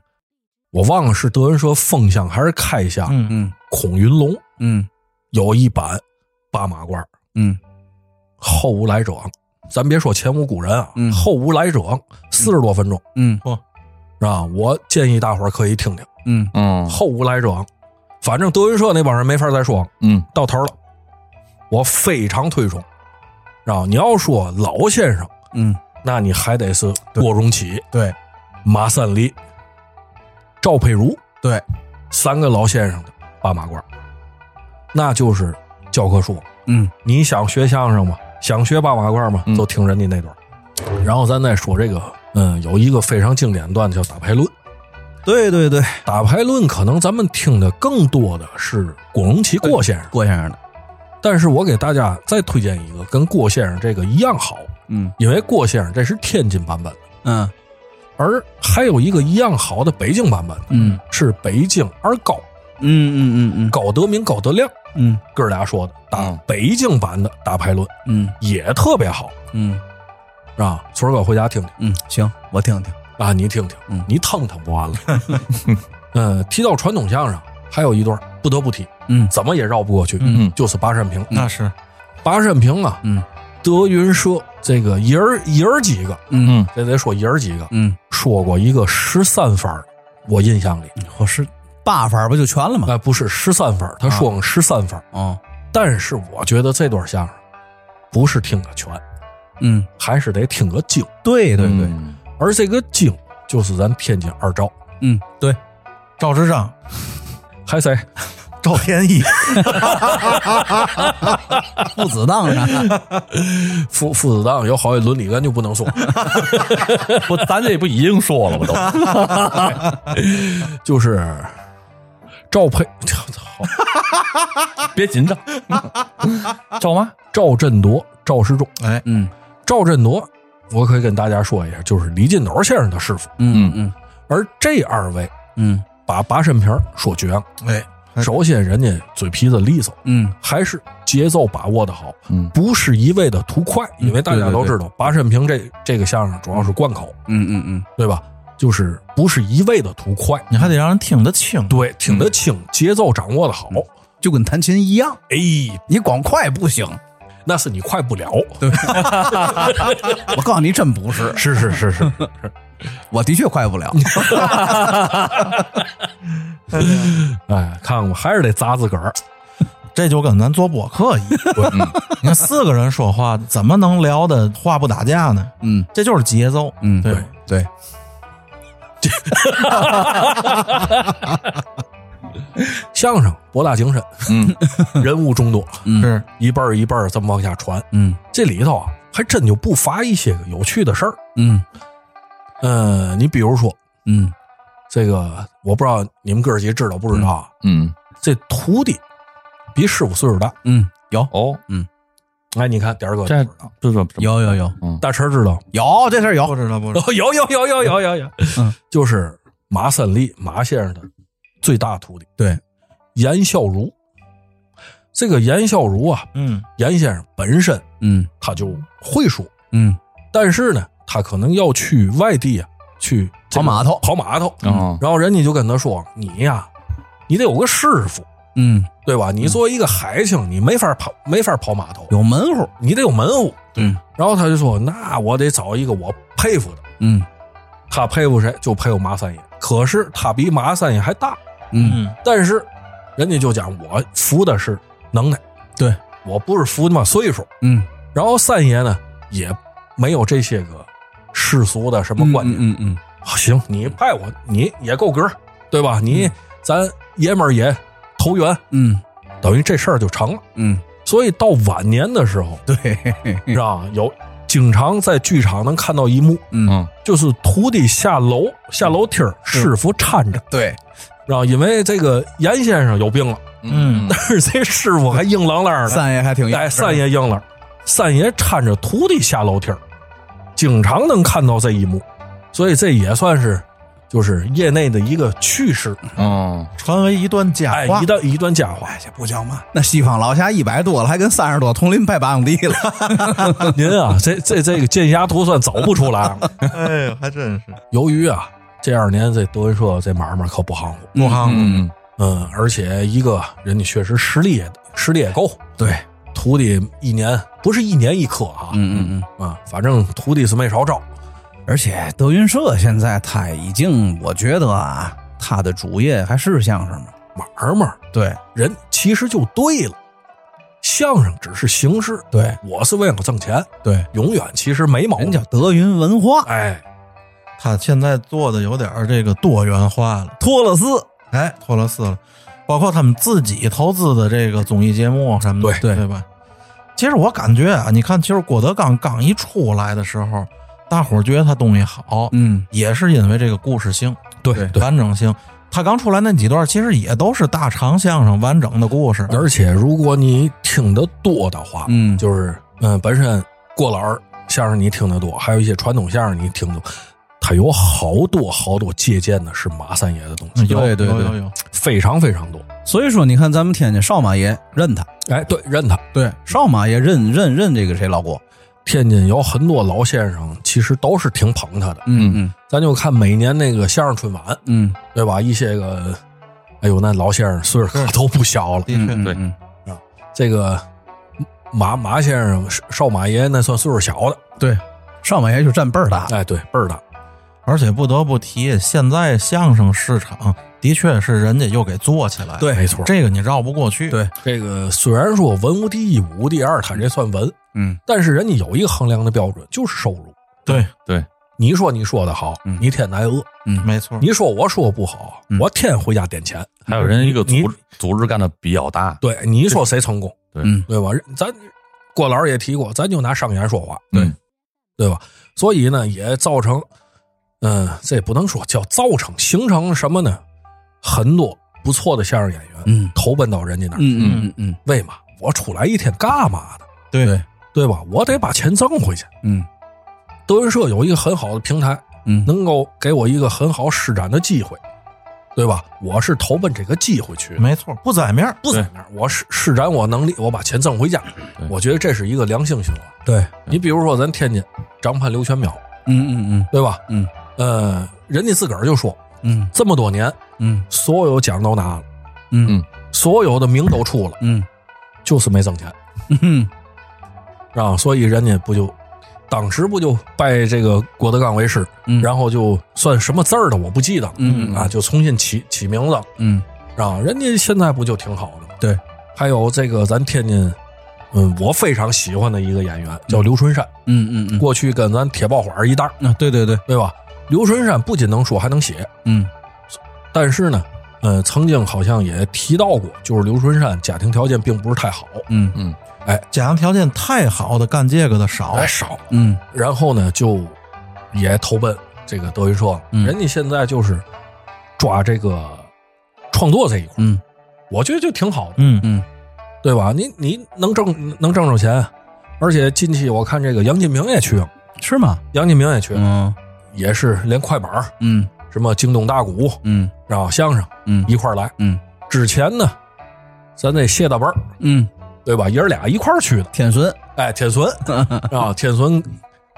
[SPEAKER 2] 我忘了是德云社风向还是开向，
[SPEAKER 1] 嗯
[SPEAKER 4] 嗯
[SPEAKER 2] 孔云龙
[SPEAKER 4] 嗯
[SPEAKER 2] 有一版八马褂儿，
[SPEAKER 4] 嗯
[SPEAKER 2] 后无来者。咱别说前无古人啊，
[SPEAKER 4] 嗯
[SPEAKER 2] 后无来者四十多分钟、
[SPEAKER 4] 嗯
[SPEAKER 2] 是吧？我建议大伙儿可以听听
[SPEAKER 4] 嗯
[SPEAKER 3] 嗯
[SPEAKER 2] 后无来者。反正德云社那帮人没法再说，
[SPEAKER 3] 嗯
[SPEAKER 2] 到头了。我非常推崇，啊，你要说老先生，
[SPEAKER 4] 嗯，
[SPEAKER 2] 那你还得是郭荣启、
[SPEAKER 4] 对
[SPEAKER 2] 马三立、赵佩茹
[SPEAKER 4] 对，
[SPEAKER 2] 三个老先生的八马褂，那就是教科书。
[SPEAKER 4] 嗯
[SPEAKER 2] 你想学相声吗？想学八马褂吗
[SPEAKER 3] 嗯？
[SPEAKER 2] 就听人家那段。然后咱再说这个，嗯，有一个非常经典的段子叫打牌论。
[SPEAKER 4] 对对对，
[SPEAKER 2] 打牌论可能咱们听的更多的是郭荣奇郭先生，
[SPEAKER 4] 郭先生的，
[SPEAKER 2] 但是我给大家再推荐一个跟郭先生这个一样好，
[SPEAKER 4] 嗯
[SPEAKER 2] 因为郭先生这是天津版本的，
[SPEAKER 4] 嗯
[SPEAKER 2] 而还有一个一样好的北京版本，
[SPEAKER 4] 嗯
[SPEAKER 2] 是北京二高
[SPEAKER 4] 嗯嗯嗯
[SPEAKER 2] 高德明、高德亮
[SPEAKER 4] 嗯
[SPEAKER 2] 哥俩说的打
[SPEAKER 3] 嗯
[SPEAKER 2] 北京版的打牌论
[SPEAKER 4] 嗯
[SPEAKER 2] 也特别好，
[SPEAKER 4] 嗯
[SPEAKER 2] 是吧？春儿哥回家听听
[SPEAKER 4] 嗯，行，我听听，
[SPEAKER 2] 啊，你听听
[SPEAKER 4] 嗯，
[SPEAKER 2] 你腾腾不完了。嗯，提到传统相声，还有一段不得不提，
[SPEAKER 4] 嗯
[SPEAKER 2] 怎么也绕不过去，
[SPEAKER 3] 嗯
[SPEAKER 2] 就是八扇屏。
[SPEAKER 1] 那是
[SPEAKER 2] 八扇屏啊，
[SPEAKER 4] 嗯
[SPEAKER 2] 德云社这个爷儿爷儿几个，
[SPEAKER 4] 嗯
[SPEAKER 3] 嗯
[SPEAKER 2] 这得说爷儿几个，
[SPEAKER 4] 嗯，
[SPEAKER 2] 说过一个十三番儿，我印象里，
[SPEAKER 4] 我是八法不就全了吗？
[SPEAKER 2] 哎，不是十三番儿，他说过十三番儿，
[SPEAKER 4] 哦，
[SPEAKER 2] 但是我觉得这段相声不是听个全，
[SPEAKER 4] 嗯，
[SPEAKER 2] 还是得听个经。
[SPEAKER 4] 对对对，
[SPEAKER 3] 嗯
[SPEAKER 2] 而这个经就是咱天津二赵，
[SPEAKER 4] 嗯对，
[SPEAKER 1] 赵志章、
[SPEAKER 2] 还谁？
[SPEAKER 1] 赵天一，
[SPEAKER 4] 父子档上
[SPEAKER 2] 父父子档有好些伦理，咱就不能说，
[SPEAKER 3] 不，咱这不已经说了吗？都
[SPEAKER 2] 就是赵佩， 操
[SPEAKER 3] 别紧张，赵妈，
[SPEAKER 2] 赵振铎、赵世忠、
[SPEAKER 1] 哎，
[SPEAKER 4] 嗯
[SPEAKER 2] 赵振铎，我可以跟大家说一下，就是李进斗先生的师傅。
[SPEAKER 4] 嗯嗯
[SPEAKER 2] 而这二位
[SPEAKER 4] 嗯
[SPEAKER 2] 把拔肾瓶儿说绝了，
[SPEAKER 1] 哎，
[SPEAKER 2] 首先人家嘴皮子利索，
[SPEAKER 4] 嗯
[SPEAKER 2] 还是节奏把握的好，
[SPEAKER 3] 嗯
[SPEAKER 2] 不是一味的图快，因
[SPEAKER 1] 嗯
[SPEAKER 2] 为大家
[SPEAKER 3] 对对
[SPEAKER 2] 都
[SPEAKER 3] 对
[SPEAKER 2] 知道拔肾瓶这这个相声主要是贯口，
[SPEAKER 4] 嗯嗯
[SPEAKER 2] 对吧？就是不是一味的图快，
[SPEAKER 1] 你还得让人听得清。嗯
[SPEAKER 2] 对，听得清，节奏掌握的好，
[SPEAKER 4] 嗯，就跟弹琴一样，
[SPEAKER 2] 哎，
[SPEAKER 4] 你光快不行，
[SPEAKER 2] 那是你快不了，
[SPEAKER 4] 我告诉你，真不是，
[SPEAKER 2] 是是是是，
[SPEAKER 4] 我的确快不了。
[SPEAKER 2] 哎，看看吧，还是得砸自个儿，
[SPEAKER 1] 这就跟咱做播客一样，
[SPEAKER 4] 嗯
[SPEAKER 1] 你看四个人说话，怎么能聊的话不打架呢？
[SPEAKER 4] 嗯
[SPEAKER 1] 这就是节奏，
[SPEAKER 4] 嗯，
[SPEAKER 1] 对，
[SPEAKER 4] 对，
[SPEAKER 2] 相声博大精深，
[SPEAKER 3] 嗯，
[SPEAKER 2] 人物众多，
[SPEAKER 4] 嗯
[SPEAKER 1] 是
[SPEAKER 2] 一辈儿一辈儿这么往下传，
[SPEAKER 4] 嗯
[SPEAKER 2] 这里头啊，还真就不乏一些个有趣的事儿。
[SPEAKER 4] 嗯
[SPEAKER 2] 嗯、你比如说
[SPEAKER 4] 嗯
[SPEAKER 2] 这个，我不知道你们哥儿几知道不知道啊？
[SPEAKER 3] 嗯，
[SPEAKER 2] 这徒弟比师傅岁数大，
[SPEAKER 4] 嗯，有
[SPEAKER 3] 哦，
[SPEAKER 2] 哎，你看点儿哥就
[SPEAKER 3] 这这
[SPEAKER 2] 知道，
[SPEAKER 3] 这
[SPEAKER 4] 有有有
[SPEAKER 2] 大陈知道，
[SPEAKER 4] 有这事儿有
[SPEAKER 1] 不知道不知道，
[SPEAKER 2] 哦， 有有有有有有有，
[SPEAKER 4] 嗯，
[SPEAKER 2] 就是马三立马先生的最大徒弟，
[SPEAKER 4] 对，
[SPEAKER 2] 严孝孺。这个严孝孺啊，
[SPEAKER 1] 嗯，
[SPEAKER 2] 严先生本身
[SPEAKER 4] 嗯
[SPEAKER 2] 他就会说，
[SPEAKER 4] 嗯
[SPEAKER 2] 但是呢，他可能要去外地啊，去这个
[SPEAKER 4] 跑码头嗯
[SPEAKER 2] 跑码头。
[SPEAKER 3] 哦
[SPEAKER 2] 然后人家就跟他说：“你呀，你得有个师傅，
[SPEAKER 4] 嗯，
[SPEAKER 2] 对吧？你作为一个海清，你没法跑，没法跑码头，
[SPEAKER 4] 有门户，
[SPEAKER 2] 你得有门户。”
[SPEAKER 4] 嗯
[SPEAKER 2] 然后他就说：“那我得找一个我佩服的。
[SPEAKER 4] 嗯”
[SPEAKER 2] 他佩服谁？就佩服马三爷。可是他比马三爷还大，
[SPEAKER 4] 嗯
[SPEAKER 1] 嗯，
[SPEAKER 2] 但是人家就讲我服的是能耐，
[SPEAKER 4] 对
[SPEAKER 2] 我不是服他妈岁数。
[SPEAKER 4] 嗯，
[SPEAKER 2] 然后三爷呢，也没有这些个世俗的什么观念，
[SPEAKER 4] 嗯嗯
[SPEAKER 2] 啊，行，你派我，你也够格儿，对吧？你、咱爷们儿也投缘，
[SPEAKER 4] 嗯
[SPEAKER 2] 等于这事儿就成了。
[SPEAKER 4] 嗯，
[SPEAKER 2] 所以到晚年的时候，
[SPEAKER 4] 对，
[SPEAKER 2] 是吧？有经常在剧场能看到一幕，
[SPEAKER 4] 嗯
[SPEAKER 3] 嗯
[SPEAKER 2] 就是徒弟下楼下楼梯儿，师傅搀着，
[SPEAKER 4] 对，
[SPEAKER 2] 然后因为这个严先生有病了，
[SPEAKER 1] 嗯
[SPEAKER 2] 但是这师傅还硬朗朗的，
[SPEAKER 4] 三爷还挺
[SPEAKER 2] 哎，三爷硬朗，三爷搀着徒弟下楼梯儿，经常能看到这一幕，所以这也算是就是业内的一个趣事。
[SPEAKER 3] 哦，
[SPEAKER 1] 传为一段佳
[SPEAKER 2] 哎，
[SPEAKER 1] 话
[SPEAKER 2] 一，段一段佳话。
[SPEAKER 4] 哎这不叫嘛？那西方老侠一百多了，还跟三十多佟林拜把兄弟 了。
[SPEAKER 2] 您啊，这这这个剑侠图算走不出 来了。
[SPEAKER 1] 哎呦，还真是
[SPEAKER 2] 由于啊，这二年这德云社这买卖可不含糊，
[SPEAKER 1] 不行，
[SPEAKER 3] 嗯
[SPEAKER 2] 嗯，而且一个人家确实实力也实力也够，
[SPEAKER 4] 对，
[SPEAKER 2] 徒弟一年不是一年一课啊，
[SPEAKER 4] 嗯嗯
[SPEAKER 2] 啊，反正徒弟是没少招。
[SPEAKER 4] 嗯。而且德云社现在他已经，我觉得啊，他的主业还是相声嘛。
[SPEAKER 2] 买卖
[SPEAKER 4] 对
[SPEAKER 2] 人其实就对了，相声只是形式，
[SPEAKER 4] 对
[SPEAKER 2] 我是为了挣钱，
[SPEAKER 4] 对，
[SPEAKER 2] 永远其实没毛
[SPEAKER 4] 人
[SPEAKER 2] 病
[SPEAKER 4] 叫。德云文化，
[SPEAKER 2] 哎，
[SPEAKER 1] 他现在做的有点儿这个多元化了，
[SPEAKER 4] 托勒斯。
[SPEAKER 1] 哎，托勒斯了，包括他们自己投资的这个综艺节目什么的，
[SPEAKER 4] 对
[SPEAKER 1] 对吧？其实我感觉啊，你看，其实郭德纲刚一出来的时候，大伙儿觉得他东西好，
[SPEAKER 4] 嗯，
[SPEAKER 1] 也是因为这个故事性、
[SPEAKER 2] 对对，
[SPEAKER 1] 完整性。他刚出来那几段，其实也都是大长相声完整的故事。
[SPEAKER 2] 而且如果你听得多的话，
[SPEAKER 4] 嗯
[SPEAKER 2] 就是嗯、本身过老儿相声你听得多，还有一些传统相声你听得多，它有好多好多借鉴的是马三爷的东西，
[SPEAKER 1] 有
[SPEAKER 4] 对对
[SPEAKER 1] 有
[SPEAKER 4] 对
[SPEAKER 1] 有有，
[SPEAKER 2] 非常非常多。
[SPEAKER 4] 所以说你看咱们天津少马爷认他，
[SPEAKER 2] 哎，对，认他。
[SPEAKER 4] 对，少马爷认认认这个谁老郭，
[SPEAKER 2] 天津有很多老先生，其实都是挺捧他的。
[SPEAKER 4] 嗯
[SPEAKER 2] 咱就看每年那个相声春晚，
[SPEAKER 4] 嗯
[SPEAKER 2] 对吧？一些个，哎呦，那老先生岁数可都不小了。
[SPEAKER 1] 的确，
[SPEAKER 4] 嗯，
[SPEAKER 3] 对
[SPEAKER 4] 嗯
[SPEAKER 2] 这个马马先生、少马爷那算岁数小的，
[SPEAKER 4] 对，少马爷就占辈儿大，
[SPEAKER 2] 哎，对，倍儿大。
[SPEAKER 1] 而且不得不提，现在相声市场的确是人家又给做起来了，
[SPEAKER 4] 对
[SPEAKER 2] 没错。
[SPEAKER 1] 这个你绕不过去。
[SPEAKER 4] 对
[SPEAKER 2] 这个虽然说文无第一，武无第二，他这算文，
[SPEAKER 4] 嗯，
[SPEAKER 2] 但是人家有一个衡量的标准，就是收入。
[SPEAKER 1] 对，
[SPEAKER 3] 对，
[SPEAKER 2] 你说你说的好，
[SPEAKER 4] 嗯
[SPEAKER 2] 你天挨饿；
[SPEAKER 1] 没错。
[SPEAKER 2] 你说我说不好，
[SPEAKER 4] 嗯
[SPEAKER 2] 我天回家点钱。
[SPEAKER 3] 还有人一个
[SPEAKER 2] 你
[SPEAKER 3] 组组织干的比较大，
[SPEAKER 2] 对，你说谁成功？
[SPEAKER 3] 对
[SPEAKER 4] 嗯
[SPEAKER 2] 对吧？咱郭老师也提过，咱就拿商演说话，
[SPEAKER 4] 嗯
[SPEAKER 3] 对
[SPEAKER 2] 对吧？所以呢，也造成，嗯、这也不能说叫造成，形成什么呢？很多不错的相声演员，
[SPEAKER 4] 嗯
[SPEAKER 2] 投奔到人家那儿，
[SPEAKER 4] 嗯嗯嗯
[SPEAKER 2] 为嘛？我出来一天干嘛的？
[SPEAKER 1] 对
[SPEAKER 2] 对吧？我得把钱挣回去。
[SPEAKER 4] 嗯
[SPEAKER 2] 德云社有一个很好的平台，
[SPEAKER 4] 嗯
[SPEAKER 2] 能够给我一个很好施展的机会，对吧？我是投奔这个机会去的，
[SPEAKER 1] 没错，不宰面儿
[SPEAKER 2] 不在那儿，我施施展我能力，我把钱挣回家。
[SPEAKER 3] 对
[SPEAKER 2] 我觉得这是一个良性循环。
[SPEAKER 4] 对，
[SPEAKER 2] 你比如说咱天津张盼刘全淼，
[SPEAKER 4] 嗯嗯
[SPEAKER 2] 对吧？
[SPEAKER 4] 嗯，
[SPEAKER 2] 呃，人家自个儿就说，
[SPEAKER 4] 嗯
[SPEAKER 2] 这么多年
[SPEAKER 4] 嗯
[SPEAKER 2] 所有奖都拿了，
[SPEAKER 4] 嗯
[SPEAKER 2] 所有的名都出了，
[SPEAKER 4] 嗯
[SPEAKER 2] 就是没挣钱，
[SPEAKER 4] 嗯，
[SPEAKER 2] 啊，所以人家不就当时不就拜这个郭德纲为师，
[SPEAKER 4] 嗯
[SPEAKER 2] 然后就算什么字儿的我不记得了，
[SPEAKER 4] 嗯嗯
[SPEAKER 2] 啊，就重新起起名字，
[SPEAKER 4] 嗯
[SPEAKER 2] 啊，人家现在不就挺好的吗？
[SPEAKER 4] 对，
[SPEAKER 2] 还有这个咱天津，嗯，我非常喜欢的一个演员叫刘春山，
[SPEAKER 4] 嗯嗯
[SPEAKER 2] 过去跟咱铁爆花一搭，
[SPEAKER 4] 嗯，对对对，
[SPEAKER 2] 对吧？刘春山不仅能说还能写，
[SPEAKER 4] 嗯
[SPEAKER 2] 但是呢，呃，曾经好像也提到过，就是刘春山家庭条件并不是太好，
[SPEAKER 4] 嗯
[SPEAKER 3] 嗯
[SPEAKER 1] 家庭条件太好的干这个的少，
[SPEAKER 2] 还少，
[SPEAKER 4] 嗯
[SPEAKER 2] 然后呢就也投奔这个德云社了。
[SPEAKER 4] 嗯
[SPEAKER 2] 人家现在就是抓这个创作这一块，
[SPEAKER 4] 嗯
[SPEAKER 2] 我觉得就挺好的，
[SPEAKER 1] 嗯，
[SPEAKER 4] 嗯
[SPEAKER 2] 对吧？你你能挣能挣着钱，啊而且近期我看这个杨金明也去了，
[SPEAKER 4] 是吗？
[SPEAKER 2] 杨金明也去了，
[SPEAKER 4] 嗯
[SPEAKER 2] 也是连快板儿
[SPEAKER 4] 嗯
[SPEAKER 2] 什么京东大鼓，
[SPEAKER 4] 嗯
[SPEAKER 2] 然后相声
[SPEAKER 4] 嗯
[SPEAKER 2] 一块儿来。
[SPEAKER 4] 嗯
[SPEAKER 2] 之前呢，咱这谢大伯儿
[SPEAKER 4] 嗯，
[SPEAKER 2] 对吧？爷儿俩一块儿去的。
[SPEAKER 4] 天孙，
[SPEAKER 2] 哎，天孙啊，天孙，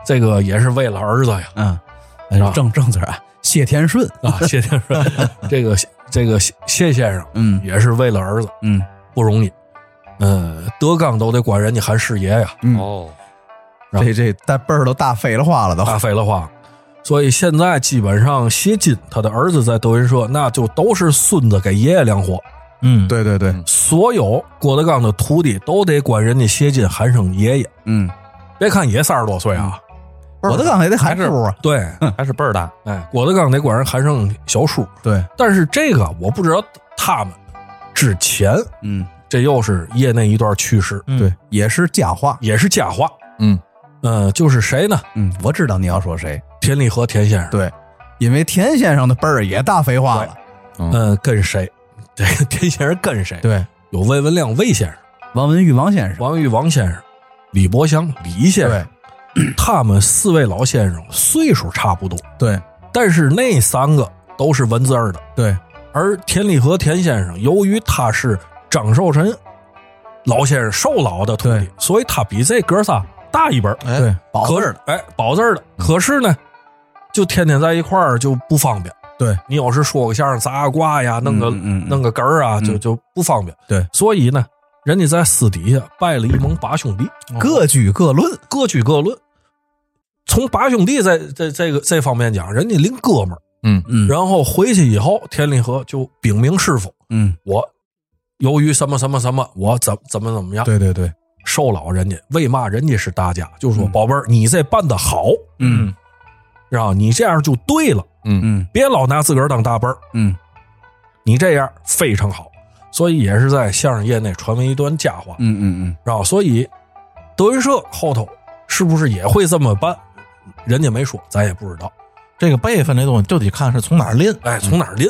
[SPEAKER 2] 这个也是为了儿子呀
[SPEAKER 4] 嗯，正正字啊，谢天顺，
[SPEAKER 2] 啊， 谢先生，这个这个谢谢先生
[SPEAKER 4] 嗯
[SPEAKER 2] 也是为了儿子，
[SPEAKER 4] 嗯
[SPEAKER 2] 不容易。嗯，德纲都得管人家喊师爷呀，
[SPEAKER 4] 嗯
[SPEAKER 3] 哦，
[SPEAKER 4] 这这带辈儿都大废了话了都，嗯
[SPEAKER 2] 大废了话。所以现在基本上谢金他的儿子在德云社，那就都是孙子给爷爷量活。
[SPEAKER 1] 嗯，
[SPEAKER 4] 对对对，
[SPEAKER 2] 所有郭德纲的徒弟都得管人家谢金喊声爷爷。
[SPEAKER 4] 嗯，
[SPEAKER 2] 别看爷三十多岁啊，
[SPEAKER 4] 我的刚才得喊叔啊，
[SPEAKER 2] 对，
[SPEAKER 3] 还是倍儿大，
[SPEAKER 2] 哎，郭德纲得管人喊声小叔，
[SPEAKER 4] 对，
[SPEAKER 2] 但是这个我不知道他们之前，
[SPEAKER 4] 嗯
[SPEAKER 2] 这又是业内一段趣事，
[SPEAKER 1] 嗯
[SPEAKER 4] 对，，也是佳话，
[SPEAKER 2] 也是佳话。
[SPEAKER 3] 嗯，
[SPEAKER 2] 嗯，就是谁呢？
[SPEAKER 4] 嗯，我知道你要说谁，
[SPEAKER 2] 田立和田先生，
[SPEAKER 4] 对，因为田先生的辈儿也大废话了，
[SPEAKER 2] 嗯，跟谁？ 这个田先生跟谁？
[SPEAKER 4] 对，
[SPEAKER 2] 有魏文亮魏先生、
[SPEAKER 4] 王文玉王先生，
[SPEAKER 2] 王玉王先生、李伯祥李先
[SPEAKER 4] 对
[SPEAKER 2] 生，他们四位老先生岁数差不多，
[SPEAKER 4] 对
[SPEAKER 2] 但是那三个都是文字儿的。
[SPEAKER 4] 对，
[SPEAKER 2] 而田立和田先生，由于他是张寿臣老先生寿老的徒弟
[SPEAKER 4] 对，
[SPEAKER 2] 所以他比这哥仨大一辈儿。
[SPEAKER 1] 哎，
[SPEAKER 4] 对，宝贝
[SPEAKER 2] 可
[SPEAKER 4] 儿
[SPEAKER 2] 是
[SPEAKER 4] 的，
[SPEAKER 2] 哎，宝字儿的。可是呢，就天天在一块儿就不方便。
[SPEAKER 4] 对
[SPEAKER 2] 你有时说个相声、砸个卦呀，弄个、
[SPEAKER 4] 嗯嗯嗯
[SPEAKER 2] 弄个哏儿啊，就
[SPEAKER 4] 嗯
[SPEAKER 2] 就不方便。
[SPEAKER 4] 对
[SPEAKER 2] 所以呢，人家在私底下拜了一盟八兄弟，
[SPEAKER 4] 各据各论，
[SPEAKER 2] 各据各论。从八兄弟在在这个这方面讲，人家临哥们儿。
[SPEAKER 3] 嗯
[SPEAKER 4] 嗯
[SPEAKER 2] 然后回去以后，田立和就禀明师傅，
[SPEAKER 4] 嗯，
[SPEAKER 2] 我由于什么什么什么，我怎怎么怎么样，
[SPEAKER 4] 对对对，
[SPEAKER 2] 受老人家为嘛人家是大家，就说、
[SPEAKER 4] 嗯
[SPEAKER 2] 宝贝儿，你这办的好，
[SPEAKER 4] 嗯
[SPEAKER 2] 然后你这样就对了，
[SPEAKER 3] 嗯
[SPEAKER 4] 嗯
[SPEAKER 2] 别老拿自个儿当大辈儿，
[SPEAKER 4] 嗯
[SPEAKER 2] 你这样非常好，所以也是在相声业内传为一段佳话，
[SPEAKER 4] 嗯嗯嗯，
[SPEAKER 2] 然后所以德云社后头是不是也会这么办？人家没说，咱也不知道。
[SPEAKER 1] 这个辈分这东西就得看是从哪儿 拎。
[SPEAKER 2] 哎，从哪儿拎？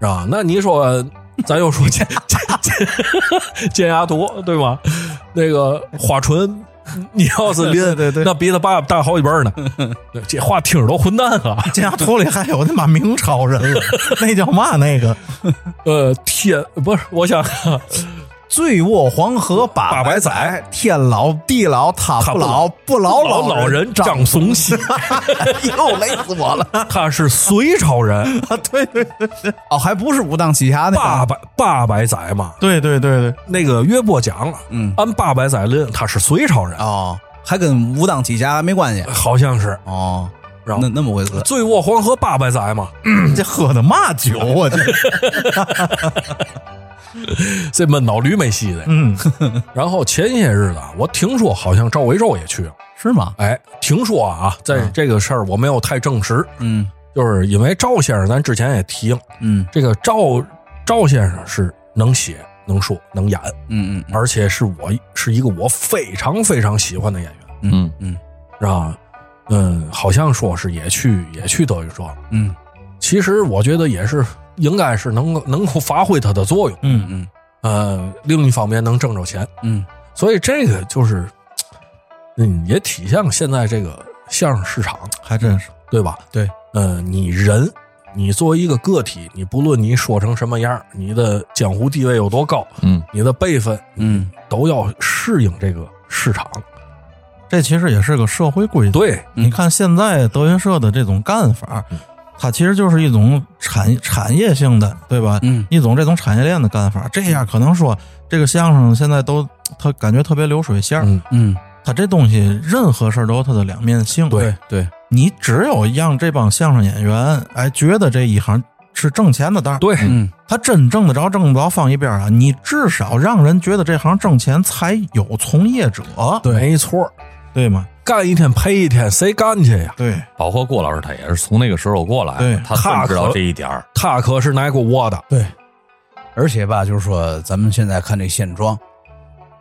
[SPEAKER 2] 啊，那你说，咱又说建建建建牙图对吗？那个花唇，你要是拎，
[SPEAKER 1] 对对对
[SPEAKER 2] 那比他爸大好几倍 儿呢。对这话听着都混蛋啊！
[SPEAKER 1] 金牙图里还有他妈明朝人
[SPEAKER 4] 哎
[SPEAKER 1] 了， 那叫嘛那个？
[SPEAKER 2] 呃，天，不是，我想看看
[SPEAKER 4] 醉卧黄河八百载，天老地老他不老，不老
[SPEAKER 2] 老
[SPEAKER 4] 老
[SPEAKER 2] 人张松 溪，
[SPEAKER 4] 又累死我了。
[SPEAKER 2] 他是隋朝人，
[SPEAKER 4] 对对对，哦，还不是武当七侠那
[SPEAKER 2] 八
[SPEAKER 4] 个，
[SPEAKER 2] 百八百载嘛。
[SPEAKER 1] 对对对对，
[SPEAKER 2] 那个岳波讲了，
[SPEAKER 4] 嗯
[SPEAKER 2] 按八百
[SPEAKER 1] 啊
[SPEAKER 2] 载论，他是隋朝人，
[SPEAKER 4] 哦，还跟武当七侠没关系
[SPEAKER 2] 好像是。
[SPEAKER 4] 哦，
[SPEAKER 2] 然后
[SPEAKER 4] 那那么回 事。
[SPEAKER 2] 醉卧黄河八百载嘛，
[SPEAKER 1] 这喝的嘛酒啊？这，
[SPEAKER 2] 这闷倒驴没戏的。
[SPEAKER 1] 嗯，
[SPEAKER 2] 然后前些日子啊，我听说好像赵维洲也去了，
[SPEAKER 4] 是吗？
[SPEAKER 2] 哎，听说啊，在这个事儿我没有太证实，
[SPEAKER 4] 嗯
[SPEAKER 2] 就是因为赵先生，咱之前也提了，
[SPEAKER 4] 嗯
[SPEAKER 2] 这个赵赵先生是能写、能说、能演，
[SPEAKER 4] 嗯
[SPEAKER 2] 而且是我是一个我非常非常喜欢的演员，
[SPEAKER 3] 嗯
[SPEAKER 2] 是吧？嗯，好像说是也去也去德云社了，
[SPEAKER 4] 嗯
[SPEAKER 2] 其实我觉得也是应该是能够能够发挥它的作用，
[SPEAKER 4] 嗯嗯
[SPEAKER 2] 呃，另一方面能挣着钱，
[SPEAKER 4] 嗯
[SPEAKER 2] 所以这个就是，嗯，也体现了现在这个相声市场，
[SPEAKER 1] 还真是。
[SPEAKER 2] 对吧？
[SPEAKER 1] 对，
[SPEAKER 2] 呃，你人，你作为一个个体，你不论你说成什么样，你的江湖地位有多高，
[SPEAKER 3] 嗯
[SPEAKER 2] 你的辈分
[SPEAKER 4] 嗯
[SPEAKER 2] 都要适应这个市场。
[SPEAKER 1] 这其实也是个社会规则。
[SPEAKER 2] 对，
[SPEAKER 4] 嗯
[SPEAKER 1] 你看现在德云社的这种干法，它其实就是一种产产业性的，对吧？
[SPEAKER 4] 嗯
[SPEAKER 1] 一种这种产业链的干法。这样可能说这个相声现在都它感觉特别流水线儿，
[SPEAKER 2] 嗯，
[SPEAKER 4] 嗯，
[SPEAKER 1] 它这东西任何事儿都有它的两面性。
[SPEAKER 2] 对，
[SPEAKER 4] 对，
[SPEAKER 1] 你只有让这帮相声演员哎觉得这一行是挣钱的道儿，
[SPEAKER 2] 对，
[SPEAKER 4] 嗯
[SPEAKER 1] 他真挣得着挣不着放一边儿啊，你至少让人觉得这行挣钱才有从业者，
[SPEAKER 2] 对，没错，
[SPEAKER 1] 对吗？
[SPEAKER 2] 干一天赔一天，谁干去呀？
[SPEAKER 1] 对，
[SPEAKER 3] 包括郭老师他也是从那个时候过来
[SPEAKER 1] 对
[SPEAKER 3] 的，他
[SPEAKER 2] 他
[SPEAKER 3] 更知道
[SPEAKER 2] 可
[SPEAKER 3] 这一点儿。
[SPEAKER 2] 他可是挨过窝的。
[SPEAKER 1] 对，
[SPEAKER 4] 而且吧，就是说咱们现在看这现状，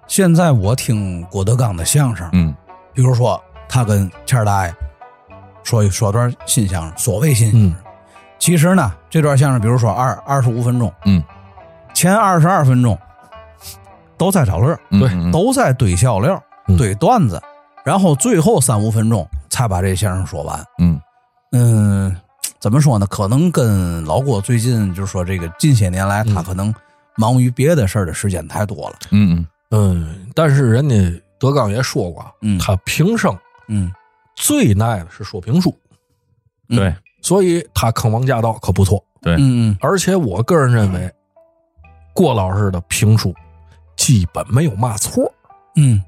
[SPEAKER 4] 现在我听郭德纲的相声，
[SPEAKER 3] 嗯
[SPEAKER 4] 比如说他跟谦儿大爷说一说段新相声，所谓新
[SPEAKER 3] 嗯
[SPEAKER 4] 相声，其实呢这段相声，比如说二二十五分钟，
[SPEAKER 3] 嗯，
[SPEAKER 4] 前二十二分钟都在找乐儿，
[SPEAKER 3] 嗯
[SPEAKER 2] 对
[SPEAKER 3] 嗯
[SPEAKER 4] 都在堆笑料儿、
[SPEAKER 2] 嗯
[SPEAKER 4] 堆段子，然后最后三五分钟才把这相声说完。
[SPEAKER 3] 嗯
[SPEAKER 4] 嗯，怎么说呢？可能跟老郭最近就是说这个近些年
[SPEAKER 2] 嗯
[SPEAKER 4] 来，他可能忙于别的事儿的时间太多了。
[SPEAKER 3] 嗯嗯
[SPEAKER 2] 嗯，但是人家德纲也说过啊，
[SPEAKER 4] 嗯
[SPEAKER 2] 他平生
[SPEAKER 4] 嗯
[SPEAKER 2] 最耐的是说评书，
[SPEAKER 3] 嗯，对
[SPEAKER 2] 所以他坑王驾到可不错。
[SPEAKER 4] 嗯嗯，
[SPEAKER 2] 而且我个人认为，郭老师的评书基本没有嘛错。
[SPEAKER 4] 嗯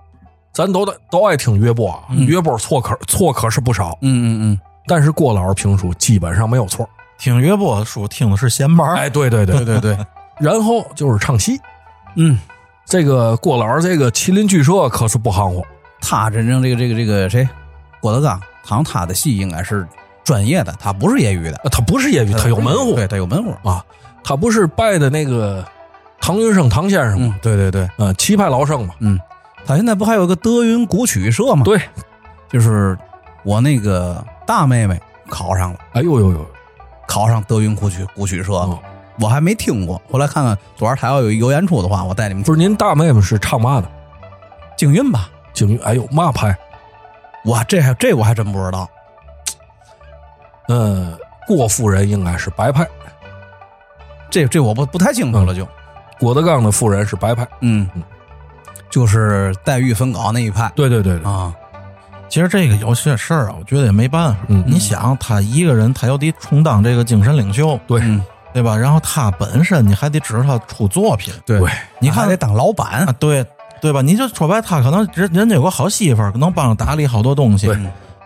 [SPEAKER 2] 咱都得都爱听乐播啊，乐播错可错可是不少，
[SPEAKER 4] 嗯嗯
[SPEAKER 2] 但是郭老师评书基本上没有错。
[SPEAKER 1] 听乐播书听的是闲班儿，
[SPEAKER 2] 哎，对对对，
[SPEAKER 4] 对对，
[SPEAKER 2] 然后就是唱戏，
[SPEAKER 4] 嗯，
[SPEAKER 2] 这个郭老师这个麒麟剧社可是不含糊，
[SPEAKER 4] 他真正这个这个这个谁，郭德纲，好像他的戏应该是专业的，他不是业余的，
[SPEAKER 2] 呃他不是业余，他有门户
[SPEAKER 4] 对，他有门户。
[SPEAKER 2] 啊，他不是拜的那个唐云生唐先生
[SPEAKER 4] 嗯
[SPEAKER 2] 嘛，，
[SPEAKER 4] 对对对，
[SPEAKER 2] 呃，棋派老生嘛，
[SPEAKER 4] 他现在不还有个德云古曲社吗？
[SPEAKER 2] 对，
[SPEAKER 4] 就是我那个大妹妹考上了。
[SPEAKER 2] 哎呦呦呦，
[SPEAKER 4] 考上德云古曲古曲社，
[SPEAKER 2] 哦
[SPEAKER 4] 我还没听过。后来看看昨儿台要有有演出的话，我带你们听
[SPEAKER 2] 不是您大妹妹是唱嘛的？
[SPEAKER 4] 京韵吧。
[SPEAKER 2] 京剧，哎呦嘛派？
[SPEAKER 4] 我这还这我还真不知道。
[SPEAKER 2] 呃，郭夫人应该是白派，
[SPEAKER 4] 这这我不不太清楚了就，
[SPEAKER 2] 郭德纲的夫人是白派。
[SPEAKER 4] 嗯，就是黛玉焚稿那一派
[SPEAKER 2] 对对对对，
[SPEAKER 4] 啊，
[SPEAKER 1] 其实这个有些事儿啊，我觉得也没办法。
[SPEAKER 2] 嗯
[SPEAKER 1] 你想，他一个人，他又得充当这个精神领袖，
[SPEAKER 2] 对
[SPEAKER 4] 嗯
[SPEAKER 1] 对吧？然后他本身你还得指着他出作品，
[SPEAKER 4] 对
[SPEAKER 2] 对
[SPEAKER 1] 你
[SPEAKER 4] 还
[SPEAKER 1] 看
[SPEAKER 4] 得当老板
[SPEAKER 1] 啊，，对对吧？你就说白，他可能人人家有个好媳妇儿，能帮着打理好多东西，
[SPEAKER 2] 对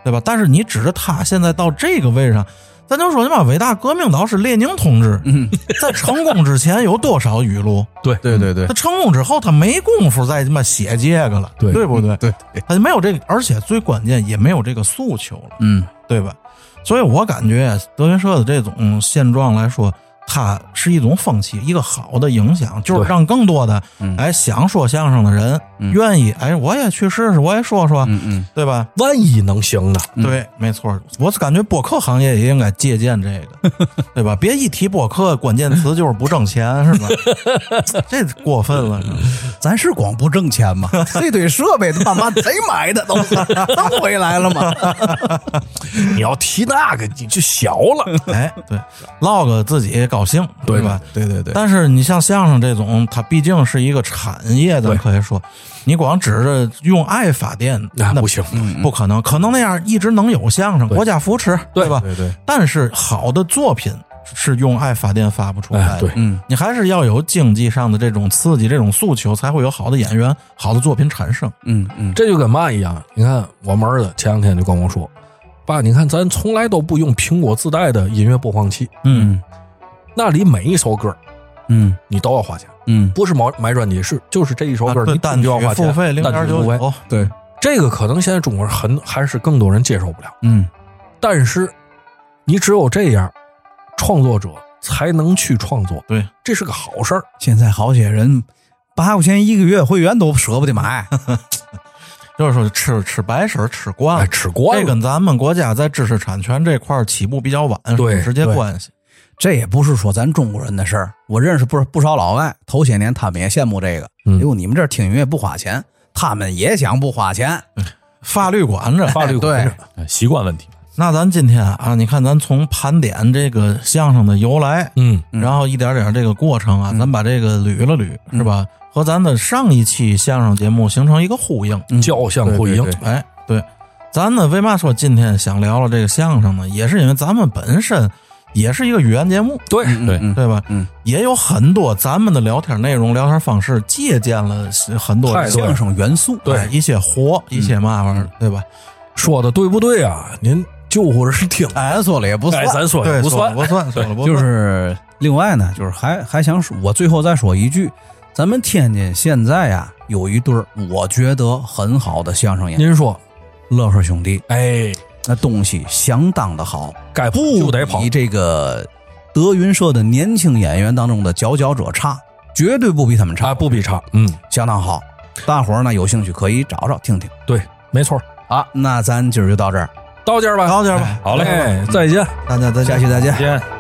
[SPEAKER 1] 对吧？但是你指着他现在到这个位上，咱就说你妈伟大革命导师列宁同志，
[SPEAKER 4] 嗯，
[SPEAKER 1] 在成功之前有多少语录？
[SPEAKER 2] 对
[SPEAKER 4] 对对对
[SPEAKER 1] 他，成功之后，他没工夫再他妈写这个了，
[SPEAKER 2] 对
[SPEAKER 1] 不对？
[SPEAKER 4] 对
[SPEAKER 1] 他就没有这个，而且最关键也没有这个诉求了，
[SPEAKER 4] 嗯
[SPEAKER 1] 对吧？所以我感觉德云社的这种现状来说，它是一种风气，一个好的影响，就是
[SPEAKER 2] 对
[SPEAKER 1] 让更多的
[SPEAKER 4] 嗯
[SPEAKER 1] 哎想说相声的人愿意哎，我也去试试，我也说说，
[SPEAKER 4] 嗯嗯，
[SPEAKER 1] 对吧？
[SPEAKER 2] 万一能行呢？
[SPEAKER 1] 对，没错，我是感觉播客行业也应该借鉴这个，对吧？别一提播客，关键词就是不挣钱，是吧？ 这过分了，是吧
[SPEAKER 4] 咱是光不挣钱 吗？这堆设备他妈谁买的都是 弄回来了 吗？
[SPEAKER 2] 你要提那个，你就小了。
[SPEAKER 1] 哎，对，唠个自己高兴，
[SPEAKER 2] 对
[SPEAKER 1] 吧？
[SPEAKER 4] 对对对，
[SPEAKER 1] 但是你像相声这种，它毕竟是一个产业，咱
[SPEAKER 2] 对
[SPEAKER 1] 可以说，你光指着用爱发电，
[SPEAKER 2] 那
[SPEAKER 1] 那
[SPEAKER 2] 啊不行，
[SPEAKER 1] 不可能，可能那样一直能有相声，国家扶持，
[SPEAKER 2] 对
[SPEAKER 1] 吧？
[SPEAKER 2] 对对
[SPEAKER 1] 但是好的作品是用爱发电发不出来
[SPEAKER 2] 哎，
[SPEAKER 1] 的，
[SPEAKER 2] 对，
[SPEAKER 4] 嗯
[SPEAKER 1] 你还是要有经济上的这种刺激、这种诉求，才会有好的演员、好的作品产生。
[SPEAKER 4] 嗯嗯
[SPEAKER 2] 这就跟嘛一样。你看，我们儿子前两天就跟我说，爸，你看咱从来都不用苹果自带的音乐播放器，
[SPEAKER 4] 嗯
[SPEAKER 2] 那里每一首歌
[SPEAKER 4] 嗯
[SPEAKER 2] 你都要花钱，
[SPEAKER 4] 嗯，
[SPEAKER 2] 不是买买专辑，是就是这一首歌
[SPEAKER 1] 啊对
[SPEAKER 2] 你
[SPEAKER 1] 单
[SPEAKER 2] 单
[SPEAKER 1] 曲
[SPEAKER 2] 就要花钱，
[SPEAKER 1] 付费零
[SPEAKER 2] 单
[SPEAKER 1] 点
[SPEAKER 2] 曲
[SPEAKER 1] 九
[SPEAKER 2] 付费。
[SPEAKER 1] 九，
[SPEAKER 4] 对，
[SPEAKER 2] 这个可能现在中国人很还是更多人接受不了，
[SPEAKER 4] 嗯
[SPEAKER 2] 但是你只有这样，创作者才能去创作，
[SPEAKER 1] 对，
[SPEAKER 2] 这是个好事儿。
[SPEAKER 4] 现在好些人八块钱一个月会员都舍不得 买，
[SPEAKER 1] 就是说吃吃白食儿吃
[SPEAKER 4] 啊
[SPEAKER 1] 惯
[SPEAKER 2] 哎，
[SPEAKER 1] 了。
[SPEAKER 2] 吃惯
[SPEAKER 1] 这
[SPEAKER 2] 了，
[SPEAKER 1] 跟咱们国家在知识产权这块儿起步比较晚是有
[SPEAKER 2] 对
[SPEAKER 1] 直接
[SPEAKER 4] 对
[SPEAKER 1] 关系。
[SPEAKER 4] 这也不是说咱中国人的事儿。我认识不是不少老外，头些年他们也羡慕这个，
[SPEAKER 2] 嗯
[SPEAKER 4] 哟、你们这儿听音乐不花钱，他们也想不花钱，
[SPEAKER 1] 法律管着，
[SPEAKER 2] 法律管
[SPEAKER 4] 对
[SPEAKER 2] 着。
[SPEAKER 3] 哎习惯问题。
[SPEAKER 1] 那咱今天啊，你看咱从盘点这个相声的由来，
[SPEAKER 2] 嗯，
[SPEAKER 1] 然后一点点这个过程啊，咱把这个捋了捋，
[SPEAKER 2] 嗯
[SPEAKER 1] 是吧？和咱的上一期相声节目形成一个呼应。
[SPEAKER 2] 交相辉映
[SPEAKER 4] 嗯对对对，
[SPEAKER 1] 哎，对，咱呢为嘛说今天想聊聊这个相声呢？也是因为咱们本身也是一个语言节目，
[SPEAKER 2] 对
[SPEAKER 3] 对
[SPEAKER 4] 嗯
[SPEAKER 1] 对吧？
[SPEAKER 4] 嗯，
[SPEAKER 1] 也有很多咱们的聊天内容、聊天方式借鉴了很多
[SPEAKER 2] 太
[SPEAKER 1] 这
[SPEAKER 2] 多
[SPEAKER 1] 个
[SPEAKER 4] 相
[SPEAKER 2] 了
[SPEAKER 4] 声元素，
[SPEAKER 1] 哎一些活、一些嘛玩意儿，对吧？
[SPEAKER 2] 说的对不对啊？您救护人听，
[SPEAKER 4] 哎，说了也不算
[SPEAKER 2] 哎，。咱说
[SPEAKER 1] 对，
[SPEAKER 2] 也不
[SPEAKER 1] 说了
[SPEAKER 2] 算，
[SPEAKER 1] 不算，说了不算，
[SPEAKER 4] 就是另外呢，就是还还想说，我最后再说一句，咱们天津现在呀、有一对儿我觉得很好的相声演员，
[SPEAKER 2] 您说，
[SPEAKER 4] 乐呵兄弟，
[SPEAKER 2] 哎，
[SPEAKER 4] 那东西相当的好，
[SPEAKER 2] 该跑
[SPEAKER 4] 不
[SPEAKER 2] 就得跑
[SPEAKER 4] 比，这个德云社的年轻演员当中的佼佼者差，绝对不比他们差，
[SPEAKER 2] 啊，不比差，嗯，
[SPEAKER 4] 相当好。大伙儿呢有兴趣可以找找听听。
[SPEAKER 2] 对，没错儿，
[SPEAKER 4] 好，那咱今儿就到这儿，
[SPEAKER 2] 到这儿吧，
[SPEAKER 1] 高点吧，
[SPEAKER 3] 好嘞，
[SPEAKER 2] 哎，再见。
[SPEAKER 1] 大家再见
[SPEAKER 4] 下期再见
[SPEAKER 3] 再。见。